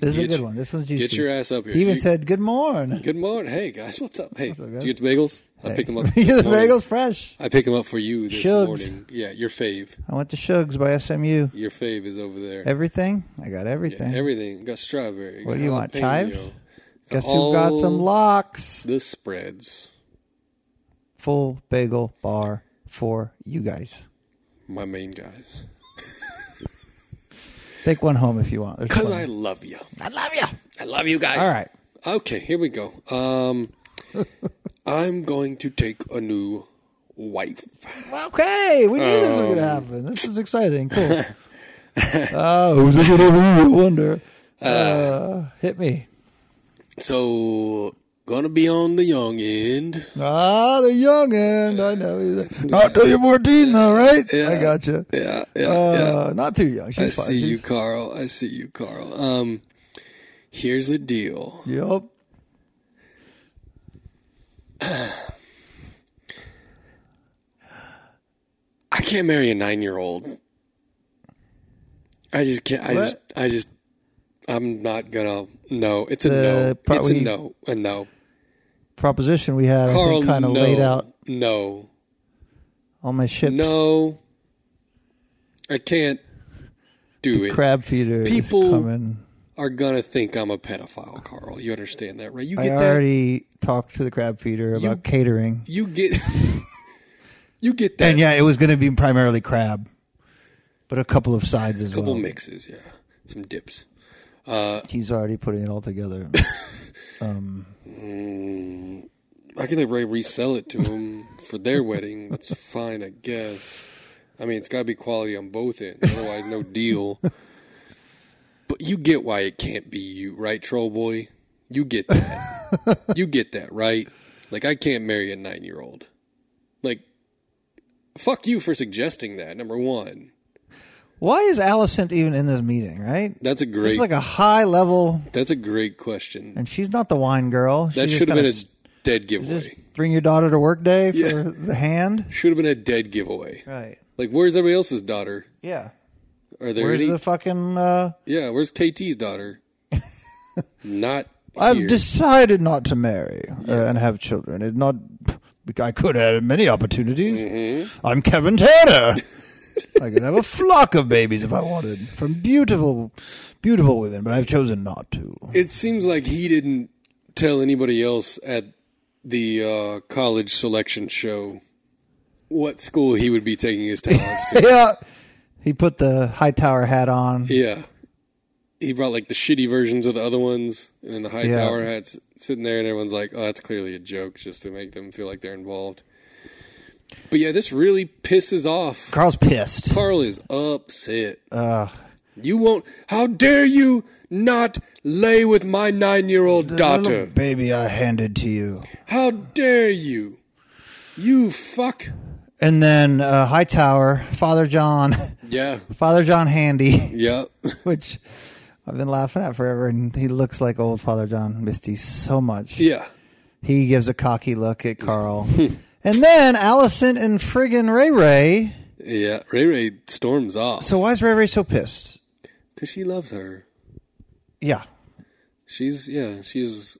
This is a
Get
good
your-
one. This one's juicy.
Get your ass up here.
He even
You-
said, "Good morning."
Good morning. Hey guys, what's up? Hey,
up,
do
guys?
you get the bagels? I picked them
*laughs*
up.
Yeah,
this
the
morning.
bagels fresh.
I picked them up for you this
Shugs.
morning. Yeah, your fave.
I went to Shug's by SMU.
Your fave is over there.
Everything. I got
Yeah,
everything.
everything. Got strawberry.
What
got
do you want,
jalapeno,
chives? Guess who
all-
got some locks?
The spreads.
Full bagel bar for you guys.
My main guys.
Take one home if you want. There's
Because I
plenty.
love you.
I love you.
I love you guys.
All right.
Okay, here we go.
*laughs*
Um, I'm going to take a new wife.
Okay, we knew this was going to
Um,
happen. This is exciting. Cool.
*laughs*
uh, who's it going to be? I wonder. Uh, hit me.
So, gonna be on the young end.
Ah, the young end. I know. He's not till you're 14, though, right? I got you.
Yeah, yeah,
Uh, Not too young.
yeah. I
She's fine.
see you,
She's,
Carl. I see you, Carl. Um, here's the deal.
Yep.
I can't marry a nine year old. I just can't. I just. I just. I'm not gonna. No, it's a
The
no.
part
It's
where
a
you-
no. A no.
Proposition we had, I
Carl,
think, kind of
no,
laid out
No.
all my ships.
No, I can't do it.
Crab feeder
People-
is coming.
Are gonna think I'm a pedophile, Carl. You understand that, right? You
I
get that.
already talked to the crab feeder about catering. *laughs*
You get. *laughs* you get that.
And yeah, it was going to be primarily crab, but a couple of sides as
Couple
well.
mixes, yeah. Some dips.
He's already putting it all together. *laughs*
I can re- resell it to them for their wedding. That's fine, I guess. I mean, it's got to be quality on both ends. Otherwise, no deal. But you get why it can't be you, right, troll boy? You get that. you get that, right? Like, I can't marry a nine year old. Like, fuck you for suggesting that, number one.
Why is Allison even in this meeting, right?
That's a great.
It's like a high level,
that's a great question.
and she's not the wine girl. She
That
just
should have
kinda
been
s-
a dead giveaway.
bring your daughter to work day for
Yeah.
the hand.
*laughs* Should have been a dead giveaway.
Right.
Like, where's everybody else's daughter?
Yeah.
Are there
Where's
any
the fucking? Uh,
Yeah, where's KT's daughter? Not.
I've
here.
decided not to marry uh, and have children. It's not. I could have many opportunities.
Mm-hmm.
I'm Kevin Turner. I could have a flock of babies if I wanted from beautiful, beautiful women, but I've chosen not to.
It seems like he didn't tell anybody else at the uh, college selection show what school he would be taking his
*laughs*
talents
*laughs*
to.
Yeah. He put the high tower hat on.
Yeah. He brought like the shitty versions of the other ones, and then the high tower hats sitting there, and everyone's like, "Oh, that's clearly a joke, just to make them feel like they're involved." But yeah, this really pisses off
Carl's pissed.
Carl is upset. you won't. How dare you not lay with my nine year old
Little
daughter?
baby I handed to you.
How dare you? You fuck.
And then uh, Hightower, Father John, *laughs*
Yeah.
Father John Handy,
Yeah. *laughs*
*laughs* which I've been laughing at forever, and he looks like old Father John Misty so much.
Yeah.
He gives a cocky look at
*laughs*
Carl, and then Allison and friggin' Ray Ray.
Yeah. Ray Ray storms off.
So why is Ray Ray so pissed?
Because she loves her.
Yeah,
She's, yeah, she's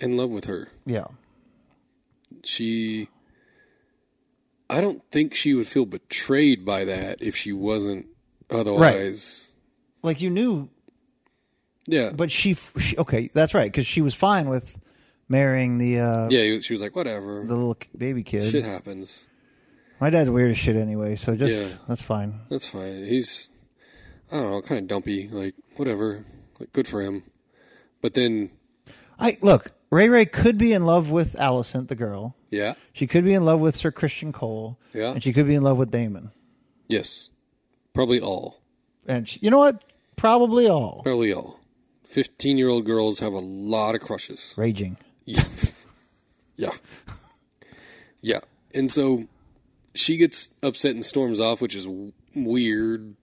in love with her.
yeah,
She. I don't think she would feel betrayed by that if she wasn't otherwise.
like you knew,
Yeah.
but she, she okay, that's right, because she was fine with marrying the uh,
yeah, he was- she was like, whatever.
the little baby kid.
Shit happens.
My dad's weird as shit anyway, so just
Yeah.
that's fine.
That's fine. He's, I don't know, kind of dumpy. Like, whatever. Like, good for him. But then,
I look, Ray Ray could be in love with Allison, the girl.
yeah.
She could be in love with Sir Christian Cole.
Yeah.
And she could be in love with Damon.
Yes. Probably all.
And she, you know what? Probably all.
Probably all. 15 year old girls have a lot of crushes.
Raging.
Yeah. *laughs* yeah. Yeah. And so she gets upset and storms off, which is w- weird.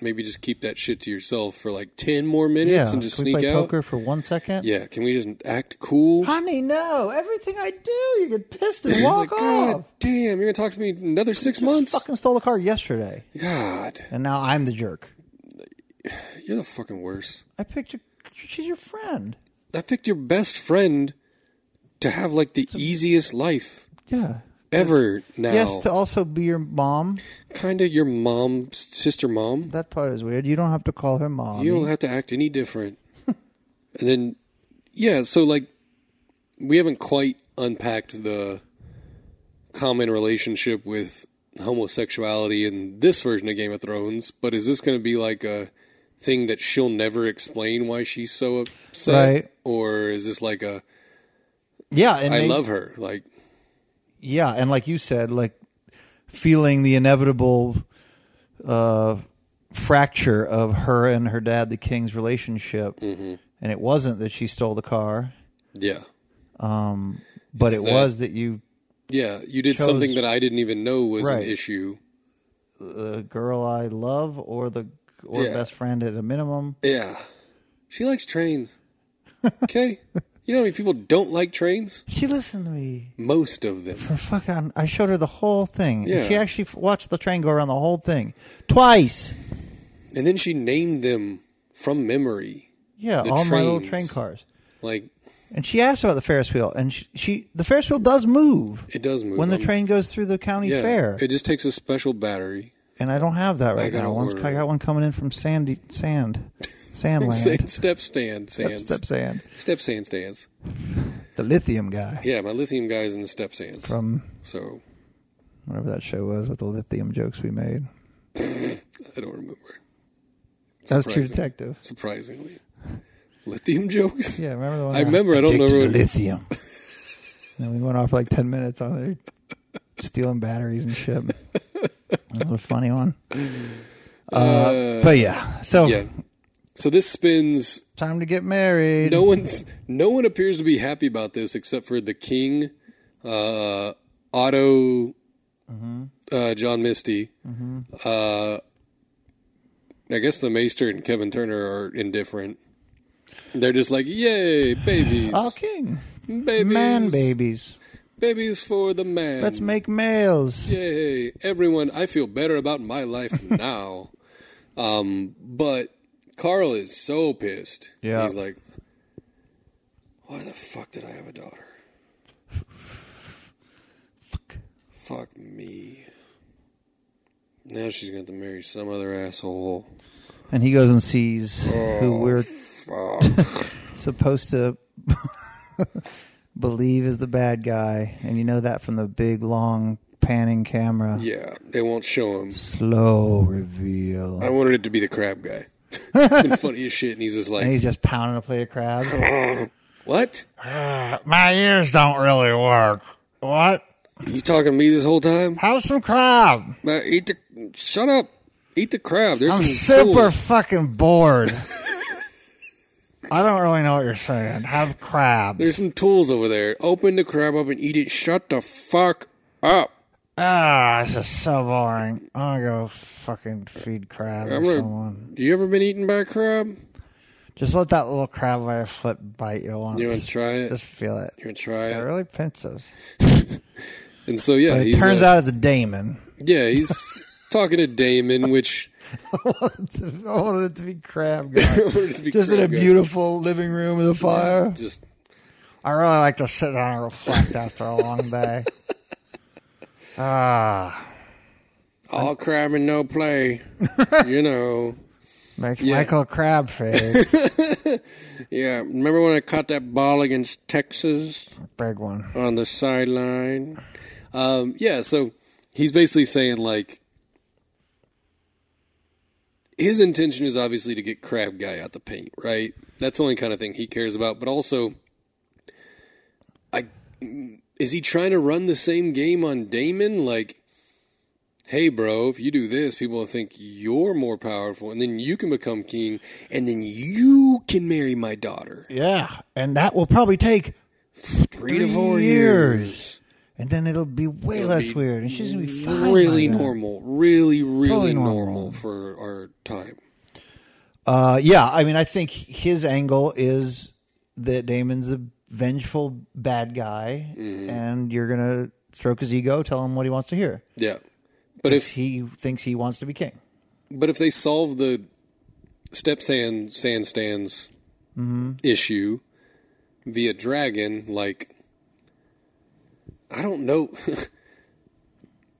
Maybe just keep that shit to yourself for like 10 more minutes
Yeah.
and just
Can
sneak
we play
out.
poker for one second?
Yeah. Can we just act cool?
Honey, no. Everything I do, you get pissed and
*laughs* He's
walk
like, God
off.
damn, you're going to talk to me another six months?
Fucking stole the car yesterday.
God,
And now I'm the jerk.
you're the fucking worst.
I picked your, she's your friend.
I picked your best friend to have like the easiest life
Yeah.
ever now.
Yes, to also be your mom.
kind of your mom, s- sister mom.
That part is weird. You don't have to call her mom.
You don't have to act any different. *laughs* and then, yeah, so like, we haven't quite unpacked the common relationship with homosexuality in this version of Game of Thrones, but is this going to be like a thing that she'll never explain why she's so upset?
Right.
Or is this like a,
yeah, and
I
maybe-
love her? Like,
yeah and like you said like feeling the inevitable uh fracture of her and her dad the king's relationship
Mm-hmm.
and it wasn't that she stole the car
yeah.
but
It's
it
that-
was that you
Yeah, you did
chose-
something that I didn't even know was
Right.
an issue.
the girl i love or the or
Yeah.
best friend at a minimum
Yeah. She likes trains. *laughs* Okay. you know how many people don't like trains?
she listened to me
Most of them.
for fuck on i showed her the whole thing
Yeah.
she actually f- watched the train go around the whole thing twice
And then she named them from memory.
yeah
The
all my little
trains.
train cars
Like,
and she asked about the ferris wheel and she, she the ferris wheel does move
it does move.
when the
I'm-
train goes through the county
yeah,
fair,
It just takes a special battery.
and I don't have that right
gotta
now. One's,
order
I got one coming in from Sandy
*laughs*
Sand, Sandland,
Sa- Step stand
step,
sands.
step Sand,
Step sand stands.
the lithium guy
Yeah, my lithium guy's in the step sands.
from
so
whatever that show was with the lithium jokes we made.
I don't remember.
That was True
Surprising.
Detective.
Surprisingly. Lithium jokes?
Yeah, remember the one?
I
that-
remember, I don't
Addicted
remember
to
what- *laughs*
lithium. and we went off for like ten minutes on it, stealing batteries and
*laughs*
shit. that was a funny one. Uh, but yeah, so
Yeah. So this spins
time to get married.
no one's no one appears to be happy about this except for the king uh otto
Mm-hmm.
uh john misty uh i guess the maester and kevin turner are indifferent they're just like yay babies
All king,
babies
man, babies.
babies for the man
Let's make males.
yay everyone i feel better about my life now um but carl is so pissed
Yeah.
he's like why the fuck did i have a daughter fuck fuck me now she's going to marry some other asshole
And he goes and sees who we're
Oh, fuck
*laughs* supposed to *laughs* believe is the bad guy. And you know that from the big, long panning camera.
yeah they won't show him
Slow reveal.
i wanted it to be the crab guy *laughs* it's been funny as shit and he's just
and
like
he's just pounding a plate of crab.
what
My ears don't really work. What?
you talking to me this whole time
Have some crab.
Uh, eat the shut up. Eat the crab. There's
I'm
some
super
Cool,
fucking
*laughs*
bored. I don't really know what you're saying. Have crab.
there's some tools over there. Open the crab up and eat it. Shut the fuck up.
Ah, this is so boring. I'm gonna go fucking feed crab
I'm
or
gonna-
someone.
You ever been eaten by a crab?
Just let that little crab by a flip bite you once.
You want to try it?
Just feel it.
You want to try
It
it?
really pinches.
And so yeah,
But it
he's
turns
uh,
out it's a *laughs* Damon.
yeah he's
*laughs*
talking to Damon, which
I wanted it to be crab
*laughs*
guy.
wanted to be
Just in a
crab guy.
beautiful living room with a fire.
just
I really like to sit down and reflect after a long
*laughs*
day. Ah,
all crime and no play,
*laughs*
you know.
make Michael Crab
*laughs*
face.
Yeah, remember when I caught that ball against Texas?
Big one.
on the sideline. Um, yeah, so he's basically saying like his intention is obviously to get Crab Guy out the paint, right? That's the only kind of thing he cares about. But also, I is he trying to run the same game on Damon? Like, hey, bro, if you do this, people will think you're more powerful, and then you can become king, and then you can marry my daughter.
Yeah, and that will probably take
Three,
Three years. and then it'll be way
It'll
less
be
weird, and she's gonna be fine
really
by then.
normal, really, really
Totally normal.
normal. for our time.
Uh, yeah, I mean, I think his angle is that Damon's a vengeful bad guy,
Mm-hmm.
and you're gonna stroke his ego, tell him what he wants to hear.
Yeah, but if
He thinks he wants to be king.
but if they solve the step sand sand stands
Mm-hmm.
issue via dragon, like I don't know, *laughs*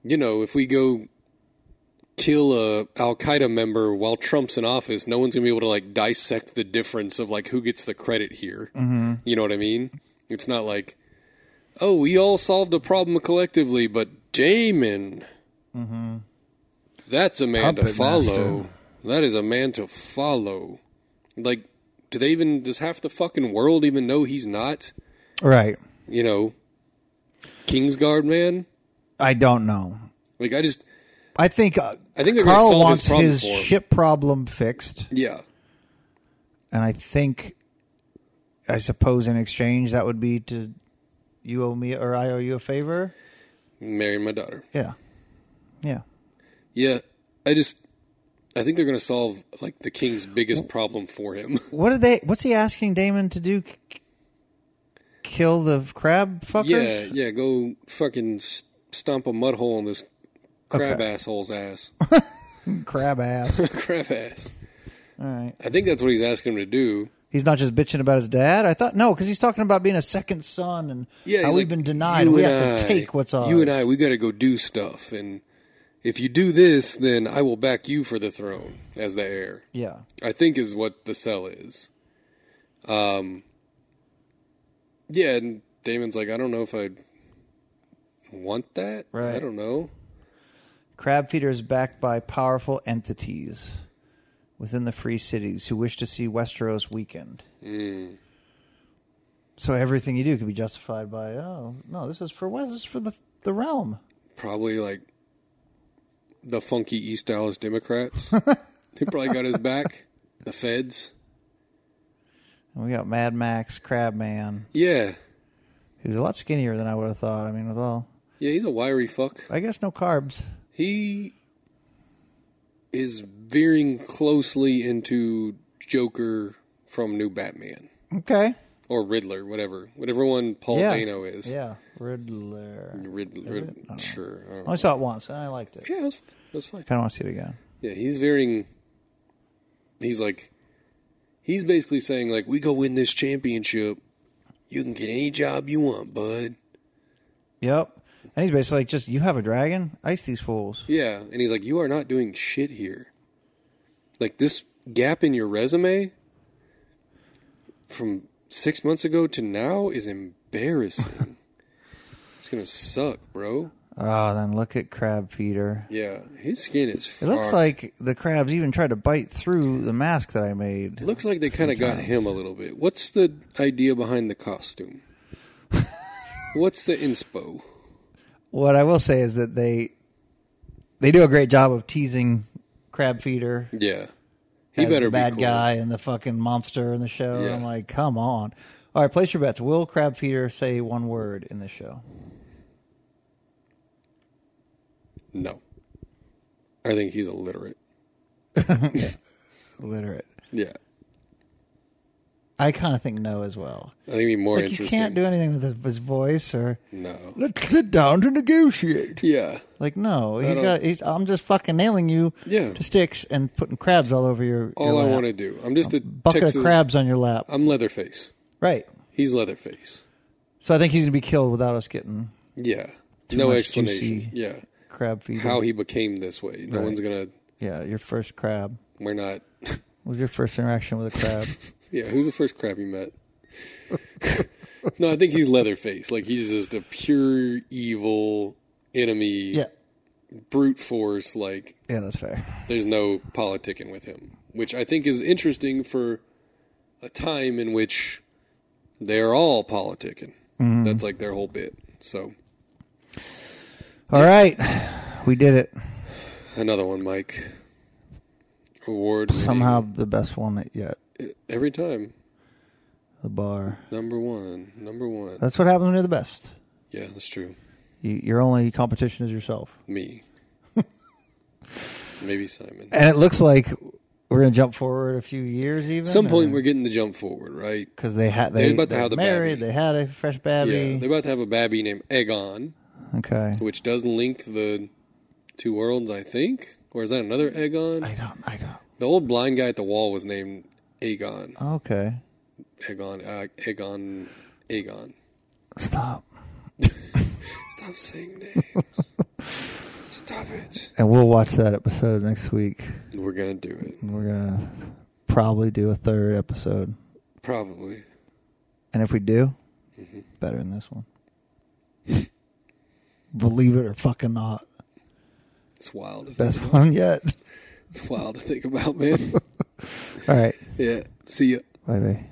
you know, if we go kill a Al Qaeda member while Trump's in office, no one's gonna be able to like dissect the difference of like who gets the credit here. You know what I mean? It's not like, oh, we all solved a problem collectively, but Damon, that's a man to
Puppet
follow. That is a man to follow. Like, do they even? Does half the fucking world even know he's not?
Right.
You know, Kingsguard man.
I don't know.
Like, I just,
I think uh,
I think they're gonna
Carl
solve
wants
his problem
his,
for him.
ship problem fixed,
yeah,
and I think, I suppose, in exchange, that would be to you owe me or I owe you a favor.
marrying my daughter.
Yeah, yeah.
Yeah, I just I think they're going to solve like the king's biggest problem for him. *laughs*
What are they? What's he asking Damon to do? K- Kill the crab
yeah,
fuckers?
yeah, go fucking s- stomp a mud hole in this crab
Okay.
asshole's ass. *laughs*
Crab ass.
crab ass.
All right.
I think that's what he's asking him to do.
He's not just bitching about his dad. I thought no, because he's talking about being a second son and
Yeah,
how
he's
we've
like,
been denied.
"You
We
and
have to
I-
take what's ours.
You and I, we got to go do stuff, and if you do this, then I will back you for the throne as the heir.
Yeah.
I think is what the cell is. Um. Yeah, and Damon's like, I don't know if I want that.
Right.
I don't know.
Crab feeder is backed by powerful entities within the free cities who wish to see Westeros weakened.
Mm.
So everything you do could be justified by, oh no, this is for West, this is for the the realm.
Probably like the funky East
*laughs*
Dallas Democrats. they probably got his back. The feds.
And we got Mad Max Crab Man,
Yeah.
who's a lot skinnier than I would have thought. I mean, with all,
Yeah, he's a wiry fuck.
I guess, no carbs.
He is veering closely into Joker from New Batman
Okay.
or Riddler, whatever, whatever one Paul
yeah.
Dano is.
Yeah. Riddler.
Rid, Rid, sure. I don't
I
know.
only saw it once and I liked it.
Yeah, that's that's fine.
Kind of want to see it again.
Yeah, he's veering. He's like, he's basically saying like, we go win this championship. You can get any job you want, bud.
Yep. And he's basically like, just, you have a dragon? Ice these fools.
Yeah, and he's like, "You are not doing shit here. Like this gap in your resume from six months ago to now is *laughs* embarrassing. it's gonna suck, bro.
Oh, then look at Crab Feeder.
Yeah, his skin is.
It looks
fucked.
like the crabs even tried to bite through the mask that I made.
It looks like they kind of got him a little bit. What's the idea behind
*laughs*
the costume? What's the inspo?
What I will say is that they they do a great job of teasing Crab Feeder,
Yeah, he
as
better
the bad
be cool.
guy and the fucking monster in the show.
Yeah.
I'm like, come on. All right, place your bets. Will Crab Feeder say one word in the show?
No. I think he's illiterate.
Literate.
Yeah.
I kind of think no as well.
I think it'd be more
Like you
interesting.
can't do anything with his voice or
no.
let's sit down to negotiate.
Yeah.
Like no, he's
don't-
got. He's, I'm just fucking nailing you
Yeah.
to sticks and putting crabs all over your.
All
your
I
lap.
want to do. I'm just a
bucket
Texas. Uh,
of crabs on your lap.
I'm Leatherface.
Right.
He's Leatherface.
So I think he's gonna be killed without us getting
Yeah. no
much
explanation.
juicy-
Yeah.
crab feed.
How he became this way. No
Right.
one's gonna.
Yeah, your first crab.
We're not.
What was your first interaction with a
*laughs*
crab?
Yeah. Who's the first crab you met? *laughs* no, I think he's Leatherface. Like he's just a pure evil enemy.
yeah.
Brute force. Like
Yeah, that's fair.
there's no politicking with him, which I think is interesting for a time in which they're all politicking.
Mm-hmm.
That's like their whole bit. So
All right, we did it.
another one, Mike. Award winning.
Somehow the best one yet.
every time.
The bar.
Number one, number one.
That's what happens when you're the best.
yeah, that's true.
You, your only competition is yourself. *laughs*
Me. Maybe Simon. At
And it looks like we're gonna jump forward a few years, even.
some point, we're getting the jump forward, right?
because they had
They're
they
about to
they're
have the
married.
baby.
They had a fresh
Yeah,
baby.
they're about to have a babby named Egon,
okay.
which does link the two worlds, I think. Or is that another Egon?
I don't. I don't.
The old blind guy at the wall was named Aegon.
Okay.
Aegon. Uh, Aegon. Aegon.
Stop.
Stop saying names. Stop it.
And we'll watch that episode next week.
We're gonna do it.
We're gonna probably do a third episode,
Probably.
and if we do,
Mm-hmm.
better than this one. *laughs* Believe it or fucking not,
It's wild. to think-
best one yet.
*laughs* It's wild to think about, man.
All right.
yeah. See ya.
Bye bye.